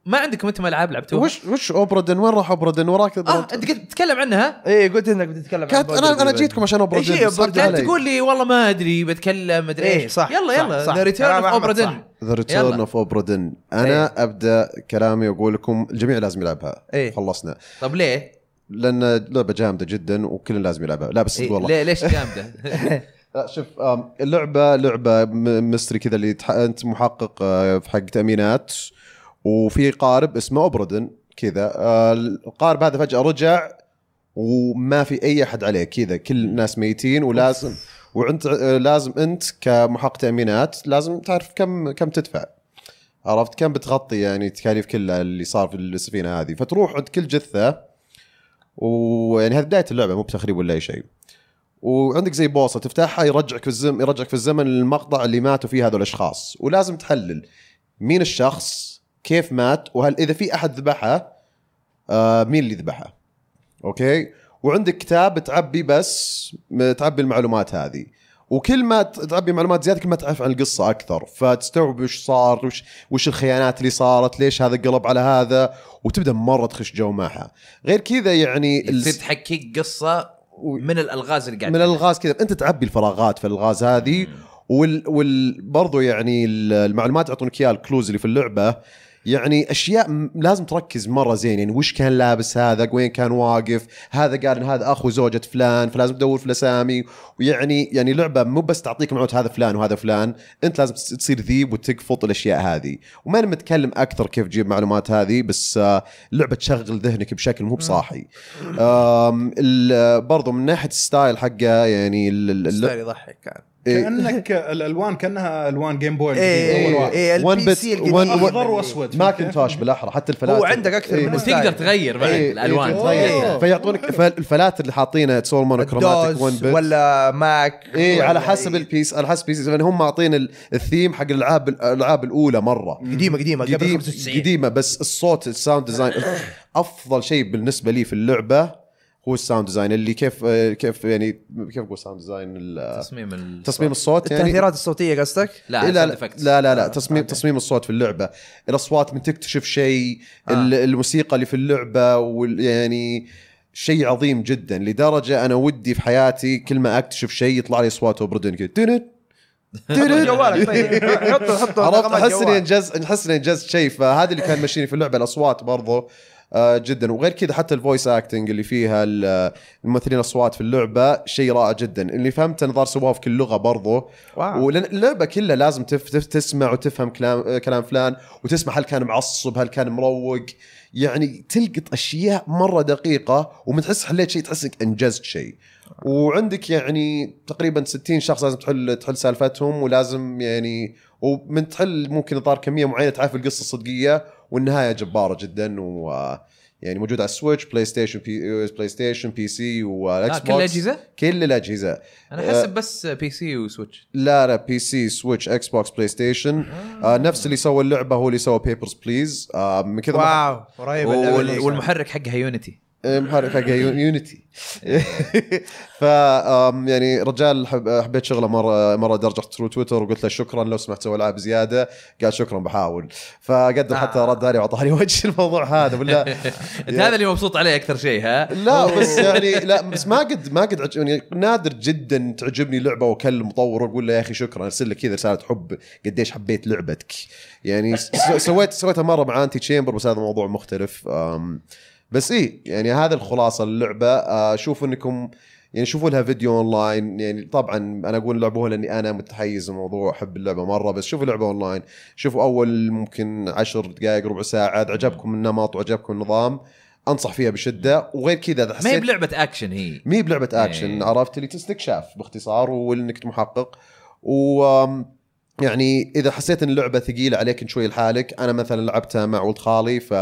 Speaker 1: ما عندكم انتم العاب لعبتوها؟
Speaker 3: وش وش اوبرادن وين راح اوبرادن وراك
Speaker 1: اه انت قاعد تتكلم عنها
Speaker 2: ايه قلت انك بتتكلم عن
Speaker 3: كانت انا انا
Speaker 2: بوردر
Speaker 3: جيتكم عشان اوبرادن
Speaker 2: إيش هي أوبرادن؟
Speaker 1: كانت تقول لي والله ما ادري بتكلم ما ادري
Speaker 2: إيه،
Speaker 1: ايش
Speaker 2: صح،
Speaker 1: يلا
Speaker 2: صح،
Speaker 1: يلا
Speaker 2: صح.
Speaker 1: ذا ريتيرن
Speaker 2: كلام
Speaker 1: اوف
Speaker 2: أحمد
Speaker 1: اوبرادن
Speaker 2: صح.
Speaker 3: ذا ريتيرن
Speaker 1: يلا. إيه.
Speaker 3: اوف اوبرادن انا ابدا كلامي واقول لكم الجميع لازم يلعبها
Speaker 2: إيه.
Speaker 3: خلصنا
Speaker 1: طب ليه؟
Speaker 3: لان لعبه جامده جدا وكلنا لازم يلعبها لا بس
Speaker 1: إيه
Speaker 3: والله
Speaker 1: ليه ليش جامده؟
Speaker 3: لا شوف آم، اللعبة لعبة م- مصري كذا اللي تح... انت محقق آه، في حق تأمينات وفي قارب اسمه اوبردن كذا آه، القارب هذا فجأة رجع وما في اي احد عليه كذا كل الناس ميتين ولازم وانت آه، لازم انت كمحقق تأمينات لازم تعرف كم كم تدفع عرفت كم بتغطي يعني تكاليف كلها اللي صار في السفينة هذه فتروح عند كل جثة ويعني هذه بداية اللعبة مو بتخريب ولا اي شيء وعندك زي بوصه تفتحها يرجعك في الزمن يرجعك في الزمن للمقطع اللي ماتوا فيه هذول الاشخاص ولازم تحلل مين الشخص كيف مات وهل اذا في احد ذبحه آه مين اللي ذبحه اوكي وعندك كتاب تعبي بس م- تعبي المعلومات هذه وكل ما ت- تعبي معلومات زياده كل ما تعرف عن القصه اكثر فتستوعب وش صار وش وش الخيانات اللي صارت ليش هذا قلب على هذا وتبدا مره تخش جو معها غير كذا يعني ال-
Speaker 1: تصير تحكيك قصه من الالغاز اللي قاعد
Speaker 3: من الالغاز كذا انت تعبي الفراغات في الالغاز هذه وال, وال برضو يعني ال- المعلومات يعطونك اياها الكلوز اللي في اللعبه يعني اشياء م- لازم تركز مره زين يعني وش كان لابس هذا وين كان واقف هذا قال ان هذا اخو زوجة فلان فلازم تدور في الاسامي ويعني يعني لعبه مو بس تعطيك معلومات هذا فلان وهذا فلان انت لازم تس- تصير ذيب وتقفط الاشياء هذه وما انا متكلم اكثر كيف تجيب معلومات هذه بس آه، لعبه تشغل ذهنك بشكل مو بصاحي آم، ال- برضو من ناحيه الستايل حقه يعني ال- ال- ال-
Speaker 2: ستايل يضحك كان
Speaker 3: إيه.
Speaker 4: كانك الالوان كانها الوان جيم بوي القديم،
Speaker 2: ايه
Speaker 4: أول واحد.
Speaker 2: ايه
Speaker 3: One
Speaker 2: البي
Speaker 3: bit-
Speaker 2: سي
Speaker 3: one- one-
Speaker 2: القديم
Speaker 4: اخضر واسود
Speaker 3: ماكنتوش بالاحرى حتى الفلاتر
Speaker 2: هو عندك أكثر من ستايل.
Speaker 1: وتقدر تغير بعد
Speaker 3: إيه،
Speaker 1: الالوان
Speaker 3: إيه،
Speaker 1: تغير.
Speaker 3: تغير. فيعطونك فالفلاتر اللي حاطينها تصور مونوكروماتيك ون
Speaker 2: دوز
Speaker 3: بت
Speaker 2: ولا إيه، ماك
Speaker 3: اي
Speaker 2: ولا
Speaker 3: إيه، على حسب البيس على حسب البيس يعني هم معطين ال- الثيم حق الالعاب الالعاب الاولى مره
Speaker 2: قديمه قديمه قبل
Speaker 3: قديم
Speaker 2: 95
Speaker 3: قديمه بس الصوت الساوند ديزاين افضل شيء بالنسبه لي في اللعبه هو الساوند ديزاين اللي كيف كيف يعني كيف اقول ساوند ديزاين ال-
Speaker 1: تصميم ال-
Speaker 3: تصميم الصوت يعني
Speaker 2: التأثيرات الصوتيه قصدك؟
Speaker 1: لا
Speaker 3: إيه،
Speaker 1: لا
Speaker 3: لا لا, لا
Speaker 2: آه،
Speaker 3: لا لا تصميم تصميم الصوت في اللعبه الاصوات من تكتشف شيء آه. الموسيقى اللي في اللعبه وال يعني شيء عظيم جدا لدرجه انا ودي في حياتي كل ما اكتشف شيء يطلع لي اصوات اوبردن كذا تنت- تنت.
Speaker 2: جوالك طيب حطه حطه
Speaker 3: عرفت
Speaker 2: رقمات
Speaker 3: احس اني
Speaker 2: جوال.
Speaker 3: انجز احس اني انجزت شيء فهذا اللي كان ماشيني في اللعبه الاصوات برضو آه، جدا وغير كذا حتى الفويس اكتنج اللي فيها ال- الممثلين الاصوات في اللعبه شيء رائع جدا اللي فهمت الظاهر سووها في كل لغه برضو
Speaker 2: واو.
Speaker 1: نعم.
Speaker 3: ولان اللعبه كلها لازم تف تف تسمع وتفهم كلام كلام فلان وتسمع هل كان معصب هل كان مروق يعني تلقط اشياء مره دقيقه ومن تحس حليت شيء تحس انك انجزت شيء وعندك يعني تقريبا 60 شخص لازم تحل تحل سالفتهم ولازم يعني ومن تحل ممكن الظاهر كميه معينه تعرف القصه الصدقيه والنهايه جباره جدا و يعني موجود على السويتش بلاي ستيشن بي بلاي ستيشن بي سي والاكس
Speaker 1: آه،
Speaker 3: بوكس
Speaker 1: كل الاجهزه
Speaker 3: كل الاجهزه
Speaker 1: انا حسب بس بي سي وسويتش
Speaker 3: لا لا بي سي سويتش اكس بوكس بلاي ستيشن آه نفس اللي سوى اللعبه هو اللي سوى بيبرز بليز آه من كذا ما-
Speaker 2: واو قريب
Speaker 1: وال-
Speaker 2: اللعبة.
Speaker 1: والمحرك حقها يونيتي
Speaker 3: آه، محرك حق يونيتي ف آم، يعني رجال حب حبيت شغله مره مره درجه ترو تويتر وقلت له شكرا لو سمحت سوي العاب زياده قال شكرا بحاول فقدر حتى
Speaker 2: آه.
Speaker 3: رد علي واعطاني وجه الموضوع هذا ولا
Speaker 1: انت هذا اللي مبسوط عليه اكثر شيء ها
Speaker 3: لا بس يعني لا بس ما قد ما قد عج... يعني نادر جدا تعجبني لعبه واكلم مطور واقول له يا اخي شكرا ارسل لك كذا رساله حب قديش حبيت لعبتك يعني س- سويت سويتها مره مع انتي تشامبر بس هذا موضوع مختلف أم، بس ايه يعني هذا الخلاصه اللعبه اشوف انكم يعني شوفوا لها فيديو اونلاين يعني طبعا انا اقول لعبوها لاني انا متحيز الموضوع احب اللعبه مره بس شوفوا لعبه اونلاين شوفوا اول ممكن عشر دقائق ربع ساعه إذا عجبكم النمط وعجبكم النظام انصح فيها بشده وغير كذا اذا
Speaker 1: ما هي
Speaker 3: حسيت
Speaker 1: بلعبه اكشن هي
Speaker 3: مي بلعبه اكشن
Speaker 1: إيه.
Speaker 3: عرفت اللي تستكشاف باختصار وانك محقق و آم، يعني اذا حسيت ان اللعبه ثقيله عليك شوي لحالك انا مثلا لعبتها مع ولد خالي ف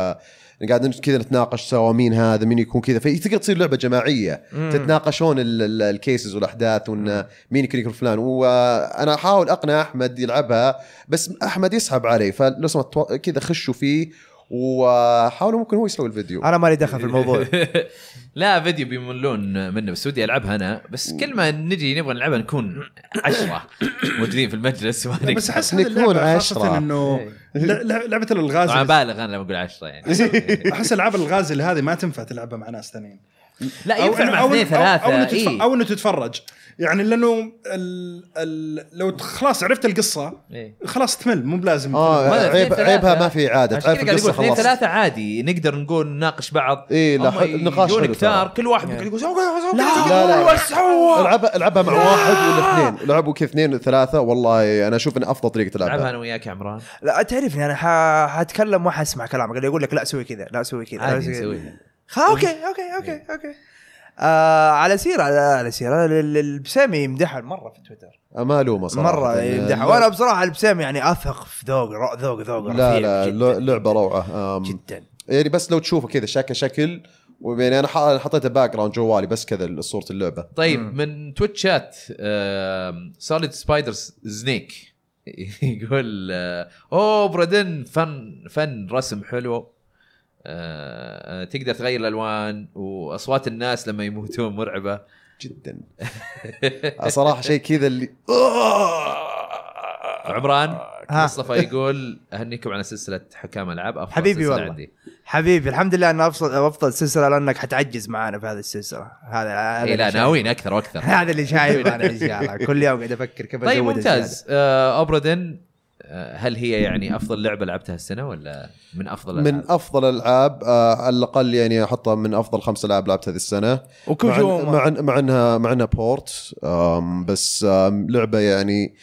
Speaker 3: قاعد كذا نتناقش سوا مين هذا مين يكون كذا فتقدر تصير لعبه جماعيه
Speaker 2: مم.
Speaker 3: تتناقشون ال- ال- الكيسز والاحداث وان مين يمكن يكون فلان وانا احاول اقنع احمد يلعبها بس احمد يسحب علي فلو سمحت تو- كذا خشوا فيه وحاولوا ممكن هو يسوي الفيديو
Speaker 2: انا مالي دخل في الموضوع
Speaker 1: لا فيديو بيملون منه بس ودي العبها انا بس كل ما نجي نبغى نلعبها نكون عشرة موجودين في المجلس
Speaker 4: لا،
Speaker 1: وهنك
Speaker 4: بس احس
Speaker 3: نكون
Speaker 4: هذه اللعبة
Speaker 3: عشرة.
Speaker 4: خاصه انه لا- لا- لعبه الالغاز
Speaker 1: طبعا
Speaker 4: اللي-
Speaker 1: بالغ انا لما اقول 10 يعني
Speaker 4: احس العاب الالغاز اللي هذه ما تنفع تلعبها مع ناس ثانيين
Speaker 1: لا ينفع مع اثنين ثلاثه
Speaker 4: او, أو, إنه تتف...
Speaker 1: إيه.
Speaker 4: أو انه تتفرج يعني لانه ال... ال... لو ت- خلاص عرفت القصه
Speaker 1: إيه.
Speaker 4: خلاص تمل مو بلازم
Speaker 2: آه،
Speaker 3: اه
Speaker 1: ما-
Speaker 3: عيب
Speaker 1: اثنين
Speaker 3: عيبها
Speaker 1: ثلاثة.
Speaker 3: ما في اعاده
Speaker 1: عشان
Speaker 3: تعرف
Speaker 1: كذا قاعد
Speaker 3: القصه
Speaker 1: اقول اثنين
Speaker 3: خلاص
Speaker 1: ثلاثه عادي نقدر نقول نناقش بعض
Speaker 3: إيه، لا،
Speaker 1: أما
Speaker 3: نقاش
Speaker 1: يجون
Speaker 3: حلو
Speaker 1: كتار
Speaker 3: ترى.
Speaker 1: كل واحد
Speaker 2: إيه.
Speaker 1: قاعد يقول
Speaker 3: لا، لا.
Speaker 1: سوى
Speaker 3: العبها العبها مع واحد ولا اثنين لعبوا كذا اثنين ثلاثه والله انا اشوف ان افضل طريقه
Speaker 1: العبها
Speaker 3: تلعبها
Speaker 1: انا وياك يا عمران
Speaker 2: لا تعرفني انا ح- حاتكلم وحاسمع كلامك اللي يقول لك لا سوي كذا لا سوي كذا لا
Speaker 1: عادي
Speaker 2: سوي كذا.
Speaker 1: نسويها
Speaker 2: خ- اوكي اوكي اوكي اوكي آه على سيرة على, على سيرة ال- ال- البسامي يمدحها مره في تويتر
Speaker 3: أه، ما الومه صراحه
Speaker 2: مره
Speaker 3: يعني
Speaker 2: يمدحها وانا بصراحه البسامي يعني اثق في ذوق رو- ذوق ذوق
Speaker 3: لا
Speaker 2: رفيع
Speaker 3: لا
Speaker 2: جدا,
Speaker 3: لع- لعبه روعه أم،
Speaker 2: جدا.
Speaker 3: يعني بس لو تشوفه كذا شكل شكل يعني انا ح- حطيته باك جراوند جوالي بس كذا صوره اللعبه
Speaker 1: طيب من تويتشات سوليد سبايدر زنيك يقول آه، اوه برادن فن فن رسم حلو آه، آه، تقدر تغير الالوان واصوات الناس لما يموتون مرعبه
Speaker 3: جدا صراحه شيء كذا اللي آه،
Speaker 2: آه،
Speaker 1: عمران
Speaker 2: ها.
Speaker 1: مصطفى يقول اهنيكم على سلسله حكام العاب افضل
Speaker 2: حبيبي
Speaker 1: سلسلة
Speaker 2: والله.
Speaker 1: عندي
Speaker 2: حبيبي الحمد لله انه افضل افضل سلسله لانك حتعجز معانا في هذه السلسله هذا هذا
Speaker 1: اي
Speaker 2: اللي
Speaker 1: إيه، لا
Speaker 2: شايف.
Speaker 1: ناويين اكثر واكثر
Speaker 2: هذا اللي شايف انا ان شاء الله كل يوم قاعد افكر كيف
Speaker 1: طيب
Speaker 2: أزود
Speaker 1: ممتاز
Speaker 2: الزيادة.
Speaker 1: آه، اوبرادن آه، هل هي يعني افضل لعبه لعبتها السنه ولا من افضل
Speaker 3: من افضل الالعاب آه، على الاقل يعني احطها من افضل خمس العاب لعبتها هذه السنه مع,
Speaker 2: وكوجوما
Speaker 3: مع, مع انها مع انها بورت آم، بس آم، لعبه يعني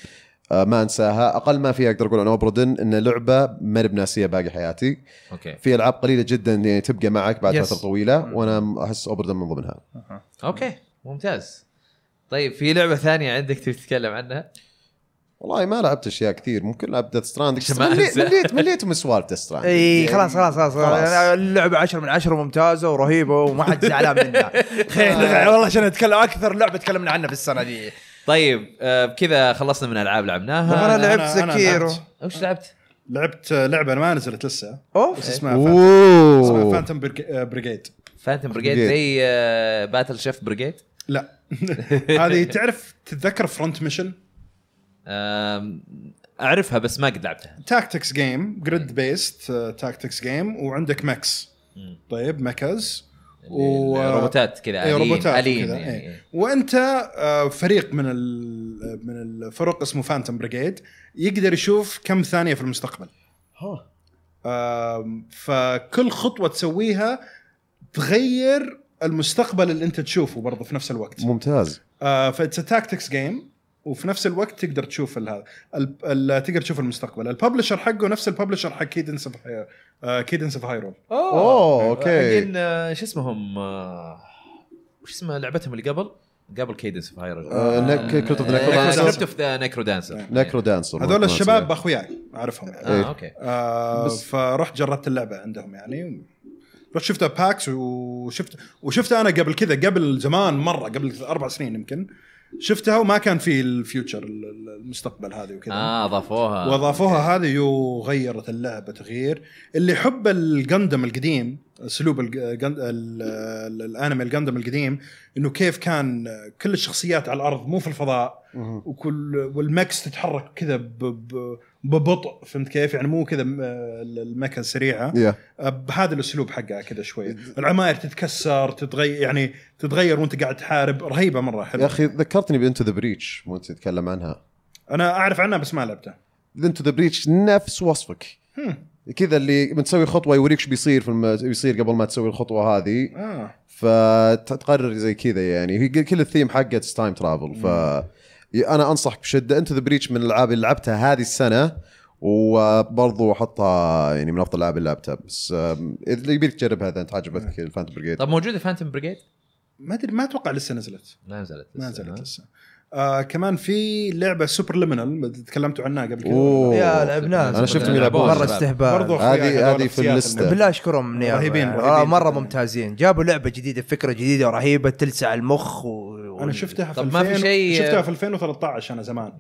Speaker 3: آه، ما انساها اقل ما فيها اقدر اقول عن اوبردن ان لعبه ما أنا بناسيها باقي حياتي
Speaker 1: اوكي
Speaker 3: في العاب قليله جدا يعني تبقى معك بعد
Speaker 2: Yes.
Speaker 3: فتره طويله وانا احس اوبردن من ضمنها
Speaker 1: اوكي ممتاز طيب في لعبه ثانيه عندك تبي تتكلم عنها
Speaker 3: والله ما لعبت اشياء كثير ممكن العب ديث ستراند
Speaker 1: عشان ما
Speaker 3: مليت
Speaker 1: أنسى.
Speaker 3: مليت, مليت من سوالف ديث ستراند
Speaker 2: اي خلاص خلاص خلاص,
Speaker 3: خلاص.
Speaker 2: خلاص. اللعبه 10 من 10 ممتازه ورهيبه وما حد زعلان منها
Speaker 1: آه.
Speaker 2: خير والله عشان اتكلم اكثر لعبه تكلمنا عنها في السنه دي
Speaker 1: طيب آه، بكذا خلصنا من العاب
Speaker 2: طب
Speaker 1: لعبناها
Speaker 2: أنا لعبت
Speaker 4: أنا
Speaker 2: سكيرو.
Speaker 4: لعبت-
Speaker 1: وش لعبت؟
Speaker 4: لعبت لعبه ما نزلت لسه بس
Speaker 2: اوف
Speaker 4: اسمها فانتوم- اسمها
Speaker 3: اوه
Speaker 4: فانتوم بريجيد
Speaker 1: فانتم بريجيد
Speaker 3: Brigade.
Speaker 1: زي آه، باتل شيف بريجيد
Speaker 4: لا هذه تعرف تتذكر فرونت ميشن
Speaker 1: اعرفها بس ما قد لعبتها
Speaker 4: تاكتكس جيم جريد بيست تاكتكس جيم uh, وعندك ماكس
Speaker 1: مم.
Speaker 4: طيب ماكز
Speaker 1: و... يعني روبوتات كذا
Speaker 4: اي
Speaker 1: آليين-
Speaker 4: روبوتات إيه.
Speaker 1: آليين
Speaker 4: كذا،
Speaker 1: يعني.
Speaker 4: اي. وانت آه، فريق من ال- من الفرق اسمه فانتوم بريجيد يقدر يشوف كم ثانيه في المستقبل آم، فكل خطوه تسويها تغير المستقبل اللي انت تشوفه برضه في نفس الوقت
Speaker 3: ممتاز
Speaker 4: فاتس تاكتكس جيم وفي نفس الوقت تقدر تشوف ال- هذا ال- ال- تقدر تشوف المستقبل الببلشر حقه نفس الببلشر حق كيدنس اوف كيدنس اوف هايرول
Speaker 3: أوه، أوكي.
Speaker 1: حقين، آه، شو اسمهم آه، وش اسمها لعبتهم اللي قبل؟ قبل كيدنس اوف
Speaker 3: آه، نك- آه، كريبت اوف ذا نيكرو دانسر.
Speaker 1: كريبت اوف ذا نيكرو دانسر
Speaker 3: نكرو دانسر
Speaker 4: هذول الشباب اخوياي اعرفهم يعني
Speaker 1: اه اوكي
Speaker 4: آه
Speaker 3: بس-
Speaker 4: فرحت جربت اللعبه عندهم يعني رحت شفتها باكس وشفت وشفتها انا قبل كذا قبل زمان مره قبل اربع سنين يمكن شفتها وما كان في الفيوتشر ال- ال- المستقبل هذه وكذا
Speaker 1: اه اضافوها
Speaker 4: واضافوها هذه يو غيرت اللعبه تغيير اللي يحب الجندم القديم اسلوب الجند... الانمي الجندم القديم انه كيف كان كل الشخصيات على الارض مو في الفضاء وكل والمكس تتحرك كذا ب... ب... ببطء فهمت كيف يعني مو كذا م- المكه سريعه
Speaker 3: يا
Speaker 4: بهذا الاسلوب حقها كذا شوي العماير تتكسر تتغير يعني تتغير وانت قاعد تحارب رهيبه مره
Speaker 3: يا
Speaker 4: حلوه
Speaker 3: اخي ذكرتني بانتو ذا بريتش وانت تتكلم عنها
Speaker 4: انا اعرف عنها بس ما لعبتها
Speaker 3: انتو ذا بريتش نفس وصفك
Speaker 4: هم.
Speaker 3: كذا اللي بتسوي خطوه يوريك ايش بيصير في الم... بيصير قبل ما تسوي الخطوه هذه
Speaker 4: اه
Speaker 3: فتقرر زي كذا يعني هي كل الثيم حقت تايم ترافل ف انا انصح بشده انتو ذا بريتش من الالعاب اللي لعبتها هذه السنه وبرضو احطها يعني من افضل الالعاب اللي لعبتها بس آم، اللي يبيك تجربها اذا انت عجبتك الفانت بريجيد
Speaker 1: طب موجوده فانتوم بريجيد؟
Speaker 4: ما ادري ما اتوقع لسه نزلت
Speaker 1: ما نزلت لسه،
Speaker 4: ما نزلت
Speaker 1: ها؟
Speaker 4: لسه آه كمان في لعبه سوبر ليمينال تكلمتوا عنها قبل كذا
Speaker 3: أوه.
Speaker 2: يا لعبناها
Speaker 3: أنا شفتهم يلعبوها
Speaker 2: مره
Speaker 3: شباب.
Speaker 2: استهبال
Speaker 4: برضو أخوياي
Speaker 3: هذه-
Speaker 4: هذول
Speaker 3: هذه في
Speaker 4: الشخصيات
Speaker 3: الليستة.
Speaker 4: اللي-
Speaker 2: بالله اشكرهم منيح
Speaker 4: رهيبين-
Speaker 2: يعني.
Speaker 4: رهيبين.
Speaker 2: آه، مره ممتازين جابوا لعبه جديده فكره جديده ورهيبه تلسع المخ و...
Speaker 4: انا شفتها في
Speaker 1: طب ما في
Speaker 4: 2000
Speaker 1: شيء-
Speaker 4: شفتها في 2013 انا زمان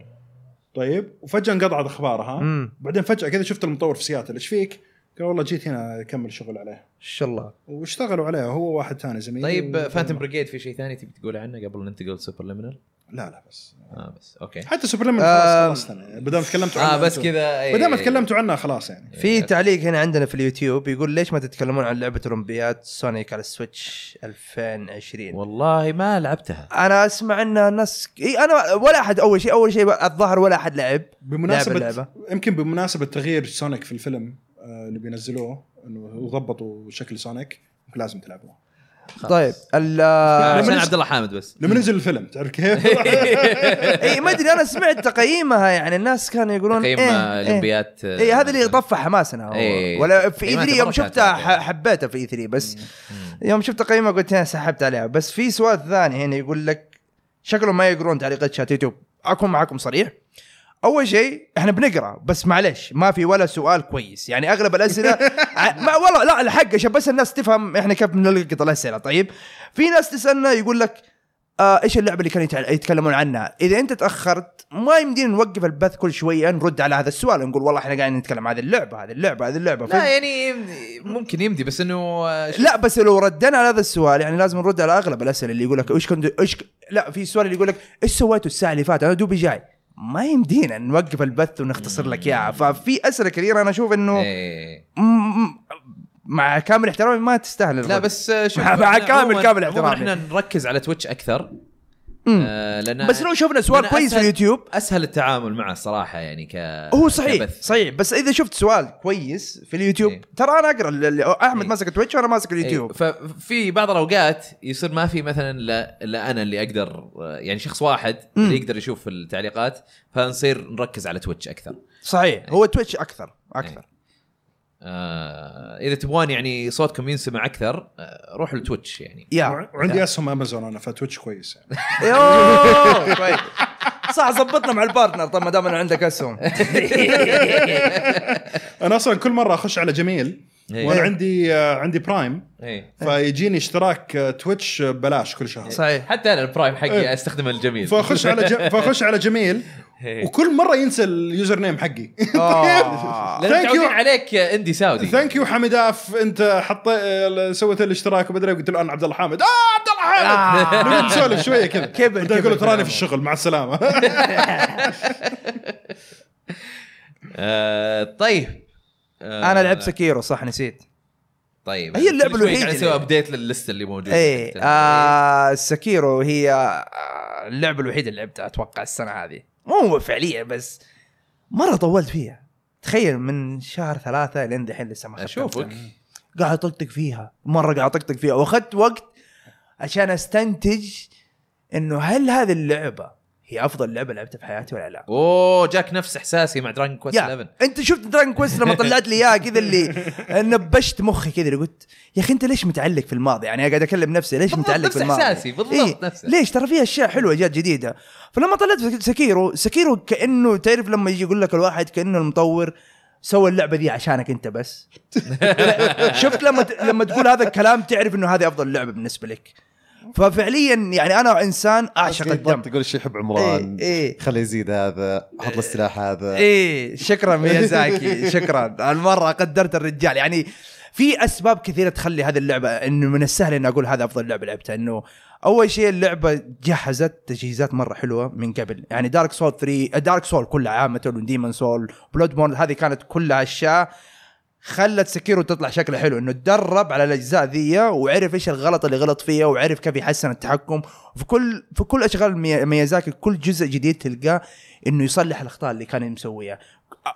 Speaker 4: طيب وفجاه انقطعت اخبارها
Speaker 2: امم
Speaker 4: بعدين فجاه كذا شفت المطور في سياتل ايش فيك؟ قال والله جيت هنا اكمل شغل عليه
Speaker 2: ان شاء الله
Speaker 4: واشتغلوا عليها هو واحد ثاني زميلي
Speaker 1: طيب
Speaker 2: إيه،
Speaker 4: و-
Speaker 1: فانتوم بريجيد في شيء ثاني تبي تقول عنه قبل ننتقل سوبر ليمينال؟
Speaker 4: لا لا بس
Speaker 1: اه بس اوكي
Speaker 2: طيب،
Speaker 4: حتى سوبر ليمينال
Speaker 2: آه.
Speaker 4: خلاص خلصت انا بدل ما تكلمتوا عنها
Speaker 1: اه بس
Speaker 4: أنتم.
Speaker 1: كذا إي-
Speaker 4: بدل ما تكلمتوا عنها خلاص يعني
Speaker 2: في تعليق هنا عندنا في اليوتيوب يقول ليش ما تتكلمون عن لعبه اولمبياد سونيك على السويتش 2020
Speaker 1: والله ما لعبتها
Speaker 2: انا اسمع انها ناس اي انا ولا احد اول شيء اول شيء الظاهر ولا احد لعب
Speaker 4: بمناسبه
Speaker 2: لعبة- لعبة.
Speaker 4: يمكن بمناسبه تغيير سونيك في الفيلم آه، اللي بينزلوه انه وضبطوا شكل سونيك لازم تلعبوه
Speaker 1: خلاص.
Speaker 2: طيب ال
Speaker 1: آه، عشان
Speaker 4: لما نس-
Speaker 1: عبد الله حامد بس
Speaker 4: لما نزل الفيلم تعرف كيف؟
Speaker 2: اي ما ادري انا سمعت تقييمها يعني الناس كانوا يقولون
Speaker 1: تقييم آه،
Speaker 2: إيه، إيه.
Speaker 1: الاولمبيات
Speaker 2: اي هذا اللي طفى حماسنا هو
Speaker 1: إيه.
Speaker 2: ولا في اي
Speaker 1: تقييمات
Speaker 2: 3 يوم
Speaker 1: مرة
Speaker 2: شفتها
Speaker 1: كانت عالية.
Speaker 2: ح- حبيتها في اي 3 بس يوم شفت تقييمها قلت انا سحبت عليها بس في سؤال ثاني هنا يقول لك شكلهم ما يقرون تعليقات شات يوتيوب اكون معاكم صريح اول شيء احنا بنقرا بس معلش ما في ولا سؤال كويس يعني اغلب الاسئله ع- ما والله لا الحق عشان بس الناس تفهم احنا كيف بنلقط الاسئله طيب في ناس تسالنا يقول لك آه ايش اللعبه اللي كانوا يتع- يتكلمون عنها؟ اذا انت تاخرت ما يمدينا نوقف البث كل شويه نرد على هذا السؤال نقول والله احنا قاعدين نتكلم عن هذه اللعبه هذه اللعبه هذه اللعبه
Speaker 1: لا يعني يمدي- ممكن يمدي بس انه آه، شو-
Speaker 2: لا بس لو ردينا على هذا السؤال يعني لازم نرد على اغلب الاسئله اللي يقول لك ايش كنت ايش ك- لا في سؤال اللي يقول لك ايش سويتوا الساعه اللي فاتت انا دوبي جاي ما يمدينا نوقف البث ونختصر لك اياها ففي اسئله كثيره انا اشوف انه
Speaker 1: إيه.
Speaker 2: م- م- مع كامل احترامي ما تستاهل
Speaker 1: لا
Speaker 2: الرد.
Speaker 1: بس آه، شوف
Speaker 2: مع- مع
Speaker 1: إحنا
Speaker 2: كامل-
Speaker 1: عموماً-
Speaker 2: كامل
Speaker 1: عموماً
Speaker 2: احترامي.
Speaker 1: احنا نركز على تويتش اكثر
Speaker 2: مم.
Speaker 1: آه، لان
Speaker 2: بس لو شفنا سؤال
Speaker 1: لأن
Speaker 2: كويس في
Speaker 1: أسهل-
Speaker 2: اليوتيوب
Speaker 1: اسهل التعامل معه صراحه يعني ك
Speaker 2: هو صحيح
Speaker 1: كبث.
Speaker 2: صحيح بس اذا شفت سؤال كويس في اليوتيوب
Speaker 1: إيه.
Speaker 2: ترى انا اقرا ال- ال- احمد
Speaker 1: إيه.
Speaker 2: ماسك تويتش وانا ماسك اليوتيوب
Speaker 1: إيه، ففي بعض الاوقات يصير ما في مثلا الا الا انا اللي اقدر يعني شخص واحد
Speaker 2: مم.
Speaker 1: اللي يقدر يشوف التعليقات فنصير نركز على تويتش اكثر
Speaker 2: صحيح هو تويتش اكثر
Speaker 1: إيه.
Speaker 2: اكثر
Speaker 1: آه اذا تبغون يعني صوتكم ينسمع اكثر آه روحوا لتويتش يعني
Speaker 2: يا
Speaker 4: وعندي اسهم امازون انا فتويتش كويس يعني
Speaker 2: يوه، كويس. صح زبطنا مع البارتنر طب ما دام انا عندك اسهم
Speaker 4: انا اصلا كل مره اخش على جميل
Speaker 1: إيه.
Speaker 4: وانا عندي آه، عندي برايم
Speaker 1: إيه.
Speaker 4: فيجيني اشتراك آه، تويتش آه، ببلاش كل شهر
Speaker 2: صحيح
Speaker 1: حتى انا البرايم حقي
Speaker 4: إيه.
Speaker 1: استخدمه الجميل
Speaker 4: فاخش على ج... فاخش على جميل وكل مره ينسى اليوزر نيم حقي
Speaker 2: آه.
Speaker 1: لان
Speaker 4: ثانك
Speaker 1: متعودين
Speaker 4: يو
Speaker 1: عليك يا اندي ساودي
Speaker 4: ثانك يو حمداف انت آه، حطيت آه، سويت الاشتراك وبدري قلت له انا عبد الله حامد اه عبد الله حامد نقعد نسولف شويه كذا
Speaker 2: كبر-
Speaker 4: بعدين اقول
Speaker 2: كبر
Speaker 4: له تراني في
Speaker 2: كلامه.
Speaker 4: الشغل مع السلامه
Speaker 1: آه طيب آه
Speaker 2: انا لعبت سكيرو صح نسيت
Speaker 1: طيب
Speaker 2: هي اللعبة الوحيدة
Speaker 1: يعني
Speaker 2: اللي-
Speaker 1: نسوي ابديت للسته اللي موجوده
Speaker 2: ايه آه سكيرو هي آه، اللعبه الوحيده اللي لعبتها اتوقع السنه هذه مو فعليا بس مره طولت فيها تخيل من شهر ثلاثة لين دحين لسه ما ختمتها.
Speaker 1: اشوفك
Speaker 2: قاعد اطقطق فيها مره قاعد اطقطق فيها واخذت وقت عشان استنتج انه هل هذه اللعبه هي افضل لعبه لعبتها في حياتي ولا لا؟
Speaker 1: اوه جاك نفس احساسي مع دراجون كويست
Speaker 2: يا
Speaker 1: 11
Speaker 2: انت شفت دراجون كويست لما طلعت لي اياها كذا اللي نبشت مخي كذا اللي قلت يا اخي انت ليش متعلق في الماضي؟ يعني أنا قاعد اكلم نفسي ليش
Speaker 1: بالضبط،
Speaker 2: متعلق
Speaker 1: نفس
Speaker 2: في الماضي؟ إيه،
Speaker 1: إحساسي، بالضبط، نفسه.
Speaker 2: ليش ترى فيها اشياء حلوه جات جديده فلما طلعت في سكيرو سكيرو كانه تعرف لما يجي يقول لك الواحد كانه المطور سوى اللعبه دي عشانك انت بس شفت لما ت... لما تقول هذا الكلام تعرف انه هذه افضل لعبه بالنسبه لك ففعليا يعني انا انسان اعشق الدم
Speaker 3: تقول شيء يحب عمران
Speaker 2: إيه، إيه.
Speaker 3: خليه يزيد هذا حط له السلاح هذا
Speaker 2: ايه شكرا ميازاكي شكرا المره قدرت الرجال يعني في اسباب كثيره تخلي هذه اللعبه انه من السهل اني اقول هذا افضل لعبه لعبتها انه اول شيء اللعبه جهزت تجهيزات مره حلوه من قبل يعني دارك سول 3 دارك سول كلها عامه وديمون سول بلود بورن هذه كانت كلها اشياء خلت سكيرو تطلع شكلها حلو انه تدرب على الاجزاء ذي وعرف ايش الغلط اللي غلط فيها وعرف كيف يحسن التحكم في كل في كل اشغال مي- ميازاكي كل جزء جديد تلقاه انه يصلح الاخطاء اللي كان مسويها أ-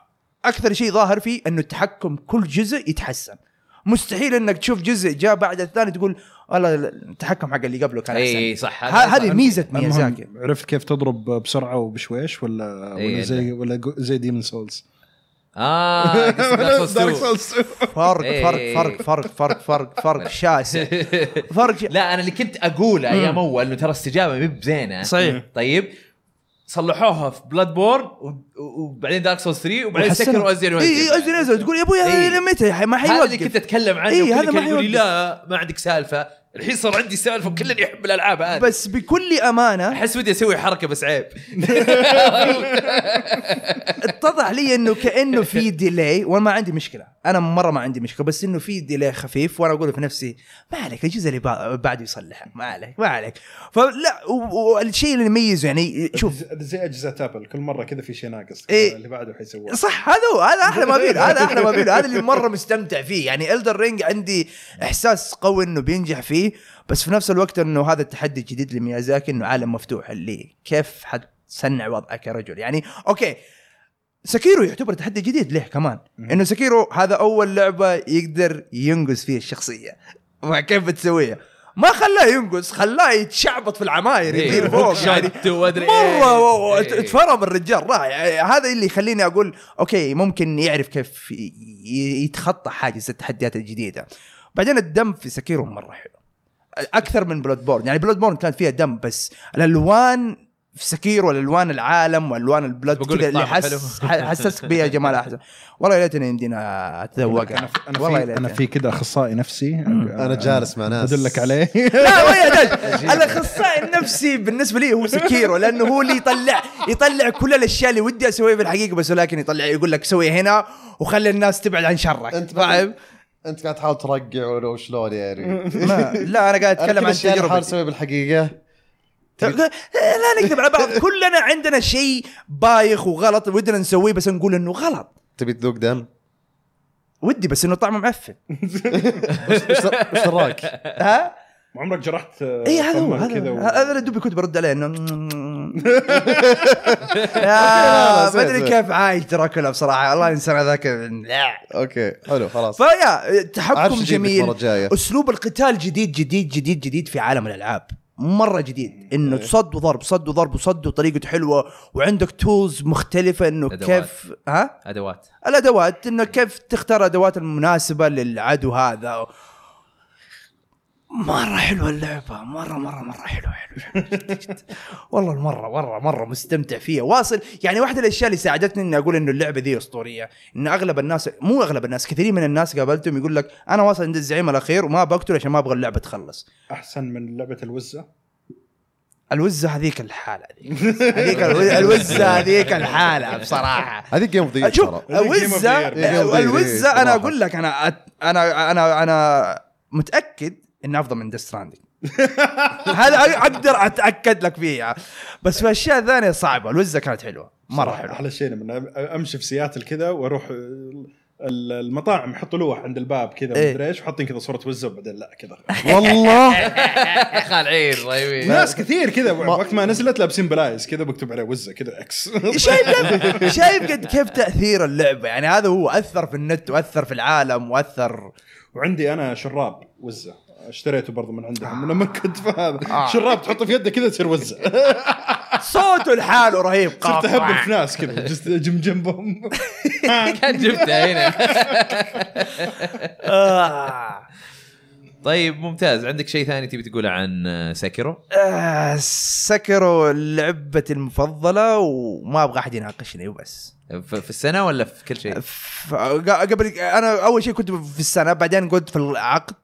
Speaker 2: اكثر شيء ظاهر فيه انه التحكم كل جزء يتحسن مستحيل انك تشوف جزء جاء بعد الثاني تقول والله التحكم حق اللي قبله كان احسن
Speaker 1: اي إيه، صح
Speaker 2: ه- هذه
Speaker 1: صح.
Speaker 2: ميزه ميازاكي
Speaker 4: المهم عرفت كيف تضرب بسرعه وبشويش ولا
Speaker 1: إيه،
Speaker 4: ولا زي ولا جو- زي ديمون سولز
Speaker 2: آه،
Speaker 1: اه قصدك Dark Souls 2.
Speaker 2: فرق
Speaker 1: إيه.
Speaker 2: فرق فرق فرق فرق فرق فرق شاسع فرق ش...
Speaker 1: لا انا اللي كنت اقوله ايام اول انه ترى الاستجابه مي بزينه
Speaker 2: صحيح.
Speaker 1: طيب صلحوها في بلاد بورن و- وبعدين دارك سولز 3 وبعدين
Speaker 2: وحسنوا.
Speaker 1: سكر وازين
Speaker 2: اي اي ازن ازن تقول يا ابوي هذا
Speaker 1: إيه.
Speaker 2: الى متى يا حي- ما
Speaker 1: هذا اللي كنت
Speaker 2: حيوقف
Speaker 1: اتكلم عنه
Speaker 2: إيه،
Speaker 1: وكل
Speaker 2: هذا ما
Speaker 1: كان يقول لي
Speaker 2: حيوقف.
Speaker 1: لا ما عندك سالفه الحين صار عندي سالفه وكلنا يحب الالعاب هذه
Speaker 2: بس بكل امانه
Speaker 1: احس ودي اسوي حركه بس عيب إيه.
Speaker 2: اتضح لي انه كانه في ديلي وانا ما عندي مشكله انا مره ما عندي مشكله بس انه في ديلي خفيف وانا اقول في نفسي ما عليك الجزء اللي بع- بعده يصلحه ما عليك ما عليك فلا و- والشيء اللي يميزه يعني شوف
Speaker 4: شوف زي اجهزه ابل كل مره كذا في شيء ناقص
Speaker 2: إيه.
Speaker 4: اللي بعده حيسووه
Speaker 2: صح هذا هو هذا احلى ما بين هذا احلى ما بين هذا اللي مره مستمتع فيه يعني الدر رينج عندي احساس قوي انه بينجح فيه بس في نفس الوقت انه هذا التحدي الجديد لميازاكي انه عالم مفتوح اللي كيف حتصنع وضعك يا رجل يعني اوكي سكيرو يعتبر تحدي جديد ليه كمان انه سكيرو هذا اول لعبه يقدر ينقز فيها الشخصيه وكيف بتسويها ما خلاه ينقز خلاه يتشعبط في العماير
Speaker 1: إيه،
Speaker 2: يطير فوق يعني
Speaker 1: شت وادري
Speaker 2: مره
Speaker 1: إيه.
Speaker 2: و- و-
Speaker 1: إيه.
Speaker 2: اتفرم الرجال راح يعني هذا اللي يخليني اقول اوكي ممكن يعرف كيف ي- ي- يتخطى حاجز التحديات الجديده بعدين الدم في سكيرو مره حلو اكثر من بلود بورن يعني بلود بورن كان فيها دم بس الالوان في سكيرو الالوان العالم والوان البلود
Speaker 1: بقول لك
Speaker 2: كذا اللي
Speaker 1: طعمه
Speaker 2: حس
Speaker 1: حلو.
Speaker 2: ح- حسسك بها جمال احسن والله يا ليتني يمدينا اتذوقها
Speaker 4: انا في انا
Speaker 2: والله يا
Speaker 4: في,
Speaker 2: ليتني.
Speaker 4: أنا في كذا اخصائي نفسي
Speaker 3: انا جالس مع ناس
Speaker 4: ادلك عليه
Speaker 2: لا ما يحتاج الاخصائي النفسي بالنسبه لي هو سكيرو لانه هو اللي يطلع يطلع كل الاشياء اللي ودي اسويها في الحقيقه بس ولكن يطلع يقول لك سوي هنا وخلي الناس تبعد عن شرك
Speaker 3: انت
Speaker 2: فاهم؟
Speaker 3: فاهم انت قاعد تحاول ترقع ولو شلون يعني
Speaker 2: ما- لا انا قاعد اتكلم
Speaker 3: حاول
Speaker 2: عن تجربتي
Speaker 3: اسوي بالحقيقه
Speaker 2: لا نكذب على بعض كلنا عندنا شيء بايخ وغلط ودنا نسويه بس نقول انه غلط
Speaker 3: تبي تذوق دم؟
Speaker 2: ودي بس انه طعمه معفن
Speaker 3: وش وش دراك؟
Speaker 2: ها
Speaker 4: عمرك جرحت
Speaker 2: اي إيه، هذا هو هذا هو. هذا اللي دوبي كنت برد عليه انه يا ما ادري كيف عايش دراكولا بصراحه الله ينسى ذاك لا
Speaker 3: اوكي حلو خلاص
Speaker 2: فيا
Speaker 3: عارف
Speaker 2: تحكم
Speaker 3: شو جيبك
Speaker 2: جميل
Speaker 3: المرة الجاية.
Speaker 2: اسلوب القتال جديد جديد جديد جديد في عالم الالعاب مره جديد انه
Speaker 3: إيه.
Speaker 2: صد وضرب صد وضرب وصد وطريقه حلوه وعندك تولز مختلفه انه
Speaker 3: إيه،
Speaker 1: أدوات.
Speaker 2: كيف ها
Speaker 1: ادوات
Speaker 2: الادوات انه كيف تختار ادوات المناسبه للعدو هذا مره حلوه اللعبه مره مره مره حلوه حلوه حلوة جد جد. والله المره مره مره مستمتع فيها واصل يعني واحده الاشياء اللي ساعدتني اني اقول انه اللعبه دي اسطوريه ان اغلب الناس مو اغلب الناس كثير من الناس قابلتهم يقول لك انا واصل عند الزعيم الاخير وما بقتل عشان ما ابغى اللعبه تخلص
Speaker 4: احسن من لعبه الوزه
Speaker 2: الوزه هذيك الحاله هذيك هذيك الو- الوزه هذيك الحاله بصراحه
Speaker 3: هذه جيم اوف ذا
Speaker 2: آه، شوف
Speaker 3: ترى
Speaker 2: الوزه
Speaker 4: Game of the
Speaker 3: Year. Game of the Year.
Speaker 2: الوزه انا
Speaker 3: صراحة.
Speaker 2: اقول لك انا أت- انا انا انا متاكد انها افضل من ديستراندنج هذا أ- اقدر اتاكد لك فيها بس في اشياء ثانيه صعبه الوزه كانت حلوه مره
Speaker 4: صراحة
Speaker 2: حلوه
Speaker 4: احلى شيء لما امشي في سياتل كذا واروح ال- المطاعم يحطوا لوح عند الباب كذا
Speaker 2: إيه.
Speaker 4: مدري ايش وحاطين كذا صوره وزه بعدين لا كذا
Speaker 3: والله
Speaker 1: خالعين رهيبين
Speaker 4: ناس كثير كذا
Speaker 3: ما-
Speaker 4: وقت ما نزلت لابسين بلايز كذا مكتوب عليه وزه كذا اكس
Speaker 2: شايف قد- شايف قد كيف تاثير اللعبه يعني هذا هو اثر في النت واثر في العالم واثر
Speaker 4: وعندي انا شراب وزه اشتريته برضه من عندهم لما كنت في هذا
Speaker 2: آه.
Speaker 4: شراب تحطه في يده كذا تصير وزه
Speaker 2: صوته لحاله رهيب
Speaker 4: صرت
Speaker 2: قاطع.
Speaker 4: اهبل في ناس كذا جست جم جنبهم
Speaker 1: كان جبتها هنا
Speaker 2: آه.
Speaker 1: طيب ممتاز عندك شيء ثاني تبي تقوله عن ساكيرو
Speaker 2: آه، سكروا لعبتي المفضله وما ابغى احد يناقشني وبس
Speaker 1: ف- في السنه ولا في كل شيء؟
Speaker 2: ف- قبل انا اول شيء كنت في السنه بعدين قلت في العقد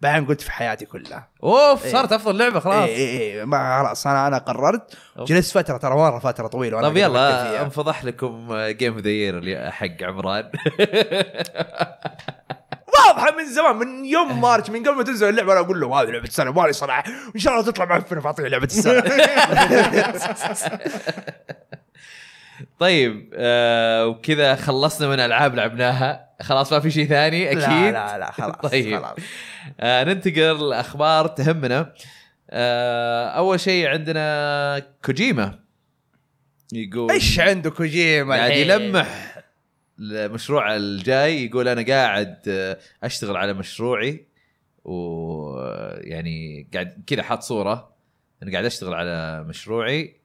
Speaker 2: بعدين قلت في حياتي كلها إيه.
Speaker 1: اوف صارت افضل لعبه خلاص
Speaker 2: اي اي اي ما خلاص انا انا قررت
Speaker 1: أوف.
Speaker 2: جلست فتره ترى مره فتره طويله وأنا
Speaker 1: طب
Speaker 2: أفكر
Speaker 1: طيب، يلا
Speaker 2: فيها.
Speaker 1: انفضح لكم آه، جيم اوف ذا يير حق عمران
Speaker 2: واضحه من زمان من يوم مارش من قبل ما تنزل اللعبه انا اقول له هذه لعبه السنه مالي صراحه ان شاء الله تطلع معفنه فاعطيه لعبه السنه
Speaker 1: طيب آه وكذا خلصنا من العاب لعبناها خلاص ما في شيء ثاني اكيد
Speaker 2: لا لا لا خلاص
Speaker 1: طيب.
Speaker 2: خلاص
Speaker 1: آه ننتقل لاخبار تهمنا آه اول شيء عندنا كوجيما يقول
Speaker 2: ايش عنده كوجيما إيه.
Speaker 1: قاعد
Speaker 2: الحين؟
Speaker 1: يعني يلمح المشروع الجاي يقول انا قاعد آه، اشتغل على مشروعي ويعني قاعد كذا حاط صوره انا قاعد اشتغل على مشروعي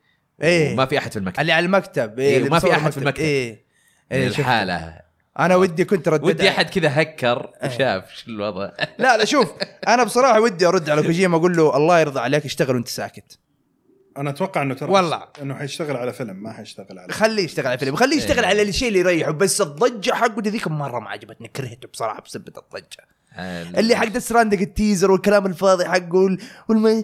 Speaker 2: إيه.
Speaker 1: وما في احد في المكتب
Speaker 2: اللي على المكتب إيه،
Speaker 1: إيه،
Speaker 2: اللي
Speaker 1: وما في
Speaker 2: بيصور
Speaker 1: أحد في المكتب.
Speaker 2: إيه.
Speaker 1: يعني
Speaker 2: إيه، شفت.
Speaker 1: الحاله
Speaker 2: انا ودي كنت رددت
Speaker 1: ودي احد كذا هكر
Speaker 2: إيه.
Speaker 1: وشاف شو الوضع
Speaker 2: لا لا شوف انا بصراحه ودي ارد على كوجيما اقول له الله يرضى عليك اشتغل وانت ساكت
Speaker 4: انا اتوقع انه ترى
Speaker 2: والله.
Speaker 4: انه حيشتغل على فيلم ما حيشتغل على
Speaker 2: خليه يشتغل على فيلم خليه يشتغل
Speaker 1: إيه.
Speaker 2: على الشيء اللي يريحه بس الضجه حقه ذيك مره ما عجبتني كرهته بصراحه بسبب الضجه اللي حق ستراندنج التيزر والكلام الفاضي حقه وال- والما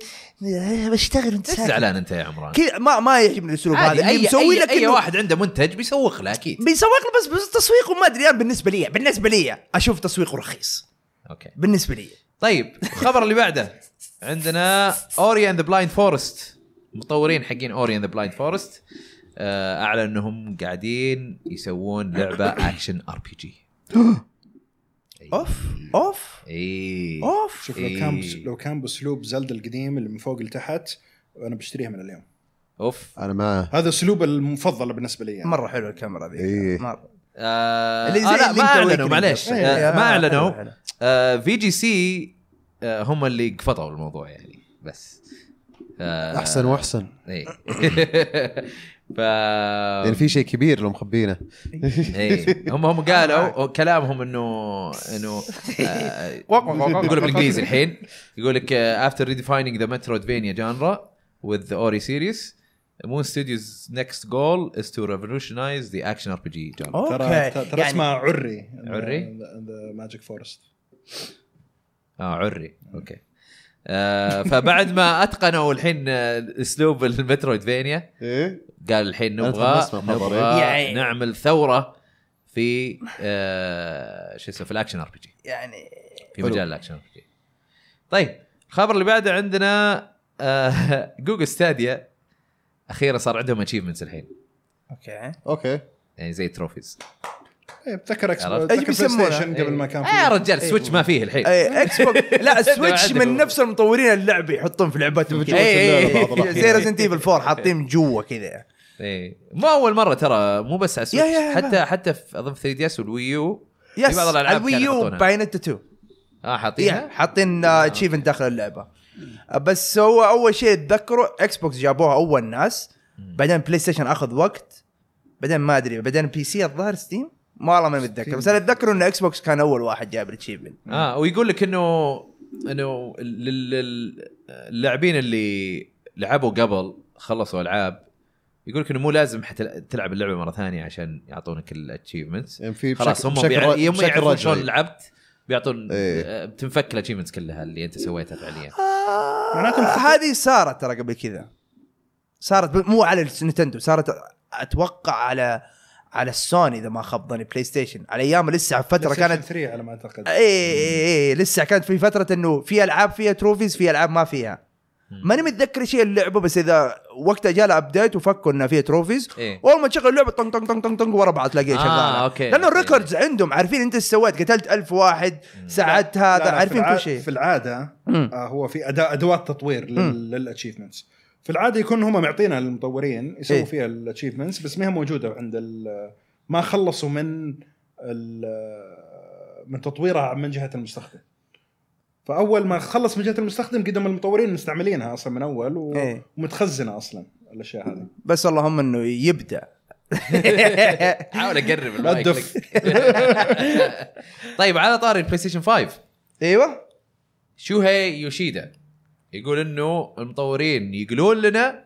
Speaker 2: بشتغل وانت
Speaker 1: ليش
Speaker 2: ساكت
Speaker 1: زعلان انت يا عمران؟
Speaker 2: كذا ما ما يعجبني الاسلوب
Speaker 1: عادي،
Speaker 2: هذا
Speaker 1: اي
Speaker 2: اللي مسوي لك
Speaker 1: اي
Speaker 2: إنه-
Speaker 1: واحد عنده منتج بيسوق له اكيد
Speaker 2: بيسوق له بس بس تسويقه ما ادري انا بالنسبه لي بالنسبه لي اشوف تسويقه رخيص
Speaker 1: اوكي
Speaker 2: بالنسبه لي
Speaker 1: طيب الخبر اللي بعده عندنا اوري اند ذا بلايند فورست مطورين حقين اوري اند ذا بلايند فورست اعلن انهم آه، قاعدين يسوون لعبه اكشن ار بي جي
Speaker 2: اوف اوف
Speaker 1: اي
Speaker 2: اوف
Speaker 4: شوف لو
Speaker 1: إيه.
Speaker 4: كان بس لو كان باسلوب زلدا القديم اللي من فوق لتحت انا بشتريها من اليوم
Speaker 1: اوف
Speaker 3: انا معه
Speaker 4: هذا اسلوب المفضل بالنسبه لي يعني.
Speaker 2: مره حلوه الكاميرا ذي
Speaker 3: إيه.
Speaker 2: مره
Speaker 1: آه
Speaker 2: اللي زي
Speaker 1: آه، لا
Speaker 2: اللي
Speaker 1: ما
Speaker 2: أنت
Speaker 1: اعلنوا
Speaker 2: Awakening.
Speaker 1: معليش
Speaker 2: إيه،
Speaker 1: آه،
Speaker 2: آه،
Speaker 1: ما آه،
Speaker 2: حلو،
Speaker 1: اعلنوا
Speaker 2: حلو.
Speaker 1: في جي سي آه، هم اللي قفطوا الموضوع يعني بس آه،
Speaker 3: احسن واحسن
Speaker 1: اي ف
Speaker 3: يعني في شيء كبير لو مخبينه
Speaker 1: إي. إيه. هم هم قالوا كلامهم انه انه آه، يقولوا بالانجليزي الحين يقول لك آه، after redefining the Metroidvania genre with the Ori series Moon Studios next goal is to revolutionize the action RPG genre
Speaker 4: ترى
Speaker 2: اوكي
Speaker 4: ترى
Speaker 2: يعني-
Speaker 4: اسمها عري
Speaker 1: عري؟
Speaker 4: ذا ماجيك فورست
Speaker 1: اه عري اوكي آه فبعد ما اتقنوا الحين آه، اسلوب المترويدفينيا
Speaker 3: ايه
Speaker 1: قال الحين
Speaker 3: أنا
Speaker 1: نبغى
Speaker 3: تحمست مع الخبر،
Speaker 1: نبغى
Speaker 2: يعني.
Speaker 1: نعمل ثوره في آه شو اسمه في الاكشن ار بي جي
Speaker 2: يعني
Speaker 1: في
Speaker 3: حلو.
Speaker 1: مجال الاكشن ار بي جي طيب الخبر اللي بعده عندنا آه جوجل ستاديا اخيرا صار عندهم اتشيفمنتس الحين
Speaker 2: اوكي
Speaker 3: اوكي
Speaker 1: يعني زي تروفيز
Speaker 4: إيه، اتذكر اكس
Speaker 1: عرفت؟
Speaker 4: اتذكر
Speaker 2: إيش بيسمونه؟ إيه،
Speaker 4: PlayStation قبل ما كان
Speaker 1: آه يا
Speaker 4: في
Speaker 1: رجال سويتش ما فيه الحين
Speaker 2: اي اكس بوكس لا سويتش
Speaker 1: عندك
Speaker 2: من
Speaker 1: هو.
Speaker 2: نفس المطورين اللعبه يحطون في لعباتهم كذا.
Speaker 1: إيه،
Speaker 2: إيه،
Speaker 3: بعض الأحيان.
Speaker 2: زي ريزنت ايفل 4 حاطين جوا كذا
Speaker 1: إيه. مو اول مره ترى مو بس على السويتش
Speaker 2: يا- يا-
Speaker 1: حتى حتى في اظن 3 دي اس والويو
Speaker 2: يس
Speaker 1: في بعض الألعاب كانوا
Speaker 2: الويو
Speaker 1: يحطونها. آه.
Speaker 2: باينت 2
Speaker 1: اه
Speaker 2: يا،
Speaker 1: حاطينها
Speaker 2: حاطين اتشيفن داخل اللعبه بس هو اول شيء اتذكره اكس بوكس جابوها اول ناس بعدين بلاي ستيشن اخذ وقت بعدين ما ادري بعدين بي سي الظاهر ستيم ما والله ما متذكر بس انا اتذكر ان اكس بوكس كان اول واحد جاب الاتشيفن
Speaker 1: اه ويقول لك انه انه لل- لل- اللاعبين اللي لعبوا قبل خلصوا العاب يقول لك انه مو لازم حتى تلعب اللعبه مره ثانيه عشان يعطونك الاتشيفمنts
Speaker 3: يعني في
Speaker 1: خلاص هم
Speaker 3: بشكل
Speaker 1: بيع- يوم
Speaker 3: بشكل
Speaker 1: يعرفون
Speaker 3: رجعي.
Speaker 1: شلون لعبت بيعطون
Speaker 3: إيه. آه.
Speaker 1: آه، بتنفك الاتشيفمنتس كلها اللي انت سويتها فعليا
Speaker 4: معناته الخطة-
Speaker 2: هذه صارت ترى قبل كذا صارت ب- مو على النتندو صارت اتوقع على على السوني اذا ما خبضني بلاي ستيشن على ايام لسه فتره
Speaker 4: PlayStation
Speaker 2: كانت إيه،
Speaker 4: 3 على ما اعتقد
Speaker 2: اي اي اي لسه كانت في فتره انه في العاب فيها تروفيز في العاب ما فيها ماني متذكر شيء اللعبه بس اذا وقتها جاء لها ابديت وفكوا انها فيها تروفيز
Speaker 1: إيه.
Speaker 2: اول ما تشغل اللعبه طن طن طن طن طن ورا بعض تلاقيها
Speaker 1: آه،
Speaker 2: شغاله
Speaker 1: أوكي.
Speaker 2: لانه
Speaker 1: أوكي.
Speaker 2: الريكوردز عندهم عارفين انت ايش سويت قتلت ألف واحد ساعدت
Speaker 4: لا،
Speaker 2: هذا
Speaker 4: لا، في
Speaker 2: عارفين
Speaker 4: الع-
Speaker 2: كل شيء
Speaker 4: في العاده
Speaker 2: مم.
Speaker 4: آه هو في اداء ادوات تطوير لل- للاتشيفمنتس في العاده يكون هم معطينها للمطورين يسووا
Speaker 2: إيه.
Speaker 4: فيها الاتشيفمنتس بس ما هي موجوده عند ال- ما خلصوا من ال- من تطويرها من جهه المستخدم فاول ما خلص من جهه المستخدم قدم المطورين مستعملينها اصلا من اول و...
Speaker 2: إيه.
Speaker 4: ومتخزنه اصلا الاشياء هذه
Speaker 2: بس اللهم انه يبدع
Speaker 1: حاول اقرب
Speaker 4: لا
Speaker 1: المايك
Speaker 4: تدف
Speaker 1: لك. طيب على طاري البلاي ستيشن 5
Speaker 2: ايوه
Speaker 1: شوهي يوشيدا يقول انه المطورين يقولون لنا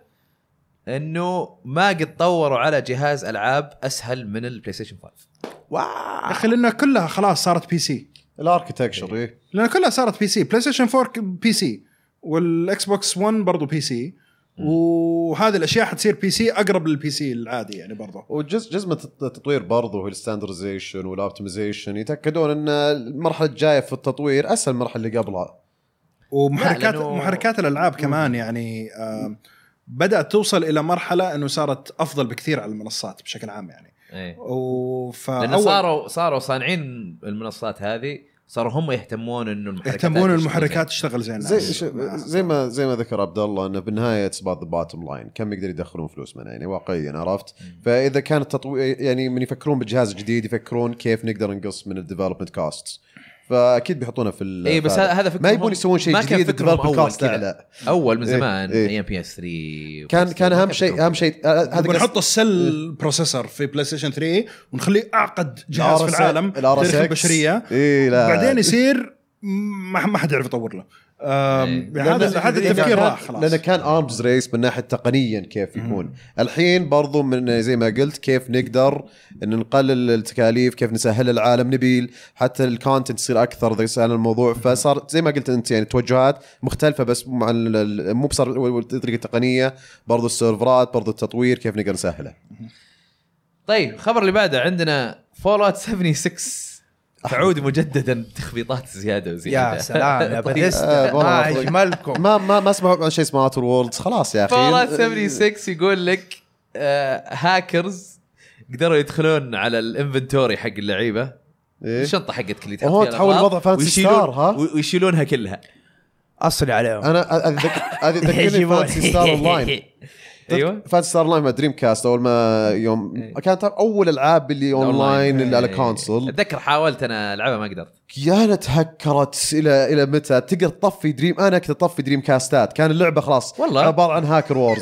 Speaker 1: انه ما قد طوروا على جهاز العاب اسهل من البلاي ستيشن 5
Speaker 4: يا
Speaker 2: واو
Speaker 4: اخي لانها كلها خلاص صارت بي سي
Speaker 3: الاركتكشر
Speaker 1: إيه.
Speaker 3: ايه
Speaker 4: لان كلها صارت بي سي بلاي ستيشن 4 ك- بي سي والاكس بوكس 1 برضه بي سي وهذه الاشياء حتصير بي سي اقرب للبي سي العادي يعني برضه
Speaker 3: وجزء جزء من التط- التطوير برضه هو الستاندرزيشن والاوبتمايزيشن يتاكدون ان المرحله الجايه في التطوير اسهل من المرحله اللي قبلها
Speaker 4: ومحركات
Speaker 1: لأنه-
Speaker 4: محركات الالعاب كمان يعني آم، بدات توصل الى مرحله انه صارت افضل بكثير على المنصات بشكل عام يعني
Speaker 1: ايه
Speaker 3: آه،
Speaker 1: لانه
Speaker 4: وفاول
Speaker 1: صاروا صاروا صانعين المنصات هذه صاروا هم يهتمون انه المحركات
Speaker 4: يهتمون
Speaker 1: هذه
Speaker 4: المحركات تشتغل زين يعني
Speaker 3: زي زي ما زي ما ذكر عبد الله انه بالنهايه اتس ذا باتم لاين كم يقدر يدخلون فلوس منها يعني واقعيا عرفت فاذا كان التطوير يعني من يفكرون بالجهاز الجديد يفكرون كيف نقدر ننقص من الديفلopment كاست فاكيد بيحطونها في ال-
Speaker 1: اي إيه، بس
Speaker 3: فهذا.
Speaker 1: هذا هذا فكرهم
Speaker 3: ما يبون يسوون شيء
Speaker 1: ما كان
Speaker 3: جديد
Speaker 1: فكرهم
Speaker 3: الديفلوبمنت
Speaker 1: اول
Speaker 3: كاست
Speaker 1: كذا
Speaker 3: اعلى
Speaker 1: اول من زمان
Speaker 3: إيه.
Speaker 1: ايام بي اس 3
Speaker 3: كان كان اهم شيء اهم شيء آه، هذا قصدي.
Speaker 4: بنحط السيل بروسيسور في بلاي ستيشن 3 ونخليه اعقد جهاز في
Speaker 3: RS
Speaker 4: العالم
Speaker 3: ال RSX.
Speaker 4: تاريخ البشريه
Speaker 3: اي إيه، لا
Speaker 4: بعدين يصير ما ما حد يعرف يطور له آم، يعني
Speaker 1: إيه.
Speaker 4: هذا
Speaker 3: لأن-
Speaker 4: هذا
Speaker 3: لأن
Speaker 4: التفكير
Speaker 3: كان-
Speaker 4: راح خلاص
Speaker 3: لانه كان ارمز ريس من ناحيه تقنيا كيف يكون الحين برضو من زي ما قلت كيف نقدر ان نقلل التكاليف كيف نسهل العالم نبيل حتى الكونتنت يصير اكثر اذا سالنا الموضوع فصار زي ما قلت انت يعني توجهات مختلفه بس مع ال- ال- مو بصر الطريقه التقنيه برضو السيرفرات برضو التطوير كيف نقدر نسهله
Speaker 1: طيب الخبر اللي بعده عندنا فول اوت 76 تعود مجددا تخبيطات زياده وزياده
Speaker 2: يا سلام يا باتيستا
Speaker 3: آه، والله
Speaker 2: ما
Speaker 3: أخوي.
Speaker 2: اجملكم
Speaker 3: ما ما ما اسمعوا عن شيء اسمه اوتر وورلدز خلاص يا اخي
Speaker 1: فول اوت 76 يقول لك آه، هاكرز قدروا يدخلون على الانفنتوري حق اللعيبه
Speaker 3: إيه؟
Speaker 1: الشنطه حقتك اللي
Speaker 3: أوه،
Speaker 1: فيها
Speaker 3: تحول
Speaker 1: الأغراض
Speaker 3: وضع فانتسي
Speaker 1: ويشيلون-
Speaker 3: ستار، ها؟
Speaker 1: ويشيلونها كلها
Speaker 2: اصلي عليهم
Speaker 3: انا هذه ذك- هذه تذكرني فانتسي ستار اون لاين
Speaker 1: أيوة. ايوه
Speaker 3: فانتسي ستار لاين مع دريم كاست اول ما يوم
Speaker 1: إيه.
Speaker 3: كانت اول العاب اللي اون لاين اللي على
Speaker 1: إيه.
Speaker 3: كونسول
Speaker 1: اتذكر حاولت انا العبها ما قدرت
Speaker 3: يا تهكرت الى الى متى تقدر تطفي دريم انا كنت اطفي دريم كاستات كان اللعبه خلاص
Speaker 1: والله.
Speaker 3: عباره عن هاكر وورز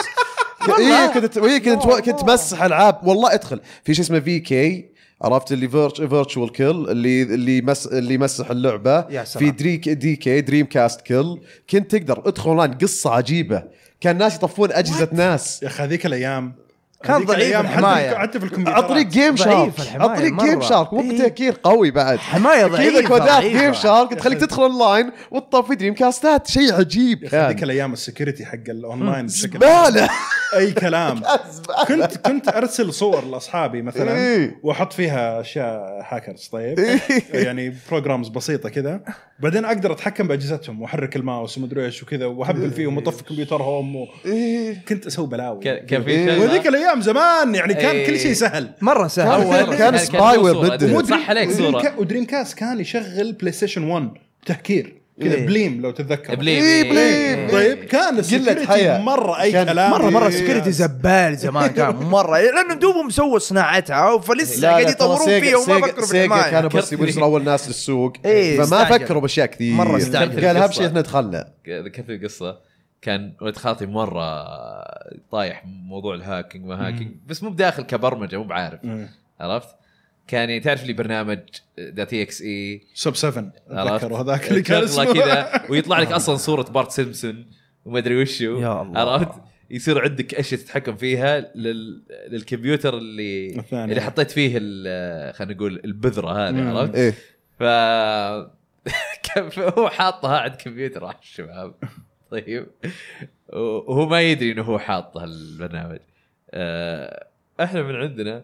Speaker 3: اي كنت اي كنت كنت مسح العاب والله ادخل في شيء اسمه في كي عرفت اللي فيرتشوال كيل اللي اللي مس اللي يمسح اللعبه
Speaker 2: يا
Speaker 3: في
Speaker 2: سلام.
Speaker 3: دري دي كي دريم كاست كيل كنت تقدر ادخل اونلاين قصه عجيبه كان ناس يطفون اجهزه ناس
Speaker 4: يا اخي هذيك الايام
Speaker 2: كان
Speaker 4: هذيك
Speaker 2: ضعيف
Speaker 4: الأيام
Speaker 2: الحماية.
Speaker 4: حتى في- حتى في الكمبيوتر
Speaker 3: عن طريق جيم
Speaker 2: ضعيف
Speaker 3: شارك
Speaker 2: الحماية
Speaker 3: عن طريق
Speaker 2: مرة.
Speaker 3: جيم شارك مو
Speaker 2: إيه.
Speaker 3: بتهكير قوي بعد
Speaker 2: حمايه
Speaker 3: كذا
Speaker 2: ضعيفه
Speaker 3: كودات
Speaker 2: ضعيفة.
Speaker 3: جيم شارك تخليك تدخل اونلاين وتطفي دريم كاستات شيء عجيب
Speaker 4: هذيك
Speaker 3: كان
Speaker 4: الايام السكيورتي حق الاونلاين بشكل
Speaker 3: زباله
Speaker 4: اي كلام كنت كنت ارسل صور لاصحابي مثلا
Speaker 3: إيه.
Speaker 4: واحط فيها اشياء هاكرز طيب
Speaker 3: إيه.
Speaker 4: يعني بروجرامز بسيطه كذا بعدين اقدر اتحكم باجهزتهم واحرك الماوس ومدري ايش وكذا
Speaker 3: إيه.
Speaker 4: واهبل فيهم واطفي كمبيوترهم و... كنت اسوي بلاوي
Speaker 1: ك- كان في
Speaker 3: إيه.
Speaker 1: شغلة-
Speaker 4: وذيك الايام زمان يعني كان
Speaker 1: إيه.
Speaker 4: كل شيء سهل
Speaker 2: مره سهل
Speaker 3: أول
Speaker 2: مرة
Speaker 1: أول
Speaker 3: كان
Speaker 2: سهل.
Speaker 3: سباي وير
Speaker 1: صورة.
Speaker 3: بدل. إيه.
Speaker 1: مو
Speaker 3: مو
Speaker 1: صح عليك
Speaker 4: ودريم,
Speaker 1: صوره
Speaker 4: كا... ودريم كاست كان يشغل بلاي ستيشن 1 تهكير كذا
Speaker 2: إيه.
Speaker 4: بليم لو تتذكر
Speaker 1: بليم
Speaker 3: إيه،
Speaker 1: إيه.
Speaker 3: بليم.
Speaker 4: طيب كان
Speaker 3: حياة.
Speaker 4: السكيورتي مره اي
Speaker 3: كان
Speaker 4: كلام
Speaker 2: مره مره
Speaker 4: إيه.
Speaker 2: سكيورتي زبال زمان كان مره لانه دوبهم سووا صناعتها فلسه قاعد يطورون فيها وما فكروا في
Speaker 3: سيجا كانوا
Speaker 2: الحمايه
Speaker 3: بس يبون يصيروا اول ناس للسوق
Speaker 2: إيه،
Speaker 3: فما
Speaker 2: استعجل.
Speaker 3: فكروا باشياء كثير
Speaker 2: مرة استعجل.
Speaker 3: قال اهم
Speaker 1: القصة.
Speaker 3: شيء احنا دخلنا
Speaker 1: ذكرت القصه كان ولد خالتي مره طايح موضوع الهاكينج ما هاكينج بس مو بداخل كبرمجه مو بعارف
Speaker 4: مم.
Speaker 1: عرفت؟ كان يعني تعرف لي برنامج دات اكس اي
Speaker 4: سب 7
Speaker 1: عرفت؟
Speaker 4: اتذكر هذاك اللي كان
Speaker 1: تطلع
Speaker 4: اسمه
Speaker 1: إيه، كذا ويطلع لك اصلا صوره بارت سيمسون وما ادري وش هو
Speaker 2: يا الله.
Speaker 1: عرفت؟ يصير عندك اشياء تتحكم فيها لل... للكمبيوتر اللي
Speaker 4: الثاني.
Speaker 1: اللي حطيت فيه ال- خلينا نقول البذره هذه
Speaker 4: مم. إيه.
Speaker 1: عرفت؟
Speaker 3: ايه
Speaker 1: ف كان هو حاطها عند كمبيوتر واحد الشباب طيب وهو ما يدري انه هو حاط هالبرنامج آه، احنا من عندنا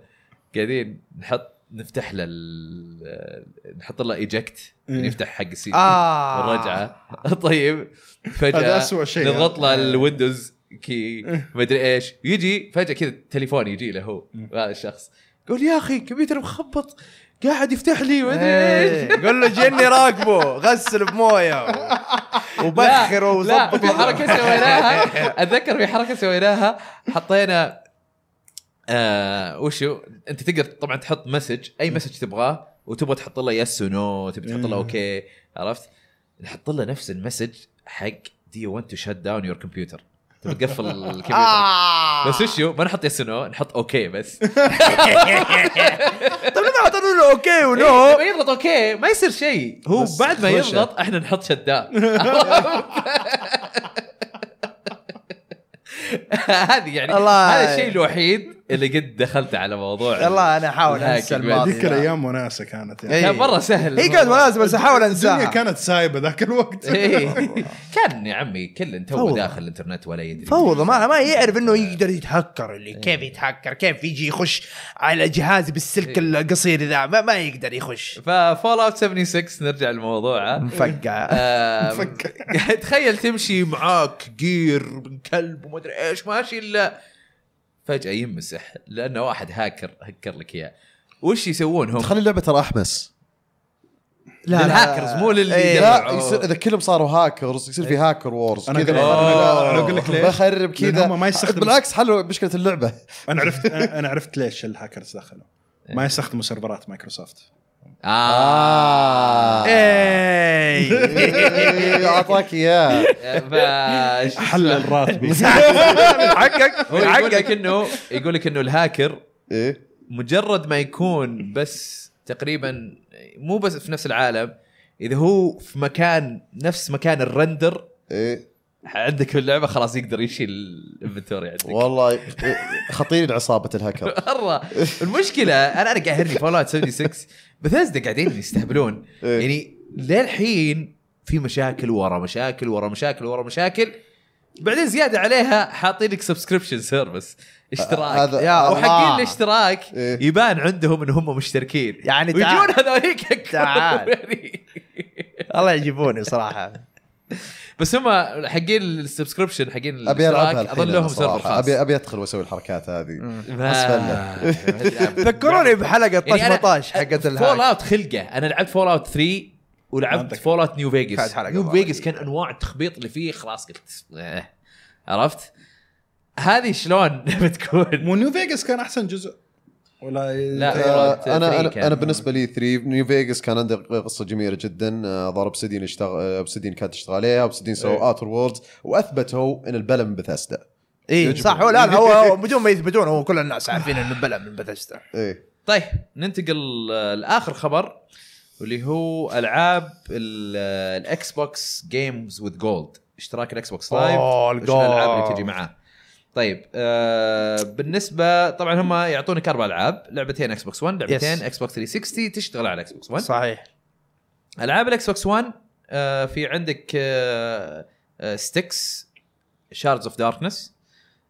Speaker 1: قاعدين نحط نفتح له ال- نحط له ايجكت
Speaker 4: إيه. آه.
Speaker 1: يفتح حق السي دي
Speaker 2: اه
Speaker 1: والرجعه طيب فجاه
Speaker 4: هذا أسوأ شيء. يعني. إيه.
Speaker 1: نضغط له الويندوز كي مدري ايش يجي فجاه كذا تليفون يجي له هو
Speaker 4: إيه.
Speaker 1: هذا الشخص يقول يا اخي كمبيوتر مخبط قاعد يفتح لي مدري ايش
Speaker 2: إيه، قول له جني راكبه غسل بمويه وبخر
Speaker 1: لا
Speaker 2: وظبط
Speaker 1: في حركه سويناها اتذكر في حركه سويناها حطينا آه وشو انت تقدر طبعا تحط مسج اي مسج تبغاه وتبغى تحط له يس ونو تبي تحط له
Speaker 4: مم.
Speaker 1: اوكي عرفت نحط له نفس المسج حق دي يو ونت تو شت داون يور كمبيوتر تبي تقفل الكمبيوتر
Speaker 2: آه.
Speaker 1: بس وشو ما نحط يس ونو نحط اوكي بس
Speaker 2: طب لما اعطونا طيب، له اوكي ونو
Speaker 1: لما يضغط اوكي إيه، ما يصير شيء هو
Speaker 3: بس
Speaker 1: بعد ما
Speaker 3: خشة.
Speaker 1: يضغط احنا نحط شداد هذه يعني
Speaker 2: الله
Speaker 1: هذا
Speaker 2: يعني.
Speaker 1: الشيء الوحيد اللي قد دخلت على موضوع
Speaker 2: والله انا احاول انسى
Speaker 1: لكن
Speaker 2: الماضي
Speaker 4: ذيك الايام وناسه كانت يعني
Speaker 2: إيه.
Speaker 1: كان مره سهل
Speaker 2: هي كانت ملازمه بس احاول
Speaker 4: الدنيا
Speaker 2: انساها
Speaker 4: كانت سايبه ذاك الوقت
Speaker 1: إيه. كان يا عمي كل تو
Speaker 2: فوضى.
Speaker 1: داخل الانترنت ولا يدري
Speaker 2: فوضى ما ما يعرف انه يقدر يتهكر
Speaker 1: إيه.
Speaker 2: اللي كيف يتهكر كيف يجي يخش على جهاز
Speaker 1: إيه.
Speaker 2: بالسلك القصير ذا ما, ما يقدر يخش
Speaker 1: ففول اوت 76 نرجع لموضوع
Speaker 2: مفقع
Speaker 1: آه، تخيل تمشي معاك جير من كلب وما ادري ايش ماشي الا فجاه يمسح لانه واحد هاكر هكر لك اياه وش يسوون هم؟
Speaker 3: تخلي اللعبه ترى احمس
Speaker 1: للهاكرز مو للي
Speaker 2: إيه.
Speaker 1: يدرع.
Speaker 3: لا يصير اذا كلهم صاروا هاكرز يصير في هاكر وورز
Speaker 4: أنا
Speaker 3: كذا
Speaker 4: أقول-
Speaker 1: أنا أقول-
Speaker 4: أقول لك ليش؟
Speaker 3: بخرب كذا
Speaker 4: لأن هم ما يستخدموا-
Speaker 3: بالعكس حلوا مشكله اللعبه
Speaker 4: انا عرفت انا أنا عرفت ليش الهاكرز دخلوا
Speaker 1: إيه.
Speaker 4: ما يستخدموا سيرفرات مايكروسوفت
Speaker 1: آه،
Speaker 2: آه.
Speaker 1: اه
Speaker 3: إيه، اعطاك اياه
Speaker 1: فش-
Speaker 4: حلل راتبي
Speaker 2: حقك
Speaker 1: هو يقول لك
Speaker 2: حقك
Speaker 1: انه يقول لك انه الهاكر
Speaker 3: ايه
Speaker 1: مجرد ما يكون بس تقريبا مو بس في نفس العالم اذا هو في مكان نفس مكان الرندر
Speaker 3: ايه
Speaker 1: عندك في اللعبه خلاص يقدر يشيل الانفنتوري عندك
Speaker 3: والله إيه، خطير عصابه الهاكر
Speaker 1: مره المشكله انا انا قاهرني فول اوت 76 بثيزدا قاعدين يستهبلون
Speaker 3: إيه.
Speaker 1: يعني للحين في مشاكل ورا مشاكل ورا مشاكل ورا مشاكل بعدين زياده عليها حاطين لك سبسكريبشن سيرفيس اشتراك
Speaker 3: آه، هذا-
Speaker 2: يا
Speaker 1: او حقين
Speaker 2: الله.
Speaker 1: الاشتراك
Speaker 3: إيه.
Speaker 1: يبان عندهم ان هم مشتركين
Speaker 2: يعني تعال.
Speaker 1: ويجون هذوليك يكفروا
Speaker 2: تعال.
Speaker 1: يعني.
Speaker 2: الله يعجبوني صراحه
Speaker 1: بس هم حقين السبسكريبشن حقين
Speaker 3: ابي
Speaker 1: الاشتراك
Speaker 3: العبها الحين
Speaker 1: اظن
Speaker 3: أنا
Speaker 1: لهم سيرفر
Speaker 3: صراحة.
Speaker 1: خاص
Speaker 3: ابي ابي ادخل واسوي الحركات هذه
Speaker 1: اسفل
Speaker 2: ذكروني بحلقه طشمطاش حقت
Speaker 1: فول
Speaker 2: الهاك
Speaker 1: اوت يعني خلقه انا لعبت فول اوت 3 ولعبت
Speaker 4: منطقي.
Speaker 1: فول اوت نيو
Speaker 2: كانت
Speaker 1: فيجاس
Speaker 2: حلقة
Speaker 1: نيو
Speaker 2: مرة
Speaker 1: فيجاس
Speaker 2: جديدة.
Speaker 1: كان انواع التخبيط اللي فيه خلاص قلت إيه. عرفت هذه شلون بتكون
Speaker 4: مو نيو فيجاس كان احسن جزء ولا
Speaker 1: لا.
Speaker 3: آه،
Speaker 1: Fallout
Speaker 3: انا
Speaker 1: 3 كان.
Speaker 3: انا انا بالنسبه لي 3 نيو فيجاس كان عنده قصه جميله جدا آه، ظهر اوبسيدين اشتغل اوبسيدين كانت تشتغل عليها اوبسيدين
Speaker 1: إيه.
Speaker 3: سووا اوتر وورلدز واثبتوا ان البلا من بثاسدا
Speaker 2: اي
Speaker 3: يجب.
Speaker 2: إيه، صح هو لا لا، هو- هو بدون ما يثبتون هو كل الناس عارفين انه بلا من بثستا
Speaker 3: ايه
Speaker 1: طيب ننتقل آه، لاخر خبر واللي هو العاب الاكس بوكس جيمز وذ جولد اشتراك الاكس بوكس لايف
Speaker 2: أوه،
Speaker 1: وش
Speaker 2: الجولد.
Speaker 1: الالعاب اللي تجي معاه طيب آه بالنسبه طبعا هم يعطونك اربع العاب لعبتين اكس بوكس 1 لعبتين
Speaker 2: Yes.
Speaker 1: اكس بوكس 360 تشتغل على اكس بوكس 1
Speaker 2: صحيح
Speaker 1: العاب الاكس بوكس 1 آه، في عندك آه، ستكس شاردز اوف داركنس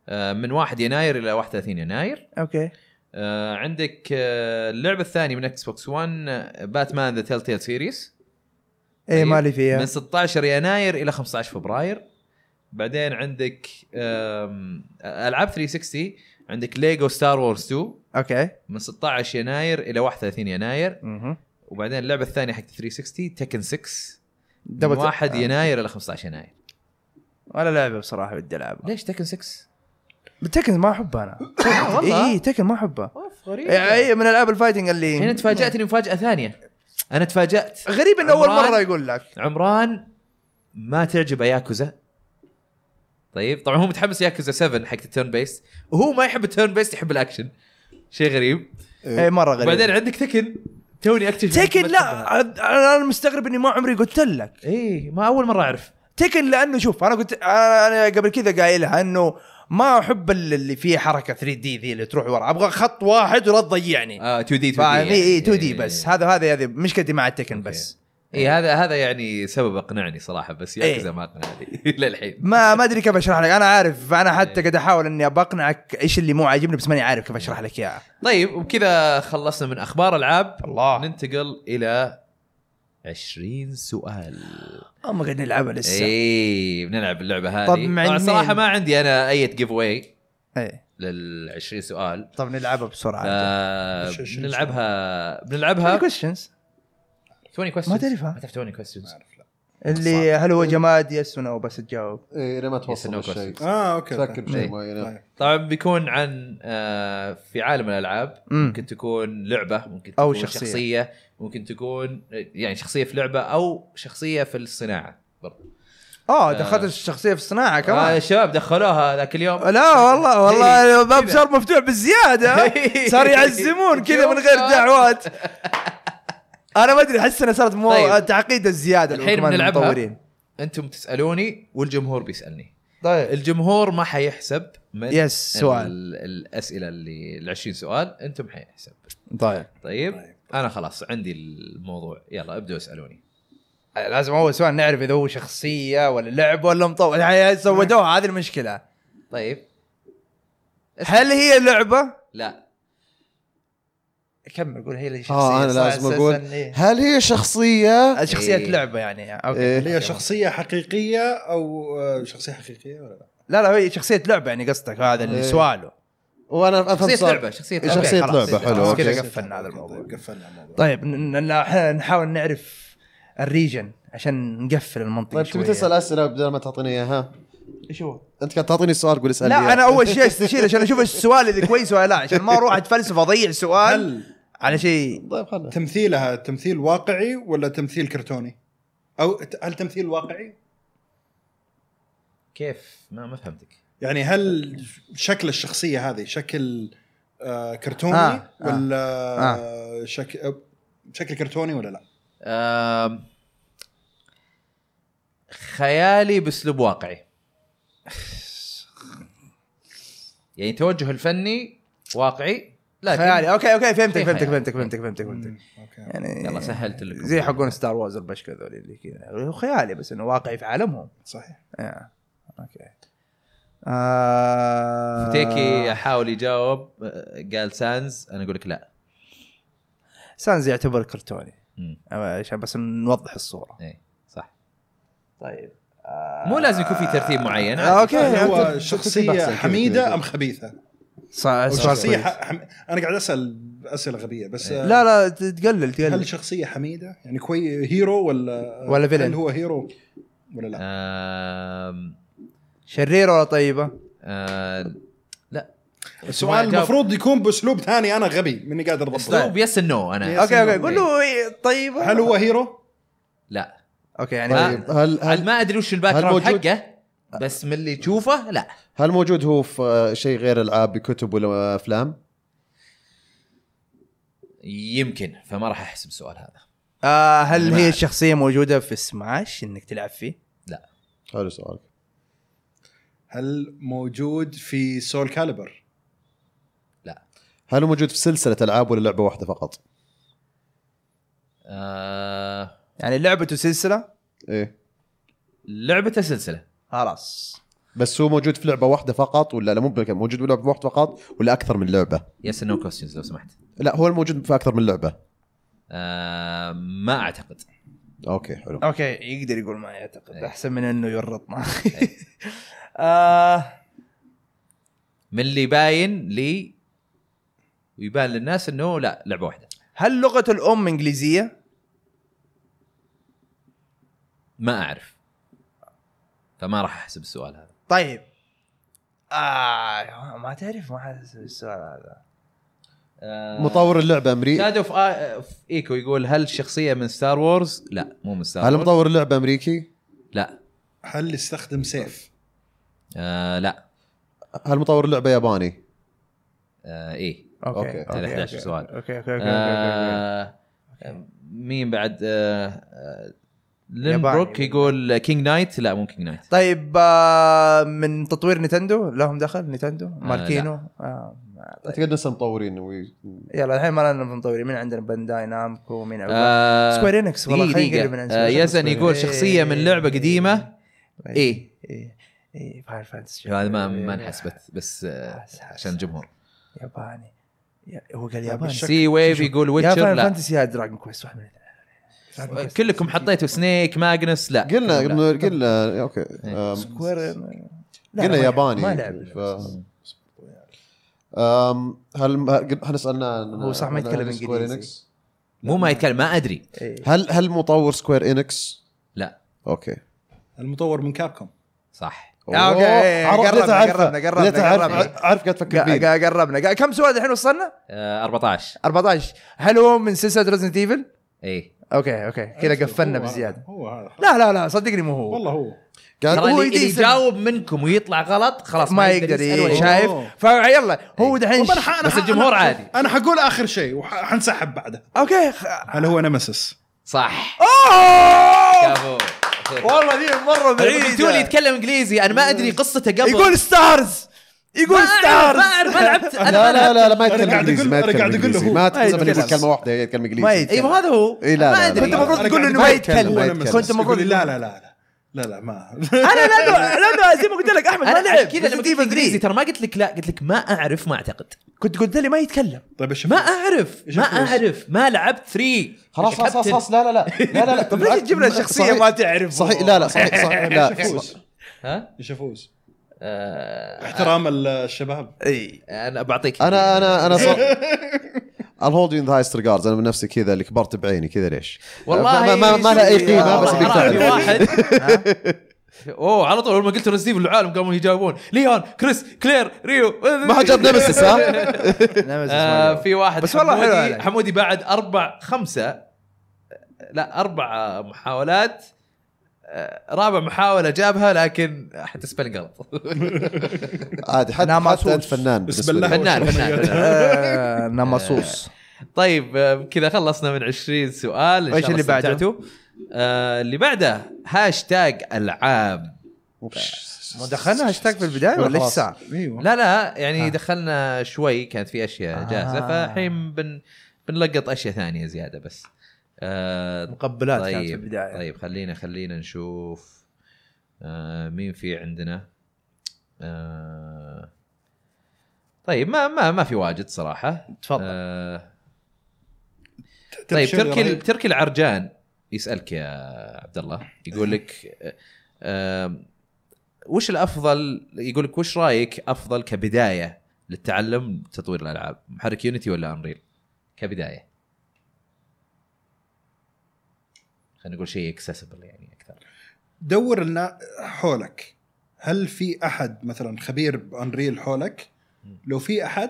Speaker 1: آه، من 1 يناير الى 31 يناير
Speaker 2: اوكي
Speaker 1: آه، عندك آه، اللعبه الثانيه من اكس بوكس آه، 1 باتمان ذا تيل تيل سيريس
Speaker 2: اي إيه، مالي فيها
Speaker 1: طيب. من 16 يناير الى 15 فبراير بعدين عندك آم، العاب 360 عندك ليجو ستار وورز 2
Speaker 2: اوكي
Speaker 1: من 16 يناير الى 31 يناير
Speaker 2: مهم.
Speaker 1: وبعدين اللعبه الثانيه حق 360 تكن 6 من
Speaker 2: دبل-
Speaker 1: 1
Speaker 2: آه.
Speaker 1: يناير الى 15 يناير
Speaker 2: ولا لعبه بصراحه بدي العبها
Speaker 1: ليش تكن 6
Speaker 2: تكن ما احبها انا
Speaker 1: والله؟
Speaker 2: اي اي تكن ما احبها
Speaker 1: اوف غريب
Speaker 2: اي إي، من العاب الفايتنج اللي
Speaker 1: هنا تفاجاتني مفاجاه ثانيه انا تفاجات
Speaker 2: غريب انه اول
Speaker 1: عمران.
Speaker 2: مره يقول لك
Speaker 1: عمران ما تعجبه ياكوزا طيب طبعا هو متحمس ياكوزا 7 حق التيرن بيست وهو ما يحب التيرن بيست يحب الاكشن شيء غريب
Speaker 2: اي مره غريب
Speaker 1: وبعدين عندك تكن توني اكتشف
Speaker 2: تكن يعني لا عد- انا أنا مستغرب اني ما عمري قلت لك
Speaker 1: اي إيه، ما اول مره اعرف
Speaker 2: تكن لانه شوف انا قلت انا أنا قبل كذا قايلها انه ما احب اللي اللي فيه حركه 3 دي ذي اللي تروح ورا ابغى خط واحد ولا تضيعني إيه،
Speaker 1: آه 2 دي 2
Speaker 2: فاهم
Speaker 1: دي إيه.
Speaker 2: اي 2 دي بس هذا هذا هذه مشكلتي مع التكن بس
Speaker 1: اي إيه، هذا هذا يعني سبب اقنعني صراحه بس
Speaker 2: إيه.
Speaker 1: ياكوزا ما اقنعني للحين
Speaker 2: ما ما ادري كيف اشرح لك انا عارف انا
Speaker 1: إيه.
Speaker 2: حتى قاعد احاول اني بقنعك ايش اللي مو عاجبني بس ماني عارف كيف اشرح لك اياه
Speaker 1: طيب وبكذا خلصنا من اخبار العاب
Speaker 2: الله
Speaker 1: ننتقل الى 20 سؤال
Speaker 2: هم قاعد نلعبها
Speaker 1: إيه.
Speaker 2: لسه
Speaker 1: اي بنلعب اللعبه هذه
Speaker 2: طب مع
Speaker 1: طبعا
Speaker 2: مين؟
Speaker 1: صراحه ما عندي انا اي جيف واي
Speaker 2: إيه.
Speaker 1: لل 20 سؤال
Speaker 2: طب نلعبها بسرعه
Speaker 1: آه،
Speaker 4: إيش- إيش-
Speaker 1: بنلعبها بنلعبها
Speaker 2: كويشنز
Speaker 1: 20 questions
Speaker 2: ما تعرفها؟
Speaker 1: ما تعرف 20 questions
Speaker 2: اللي هل هو جماد يس ولا بس تجاوب
Speaker 3: إيه لما
Speaker 1: no
Speaker 3: توصل الشيء
Speaker 1: questions.
Speaker 4: اه اوكي
Speaker 3: تفكر
Speaker 4: اوكي
Speaker 1: إيه.
Speaker 3: بشيء معين
Speaker 4: طيب.
Speaker 1: طبعا بيكون عن آه، في عالم الالعاب
Speaker 2: مم.
Speaker 1: ممكن تكون لعبه ممكن تكون
Speaker 2: أو
Speaker 1: أو
Speaker 2: شخصية.
Speaker 1: شخصية. شخصيه ممكن تكون يعني شخصيه في لعبه او شخصيه في الصناعه برضه
Speaker 2: اه دخلت الشخصيه في الصناعه
Speaker 1: آه
Speaker 2: كمان
Speaker 1: الشباب دخلوها ذاك اليوم
Speaker 2: لا والله والله
Speaker 1: إيه،
Speaker 2: الباب
Speaker 1: كذا.
Speaker 2: صار مفتوح بالزياده صار يعزمون كذا من غير دعوات انا ما ادري احس انها صارت مو
Speaker 1: طيب.
Speaker 2: تعقيد الزياده اللي
Speaker 1: الحين
Speaker 2: كمان
Speaker 1: بنلعبها.
Speaker 2: المطورين.
Speaker 1: انتم تسالوني والجمهور بيسالني
Speaker 2: طيب
Speaker 1: الجمهور ما حيحسب من
Speaker 2: يس سؤال
Speaker 1: ال- الاسئله اللي ال 20 سؤال انتم حيحسب
Speaker 2: طيب
Speaker 1: طيب
Speaker 4: طيب.
Speaker 1: انا خلاص عندي الموضوع يلا ابدوا اسالوني
Speaker 2: لازم اول سؤال نعرف اذا هو شخصيه ولا لعب ولا مطور يعني سودوها هذه المشكله
Speaker 1: طيب
Speaker 2: هل هي لعبه؟
Speaker 1: لا
Speaker 2: كمل قول هي اللي شخصيه
Speaker 3: اه انا
Speaker 2: صح،
Speaker 3: لازم
Speaker 2: أساساً
Speaker 3: اقول
Speaker 2: إيه.
Speaker 3: هل هي شخصيه
Speaker 2: شخصيه
Speaker 1: إيه.
Speaker 2: لعبه يعني اوكي
Speaker 3: إيه.
Speaker 4: هل هي شخصيه حقيقيه او آه، شخصيه حقيقيه ولا لا؟
Speaker 2: لا لا هي شخصيه لعبه يعني قصدك هذا اللي
Speaker 3: إيه.
Speaker 2: سؤاله
Speaker 3: وانا افهم
Speaker 1: شخصيه
Speaker 3: صار-
Speaker 1: لعبه شخصيه
Speaker 3: إيه، شخصية
Speaker 1: أوكي،
Speaker 2: خلاص.
Speaker 3: لعبة، حلو،
Speaker 2: خلاص كذا
Speaker 3: أوكي.
Speaker 2: قفلنا هذا الموضوع
Speaker 4: طيب، قفلنا الموضوع
Speaker 2: طيب ن- ن- ن- نحاول نعرف الريجن عشان نقفل المنطقه
Speaker 3: طيب تبي تسال اسئله بدل ما تعطيني اياها
Speaker 2: ايش هو؟
Speaker 3: انت قاعد تعطيني سؤال قول اسالني
Speaker 2: لا انا اول شيء استشير عشان اشوف إيش السؤال اللي كويس ولا لا عشان ما اروح اتفلسف اضيع سؤال
Speaker 4: هل
Speaker 2: على شيء
Speaker 3: طيب خلنا
Speaker 4: تمثيلها تمثيل واقعي ولا تمثيل كرتوني؟ او ت- هل تمثيل واقعي؟
Speaker 1: كيف ما ما فهمتك
Speaker 4: يعني هل شكل الشخصيه هذه شكل آه كرتوني
Speaker 2: آه، آه،
Speaker 4: آه. ولا آه. شك... آه، شكل كرتوني ولا لا؟
Speaker 1: آم، خيالي باسلوب واقعي يعني توجه الفني واقعي لكن
Speaker 2: خيالي اوكي اوكي فهمتك
Speaker 1: في
Speaker 2: فهمتك
Speaker 1: خيال.
Speaker 2: فهمتك فهمتك فهمتك فهمتك
Speaker 4: اوكي
Speaker 2: يعني
Speaker 1: يلا سهلت لكم
Speaker 2: زي حقون ستار وورز البشكه ذول اللي كذا هو خيالي بس انه واقعي في عالمهم
Speaker 4: صحيح
Speaker 2: آه. اوكي آه...
Speaker 1: فتيكي احاول يجاوب آه، قال سانز انا اقول لك لا
Speaker 2: سانز يعتبر كرتوني
Speaker 1: مم.
Speaker 2: آه، عشان بس نوضح الصوره
Speaker 1: اي إيه، صح
Speaker 2: طيب
Speaker 1: مو لازم يكون في ترتيب معين
Speaker 2: آه،
Speaker 1: عادي.
Speaker 2: اوكي
Speaker 4: هل هو
Speaker 2: أوكي.
Speaker 4: شخصيه حميده ام خبيثه؟
Speaker 2: صح
Speaker 4: أو
Speaker 2: سؤال
Speaker 4: شخصيه
Speaker 2: كويس.
Speaker 4: ح... حم... انا قاعد اسال اسئله غبيه بس آه،
Speaker 2: لا لا ت- تقلل
Speaker 4: هل
Speaker 2: تقلل
Speaker 4: شخصية حميدة؟ يعني كوي هيرو ولا
Speaker 2: ولا آه، villain؟
Speaker 4: هل هو هيرو ولا لا؟
Speaker 1: آم،
Speaker 2: شريره ولا طيبه؟
Speaker 1: آه، لا ما
Speaker 4: السؤال
Speaker 1: جاوب.
Speaker 4: المفروض يكون باسلوب ثاني انا غبي مني قادر
Speaker 1: اسلوب
Speaker 4: اضبطه
Speaker 1: يس نو انا
Speaker 4: Yes
Speaker 2: اوكي اوكي
Speaker 4: and no.
Speaker 2: قول له إيه، طيبه
Speaker 4: هل هو هيرو؟
Speaker 1: لا
Speaker 2: اوكي يعني
Speaker 1: ما-
Speaker 3: طيب هل
Speaker 1: هل
Speaker 3: هل
Speaker 1: ما ادري وش الباك
Speaker 3: هل
Speaker 1: جراوند
Speaker 3: موجود؟
Speaker 1: حقه بس من اللي تشوفه لا
Speaker 3: هل موجود هو في آه، شيء غير العاب بكتب ولا افلام؟
Speaker 1: يمكن فما راح احسب السؤال هذا
Speaker 2: آه هل
Speaker 1: ما
Speaker 2: هي
Speaker 1: أعرف.
Speaker 2: الشخصيه موجوده في سماش انك تلعب فيه؟
Speaker 3: حلو سؤالك
Speaker 4: هل موجود في سول كاليبر؟
Speaker 3: هل هو موجود في سلسله العاب ولا لعبه واحده فقط؟
Speaker 1: آه
Speaker 2: يعني لعبته سلسله
Speaker 3: ايه
Speaker 1: لعبته سلسله
Speaker 2: خلاص
Speaker 3: بس هو موجود في لعبه واحده فقط ولا لا مو بك- موجود في لعبه واحده فقط ولا اكثر من لعبه؟
Speaker 1: يس نو كوستشنز لو سمحت
Speaker 3: لا هو الموجود في اكثر من لعبه
Speaker 1: آه ما اعتقد
Speaker 3: اوكي حلو
Speaker 2: اوكي يقدر يقول ما يعتقد
Speaker 1: إيه.
Speaker 2: احسن من انه يورطنا آه
Speaker 1: من اللي باين لي ويبان للناس انه لا لعبه واحده
Speaker 2: هل لغه الام انجليزيه؟
Speaker 1: ما اعرف فما راح احسب السؤال هذا
Speaker 2: طيب آه ما تعرف ما حاسس السؤال هذا
Speaker 1: آه،
Speaker 3: مطور اللعبه امريكي
Speaker 1: شادو اوف ايكو يقول هل الشخصيه من ستار وورز؟ لا مو من ستار
Speaker 3: هل
Speaker 1: وورز
Speaker 3: مطور اللعبه امريكي؟
Speaker 1: لا
Speaker 4: هل يستخدم سيف؟
Speaker 1: آه لا
Speaker 3: هل مطور اللعبه ياباني؟
Speaker 1: آه ايه
Speaker 3: أوكي.
Speaker 1: هذا 11 سؤال.
Speaker 2: اوكي اوكي اوكي, أوكي.
Speaker 1: آه مين بعد آه آه
Speaker 2: ياباني.
Speaker 1: لينبروك يقول كينج نايت لا مو كينج نايت
Speaker 2: طيب آه من تطوير نينتندو لهم دخل نينتندو
Speaker 1: آه،
Speaker 2: ماركينو آه
Speaker 3: اعتقد لسه مطورين وي-
Speaker 2: يلا الحين ما لنا مطورين مين عندنا بانداي نامكو مين عقبال؟
Speaker 1: آه،
Speaker 2: سكوير انكس والله
Speaker 1: دقيقة،
Speaker 2: خلينا
Speaker 1: دقيقة.
Speaker 2: نقرب من
Speaker 1: آه، يزن
Speaker 2: سكوير.
Speaker 1: يقول شخصية من لعبة قديمة. إيه.
Speaker 2: ايه ايه فاير فانتسي
Speaker 1: هذا ما ما
Speaker 2: إيه.
Speaker 1: انحسبت بس آه، عشان الجمهور
Speaker 2: ياباني يا- هو قال ياباني
Speaker 1: سي ويف يقول
Speaker 2: يا
Speaker 1: ويتشر
Speaker 2: فاير
Speaker 1: لا
Speaker 2: فانتسي يا دراجون كويست واحد من الاثنين. Dragon Quest.
Speaker 1: كلكم حطيتوا سنيك ماجنس لا
Speaker 3: قلنا
Speaker 1: لا.
Speaker 3: قلنا قلنا اوكي
Speaker 1: إيه.
Speaker 3: آم،
Speaker 2: سكوير لا،
Speaker 3: قلنا
Speaker 2: ما-
Speaker 3: ياباني
Speaker 2: ما لعب
Speaker 3: ف... آم، هل هل- هل سالنا
Speaker 2: هو صح ما يتكلم إنجليزي.
Speaker 1: مو ما يتكلم ما ادري
Speaker 2: إيه.
Speaker 3: هل هل مطور سكوير انكس؟
Speaker 1: لا.
Speaker 3: اوكي
Speaker 4: المطور من كابكم
Speaker 1: صح
Speaker 2: آه، أوكي، إيه،
Speaker 3: عرفت-
Speaker 2: قربنا،
Speaker 3: ليت أعرفه،
Speaker 2: قربنا، قربنا،
Speaker 3: ليت أعرف-
Speaker 4: آه،
Speaker 2: قربنا.
Speaker 3: اعرف قاعد تفكر
Speaker 2: قا-
Speaker 3: فيه
Speaker 2: قا- قربنا قا- كم سؤال الحين وصلنا؟
Speaker 1: آه، 14
Speaker 2: 14 هل هو من سلسله ريزنت ايفل؟
Speaker 1: اي
Speaker 2: اوكي اوكي كذا قفلنا
Speaker 4: هو-
Speaker 2: بزياده
Speaker 4: هو هذا
Speaker 2: لا لا لا صدقني مو هو
Speaker 4: والله هو
Speaker 3: قاعد
Speaker 1: ترى
Speaker 2: هو
Speaker 1: اللي- اللي
Speaker 2: يديس-
Speaker 1: يجاوب منكم ويطلع غلط خلاص
Speaker 2: ما يقدر
Speaker 1: يسأل ولا
Speaker 2: إيه،
Speaker 1: شيء.
Speaker 4: أوه.
Speaker 2: شايف فيلا هو
Speaker 1: إيه.
Speaker 2: دحين
Speaker 4: طب أنا ح- أنا
Speaker 1: بس
Speaker 4: ح-
Speaker 1: الجمهور
Speaker 4: أنا-
Speaker 1: عادي.
Speaker 4: انا حقول اخر شيء وحنسحب بعده
Speaker 2: اوكي خ-
Speaker 4: هل هو نمسس؟
Speaker 1: صح
Speaker 2: أوه!
Speaker 1: برافو
Speaker 2: والله ذي مره
Speaker 1: البلوتو اللي
Speaker 2: بعيده
Speaker 1: يتكلم انجليزي انا ما ادري قصته قبل
Speaker 2: يقول ستارز
Speaker 1: ما
Speaker 2: يقول
Speaker 1: أعرف،
Speaker 2: ستارز
Speaker 1: ما اعرف ما لعبت
Speaker 3: لا
Speaker 1: انا ما
Speaker 3: لا
Speaker 1: لعبت.
Speaker 3: لا لا ما
Speaker 4: أنا
Speaker 3: يتكلم
Speaker 4: قاعد أقول-
Speaker 3: انجليزي ما
Speaker 4: أنا
Speaker 3: يتكلم
Speaker 4: قاعد أقول
Speaker 3: انجليزي
Speaker 4: له
Speaker 3: ما
Speaker 4: هو.
Speaker 2: ما
Speaker 3: تحسب انه
Speaker 2: يتكلم.
Speaker 3: كلمه واحده يتكلم
Speaker 2: ما
Speaker 3: انجليزي
Speaker 2: يتكلم.
Speaker 1: اي ما إيوه، هذا هو
Speaker 3: إي، لا،
Speaker 1: ما
Speaker 3: لا، لا.
Speaker 1: ادري
Speaker 2: كنت المفروض
Speaker 4: أنا
Speaker 2: تقول
Speaker 4: قاعد
Speaker 2: إنه
Speaker 4: أقول
Speaker 2: ما
Speaker 4: هو
Speaker 2: يتكلم.
Speaker 4: هو
Speaker 3: ما
Speaker 4: نمسس.
Speaker 3: يتكلم.
Speaker 2: كنت المفروض
Speaker 4: يقول لي لا لا لا لا لا لا ما
Speaker 2: انا لانه لانه زي ما قلت لك احمد ما
Speaker 1: انا عشان
Speaker 2: لعب
Speaker 1: كذا لما
Speaker 2: Resident
Speaker 1: قلت
Speaker 2: Evil
Speaker 1: انجليزي
Speaker 2: 3.
Speaker 1: ترى ما قلت لك لا قلت لك ما اعرف ما اعتقد
Speaker 2: كنت قلت لي ما يتكلم
Speaker 4: طيب ايش
Speaker 1: ما اعرف
Speaker 4: إيش
Speaker 1: ما
Speaker 4: الفلوس؟
Speaker 1: اعرف ما لعبت 3
Speaker 3: خلاص خلاص خلاص خلاص لا لا لا لا لا لا
Speaker 2: طب ليش تجيب لنا شخصيه ما تعرف
Speaker 3: صحيح لا لا صحيح صحيح لا
Speaker 4: يشفوز
Speaker 1: ها
Speaker 4: يشفوز
Speaker 1: آه،
Speaker 4: احترام الشباب
Speaker 2: اي
Speaker 1: انا بعطيك
Speaker 3: انا انا انا صح I'll hold you in the highest regards انا من نفسي كذا اللي كبرت بعيني كذا ليش؟
Speaker 1: والله
Speaker 3: ما- ما- ما لها أي قيمة،
Speaker 1: والله
Speaker 2: بس أبيك
Speaker 1: أراعي
Speaker 2: تعرف.
Speaker 1: واحد اوه على طول لما قلت رزيف العالم قاموا يجاوبون ليون كريس كلير ريو
Speaker 3: ما حد جاب نمسس ها؟
Speaker 1: آه في واحد
Speaker 2: بس والله حلو
Speaker 1: حمودي,
Speaker 2: عليك.
Speaker 1: حمودي بعد اربع خمسه لا اربع محاولات آه، رابع محاولة جابها لكن حتى سبيلنج غلط
Speaker 3: عادي حتى
Speaker 2: ناموس.
Speaker 3: حتى انت فنان بالنسبة لي.
Speaker 4: بالله.
Speaker 1: فنان فنان
Speaker 2: آه، نمصوص
Speaker 1: طيب آه، كذا خلصنا من 20 سؤال ان
Speaker 2: وإيش
Speaker 1: شاء الله
Speaker 2: اللي بعده؟
Speaker 1: استمتعتوا آه، اللي بعده هاشتاج العاب
Speaker 2: ما دخلنا هاشتاج في البدايه ولا ايش صار؟
Speaker 4: ايوه
Speaker 1: لا لا يعني
Speaker 2: آه.
Speaker 1: دخلنا شوي كانت في اشياء
Speaker 2: آه.
Speaker 1: جاهزه فالحين بن بنلقط اشياء ثانيه زياده بس آه
Speaker 2: مقبلات كانت في
Speaker 1: طيب،
Speaker 2: البداية.
Speaker 1: طيب خلينا خلينا نشوف آه مين في عندنا آه طيب ما ما ما في واجد صراحه
Speaker 2: تفضل
Speaker 1: آه طيب تركي ال- تركي العرجان يسالك يا عبد الله يقول لك آه، آه، وش الافضل يقول لك وش رايك افضل كبدايه للتعلم تطوير الالعاب محرك يونيتي ولا انريل كبدايه خلينا نقول شيء اكسسبل يعني اكثر
Speaker 4: دور لنا حولك هل في احد مثلا خبير بانريل حولك لو في احد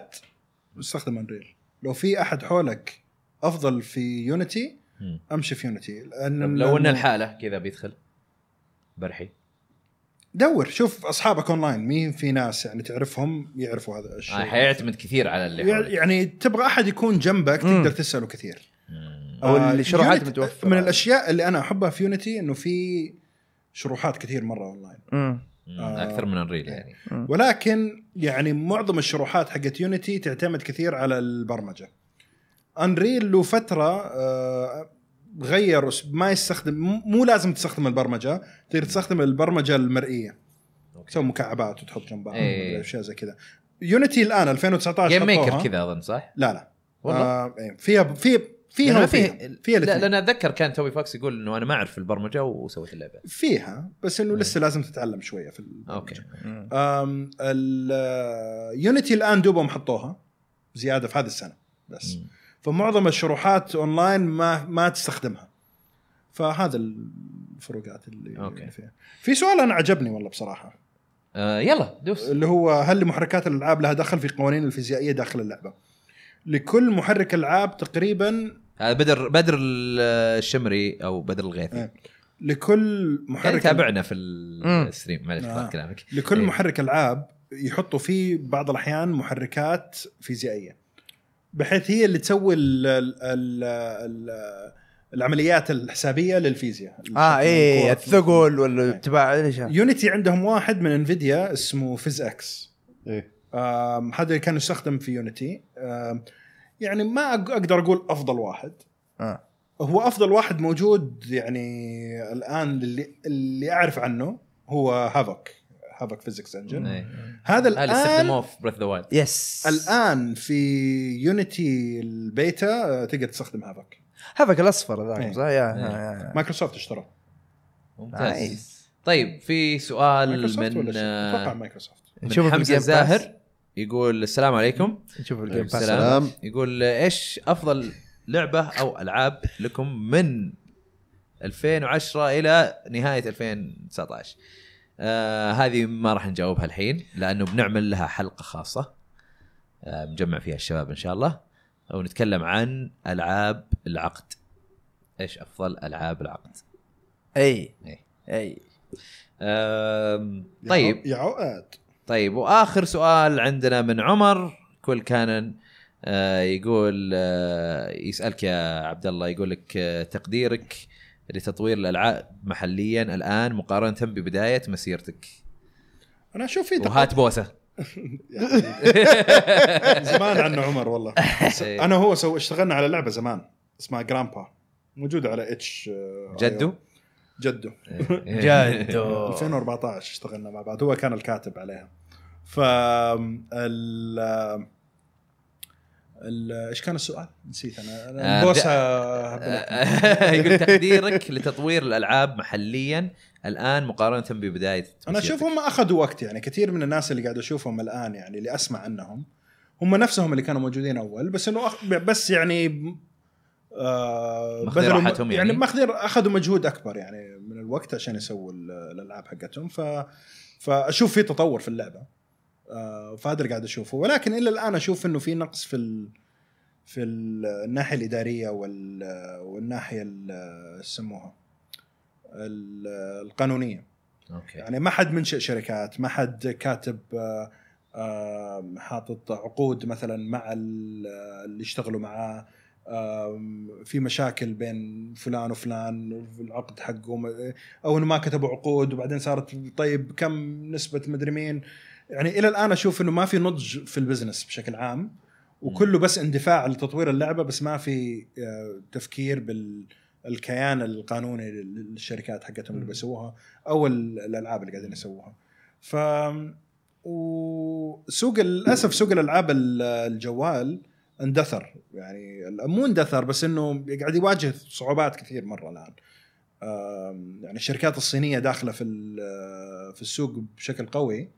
Speaker 4: استخدم انريل لو في احد حولك افضل في يونيتي
Speaker 1: مم.
Speaker 4: امشي في يونيتي
Speaker 1: طب
Speaker 4: لان
Speaker 1: لو ان الحاله كذا بيدخل برحي
Speaker 4: دور شوف اصحابك اونلاين مين في ناس يعني تعرفهم يعرفوا هذا
Speaker 1: آه،
Speaker 4: الشيء
Speaker 1: حيعتمد كثير على اللي
Speaker 4: يع-
Speaker 1: حولك.
Speaker 4: يعني تبغى احد يكون جنبك
Speaker 2: مم.
Speaker 4: تقدر تساله كثير
Speaker 1: مم.
Speaker 2: أو اللي
Speaker 4: آه،
Speaker 2: شروحات
Speaker 4: Unity-
Speaker 2: متوفرة.
Speaker 4: من الاشياء اللي انا احبها في يونيتي انه في شروحات كثير مره اونلاين
Speaker 2: مم.
Speaker 1: مم.
Speaker 4: آه.
Speaker 1: اكثر من انريل يعني
Speaker 4: ولكن يعني معظم الشروحات حقت يونيتي تعتمد كثير على البرمجه انريل له فتره آه، غير أس- ما يستخدم مو- مو لازم تستخدم البرمجه تقدر تستخدم البرمجه المرئيه
Speaker 1: أوكي.
Speaker 4: تسوي مكعبات وتحط جنبها
Speaker 1: إيه.
Speaker 4: اشياء زي كذا يونيتي الان 2019
Speaker 1: جيم
Speaker 4: حطوها.
Speaker 1: ميكر كذا اظن صح؟
Speaker 4: لا لا
Speaker 1: والله
Speaker 4: آه إيه. فيها في
Speaker 1: لأنه
Speaker 4: فيها
Speaker 1: ما
Speaker 4: وفيها.
Speaker 1: فيه-
Speaker 4: فيها
Speaker 1: لا
Speaker 4: الاثنين.
Speaker 1: لان اتذكر كان توي فوكس يقول انه انا ما اعرف البرمجه وسويت اللعبه
Speaker 4: فيها بس انه
Speaker 1: إيه.
Speaker 4: لسه لازم تتعلم شويه في البرمجة.
Speaker 1: اوكي
Speaker 2: مم.
Speaker 4: أم، ال- آه، يونيتي الان دوبهم حطوها زياده في هذه السنه بس
Speaker 1: مم.
Speaker 4: فمعظم الشروحات اونلاين ما ما تستخدمها فهذا الفروقات اللي
Speaker 1: أوكي.
Speaker 4: أوكي. فيها في سؤال انا عجبني والله بصراحه
Speaker 1: آه يلا دوس
Speaker 4: اللي هو هل محركات الالعاب لها دخل في القوانين الفيزيائيه داخل اللعبه لكل محرك العاب تقريبا
Speaker 1: هذا بدر بدر الشمري او بدر الغيثي
Speaker 4: إيه. لكل
Speaker 1: كان
Speaker 4: محرك
Speaker 1: يتابعنا في
Speaker 2: مم.
Speaker 1: الستريم معلش
Speaker 4: آه.
Speaker 1: قطعت كلامك
Speaker 4: لكل
Speaker 1: إيه.
Speaker 4: محرك العاب يحطوا فيه بعض الاحيان محركات فيزيائيه بحيث هي اللي تسوي ال ال ال ال العمليات الحسابيه للفيزياء
Speaker 2: اه ايه الثقل ولا
Speaker 4: إيه.
Speaker 2: اتباع ايش
Speaker 4: يونيتي عندهم واحد من انفيديا اسمه فيز اكس
Speaker 3: إيه.
Speaker 4: آم، هذا اللي كان يستخدم في يونيتي يعني ما أق- اقدر اقول افضل واحد
Speaker 2: آه.
Speaker 4: هو افضل واحد موجود يعني الان اللي اللي اعرف عنه هو هافوك هافوك فيزكس انجن
Speaker 1: إيه.
Speaker 4: هذا
Speaker 1: هذا
Speaker 4: الان
Speaker 1: استخدموه في بريث ذا وايلد
Speaker 2: يس
Speaker 4: الان في يونيتي البيتا آه، تقدر تستخدم هافوك
Speaker 2: هذاك الاصفر ذاك
Speaker 4: إيه.
Speaker 2: صح يا- يا- يا-
Speaker 4: مايكروسوفت اشتراه
Speaker 1: ممتاز طيب في سؤال
Speaker 4: مايكروسوفت
Speaker 1: من
Speaker 4: ولا شو؟ اتوقع
Speaker 1: آه،
Speaker 4: مايكروسوفت
Speaker 1: من
Speaker 2: نشوفه في
Speaker 1: حمزه
Speaker 2: الجيم باس.
Speaker 1: الزاهر يقول السلام عليكم
Speaker 2: نشوف الجيم باس
Speaker 1: السلام.
Speaker 3: سلام
Speaker 1: يقول ايش افضل لعبه او العاب لكم من 2010 الى نهايه 2019 آه هذه ما راح نجاوبها الحين لانه بنعمل لها حلقه خاصه آه نجمع فيها الشباب ان شاء الله ونتكلم عن العاب العقد ايش افضل العاب العقد
Speaker 2: اي
Speaker 1: إيه.
Speaker 2: اي
Speaker 1: آه طيب
Speaker 4: يا عقد
Speaker 1: طيب واخر سؤال عندنا من عمر كل كان آه، يقول آه، يسالك يا عبد الله يقول لك آه، تقديرك لتطوير الالعاب محليا الان مقارنه ببدايه مسيرتك
Speaker 4: انا اشوف في تقدم
Speaker 1: وهات بوسه
Speaker 4: زمان عنه عمر والله
Speaker 1: إيه.
Speaker 4: انا هو سو اشتغلنا على لعبه زمان اسمها جرامبا موجوده على اتش آه،
Speaker 1: جدو
Speaker 4: جده
Speaker 2: إيه. جدو
Speaker 4: 2014 اشتغلنا مع بعض هو كان الكاتب عليها ف ال ال- ايش كان السؤال؟ نسيت انا, أنا
Speaker 1: آه،
Speaker 4: بوسه
Speaker 1: يقول تقديرك لتطوير الالعاب محليا الان مقارنه ببدايه
Speaker 4: انا اشوف
Speaker 1: مسيرتك.
Speaker 4: هم اخذوا وقت يعني كثير من الناس اللي قاعد اشوفهم الان يعني اللي اسمع عنهم هم نفسهم اللي كانوا موجودين اول بس انه أخ... بس يعني آه
Speaker 1: ماخذين
Speaker 4: بذلوا-
Speaker 1: راحتهم يعني؟
Speaker 4: يعني ماخذين اخذوا مجهود اكبر يعني من الوقت عشان يسووا ال- الالعاب حقتهم ف فاشوف في تطور في اللعبه آه فهذا اللي قاعد اشوفه ولكن الى الان اشوف انه في نقص في ال... في ال- الناحيه الاداريه وال... والناحيه ال- يسموها ال- القانونيه
Speaker 1: اوكي
Speaker 4: يعني ما حد منشئ شركات ما حد كاتب آه، آه، حاطط عقود مثلا مع ال- آه، اللي يشتغلوا معاه آم، في مشاكل بين فلان وفلان في العقد حقه م- او انه ما كتبوا عقود وبعدين صارت طيب كم نسبه مدري مين يعني الى الان اشوف انه ما في نضج في البزنس بشكل عام وكله بس اندفاع لتطوير اللعبه بس ما في آه، تفكير بالكيان القانوني لل- للشركات حقتهم اللي
Speaker 2: مم.
Speaker 4: بيسووها او ال- الالعاب اللي قاعدين يسووها ف وسوق للاسف سوق الالعاب ال- الجوال اندثر يعني ال- مو اندثر بس انه قاعد يواجه صعوبات كثير مره الان آم، يعني الشركات الصينيه داخله في ال- آه، في السوق بشكل قوي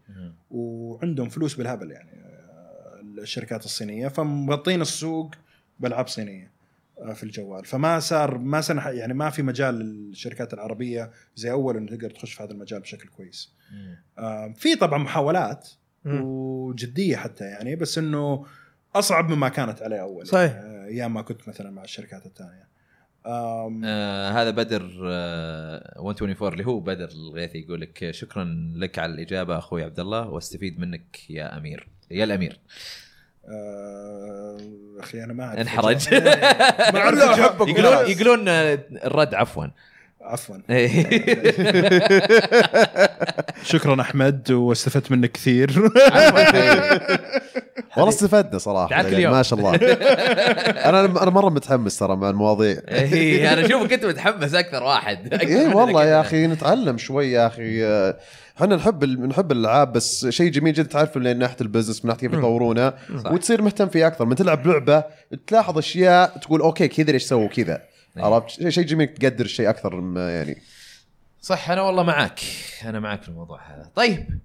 Speaker 4: وعندهم فلوس بالهبل يعني آه، الشركات الصينيه فمغطين السوق بالعاب صينيه آه، في الجوال فما صار ما سنح يعني ما في مجال للشركات العربيه زي اول انه تقدر تخش في هذا المجال بشكل كويس آه، في طبعا محاولات
Speaker 2: مم.
Speaker 4: وجديه حتى يعني بس انه اصعب مما كانت عليه اول
Speaker 2: صحيح.
Speaker 4: يعني ايام ما كنت مثلا مع الشركات الثانيه
Speaker 1: آه هذا بدر آه 124 اللي هو بدر الغيثي يقول لك شكرا لك على الاجابه اخوي عبد الله واستفيد منك يا امير يا الامير
Speaker 4: آه، اخي انا ما إيه. اعرف
Speaker 1: انحرج
Speaker 3: إيه.
Speaker 4: ما اعرف أجاوب.
Speaker 1: يقولون يقولون آه، الرد عفوا
Speaker 4: عفوا
Speaker 1: إيه.
Speaker 4: شكرا احمد واستفدت منك كثير
Speaker 3: والله استفدنا صراحه
Speaker 1: تعال كل
Speaker 3: يعني
Speaker 1: يوم.
Speaker 3: ما شاء الله انا انا مره متحمس ترى مع المواضيع
Speaker 1: إيه، انا اشوفك انت متحمس اكثر واحد
Speaker 3: ايه والله يا اخي نتعلم شوي يا اخي احنا نحب ال- نحب الالعاب بس شيء جميل جدا تعرف من ناحيه البزنس من ناحيه كيف يطورونها
Speaker 1: صح.
Speaker 3: وتصير مهتم فيه اكثر من تلعب لعبه تلاحظ اشياء تقول اوكي كذا ليش سووا كذا
Speaker 1: إيه.
Speaker 3: عرفت شيء شيء جميل تقدر الشيء اكثر ما يعني
Speaker 1: صح انا والله معك انا معك في الموضوع هذا طيب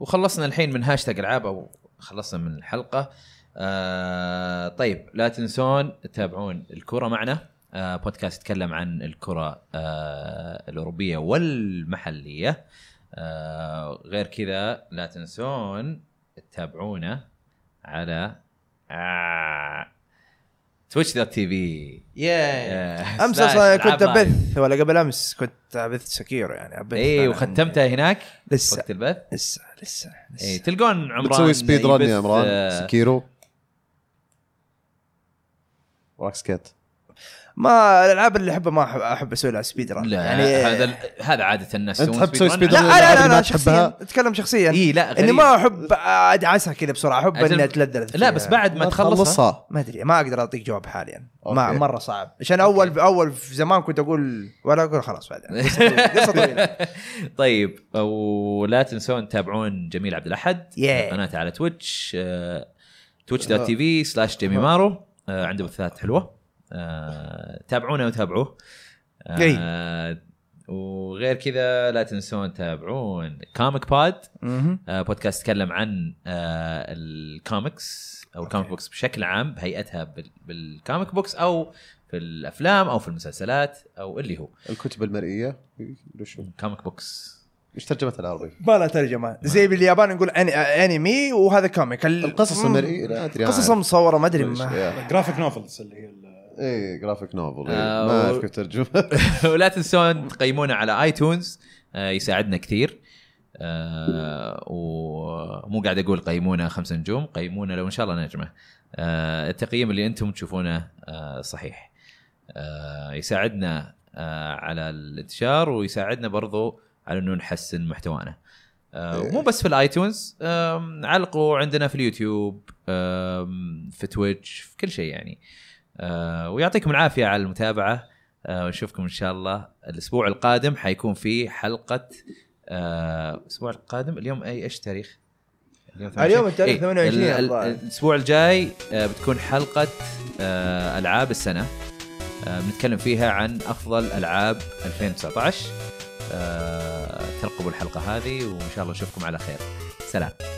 Speaker 1: وخلصنا الحين من هاشتاج العاب او خلصنا من الحلقه آه طيب لا تنسون تتابعون الكره معنا آه بودكاست يتكلم عن الكره آه الاوروبيه والمحليه آه غير كذا لا تنسون تتابعونا على آه تويتش دوت تي في آه،
Speaker 2: امس اصلا كنت ابث ولا قبل امس كنت ابث سكيرو يعني ابث
Speaker 1: اي
Speaker 2: أنا.
Speaker 1: إيه، وختمتها هناك
Speaker 2: لسه
Speaker 1: وقت البث
Speaker 2: لسه لسه لسه
Speaker 1: اي إيه، تلقون عمران
Speaker 3: بتسوي سبيد رن يا
Speaker 1: يبث،
Speaker 3: عمران
Speaker 1: آه،
Speaker 3: سكيرو وراك سكيت
Speaker 2: ما الالعاب اللي احبها ما احب, أحب اسوي لها سبيد ران
Speaker 1: لا
Speaker 2: يعني
Speaker 1: يعني هذا ال- هذا عاده الناس
Speaker 3: أنت
Speaker 1: يسوون
Speaker 3: تحب تسوي
Speaker 1: speedrun.
Speaker 3: speedrun؟
Speaker 2: لا
Speaker 1: لا،
Speaker 3: اللي
Speaker 2: انا
Speaker 3: ما
Speaker 2: انا, أنا شخصيا
Speaker 3: تحبها.
Speaker 2: اتكلم شخصيا
Speaker 1: إي، لا،
Speaker 2: اني
Speaker 1: إيه، غريب.
Speaker 2: ما احب ادعسها كذا بسرعه احب
Speaker 1: أجل-
Speaker 2: اني اتلذذ
Speaker 1: لا
Speaker 2: فيها.
Speaker 1: بس بعد ما تخلصها
Speaker 3: تخلصها
Speaker 2: ما ادري ما اقدر اعطيك جواب حاليا ما
Speaker 3: أوكي.
Speaker 2: مره صعب عشان اول اول في زمان كنت اقول ولا اقول خلاص بعدين قصة طويلة- قصه طويله
Speaker 1: طيب ولا تنسون تتابعون جميل عبد الاحد
Speaker 2: Yeah.
Speaker 1: قناته على آه، تويتش تويتش دوت تي في سلاش جيمي مارو آه، عنده بثات حلوه آه، تابعونا وتابعوه
Speaker 3: إيه.
Speaker 1: آه، وغير كذا لا تنسون تتابعون كوميك بود
Speaker 2: مهم.
Speaker 1: آه، بودكاست تكلم عن آه، الكوميكس او الكوميك بوكس بشكل عام بهيئتها بال- بالكوميك بوكس او في الافلام او في المسلسلات او اللي هو
Speaker 3: الكتب المرئيه وشو؟
Speaker 1: كوميك بوكس
Speaker 3: ايش ترجمتها العربي؟
Speaker 2: بلا ترجمه زي باليابان نقول أني... انمي وهذا كوميك ال-
Speaker 3: القصص
Speaker 2: مم.
Speaker 3: المرئيه لا ادري
Speaker 2: قصص مصوره ما ادري ما-
Speaker 4: جرافيك نوفلز اللي هي ال-
Speaker 3: اي جرافيك نوفل إيه.
Speaker 1: آه،
Speaker 3: ما
Speaker 1: و-
Speaker 3: اعرف كيف ترجمها
Speaker 1: ولا تنسون تقيمونا على اي تونز يساعدنا كثير آه، ومو قاعد اقول قيمونا خمس نجوم قيمونا لو ان شاء الله نجمه آه، التقييم اللي انتم تشوفونه آه، صحيح آه، يساعدنا آه، على الانتشار ويساعدنا برضو على انه نحسن محتوانا آه،
Speaker 3: إيه.
Speaker 1: ومو بس في آه، الايتونز آم، علقوا عندنا في اليوتيوب آم، في تويتش في كل شيء يعني آه، ويعطيكم العافيه على المتابعه آه، ونشوفكم ان شاء الله الاسبوع القادم حيكون في حلقه آه، الاسبوع القادم اليوم اي ايش تاريخ؟
Speaker 2: اليوم التاريخ 28
Speaker 1: إيه، ال- ال-
Speaker 2: الظاهر.
Speaker 1: الاسبوع الجاي آه، بتكون حلقه آه، العاب السنه آه، بنتكلم فيها عن افضل العاب 2019 آه، ترقبوا الحلقه هذه وان شاء الله نشوفكم على خير سلام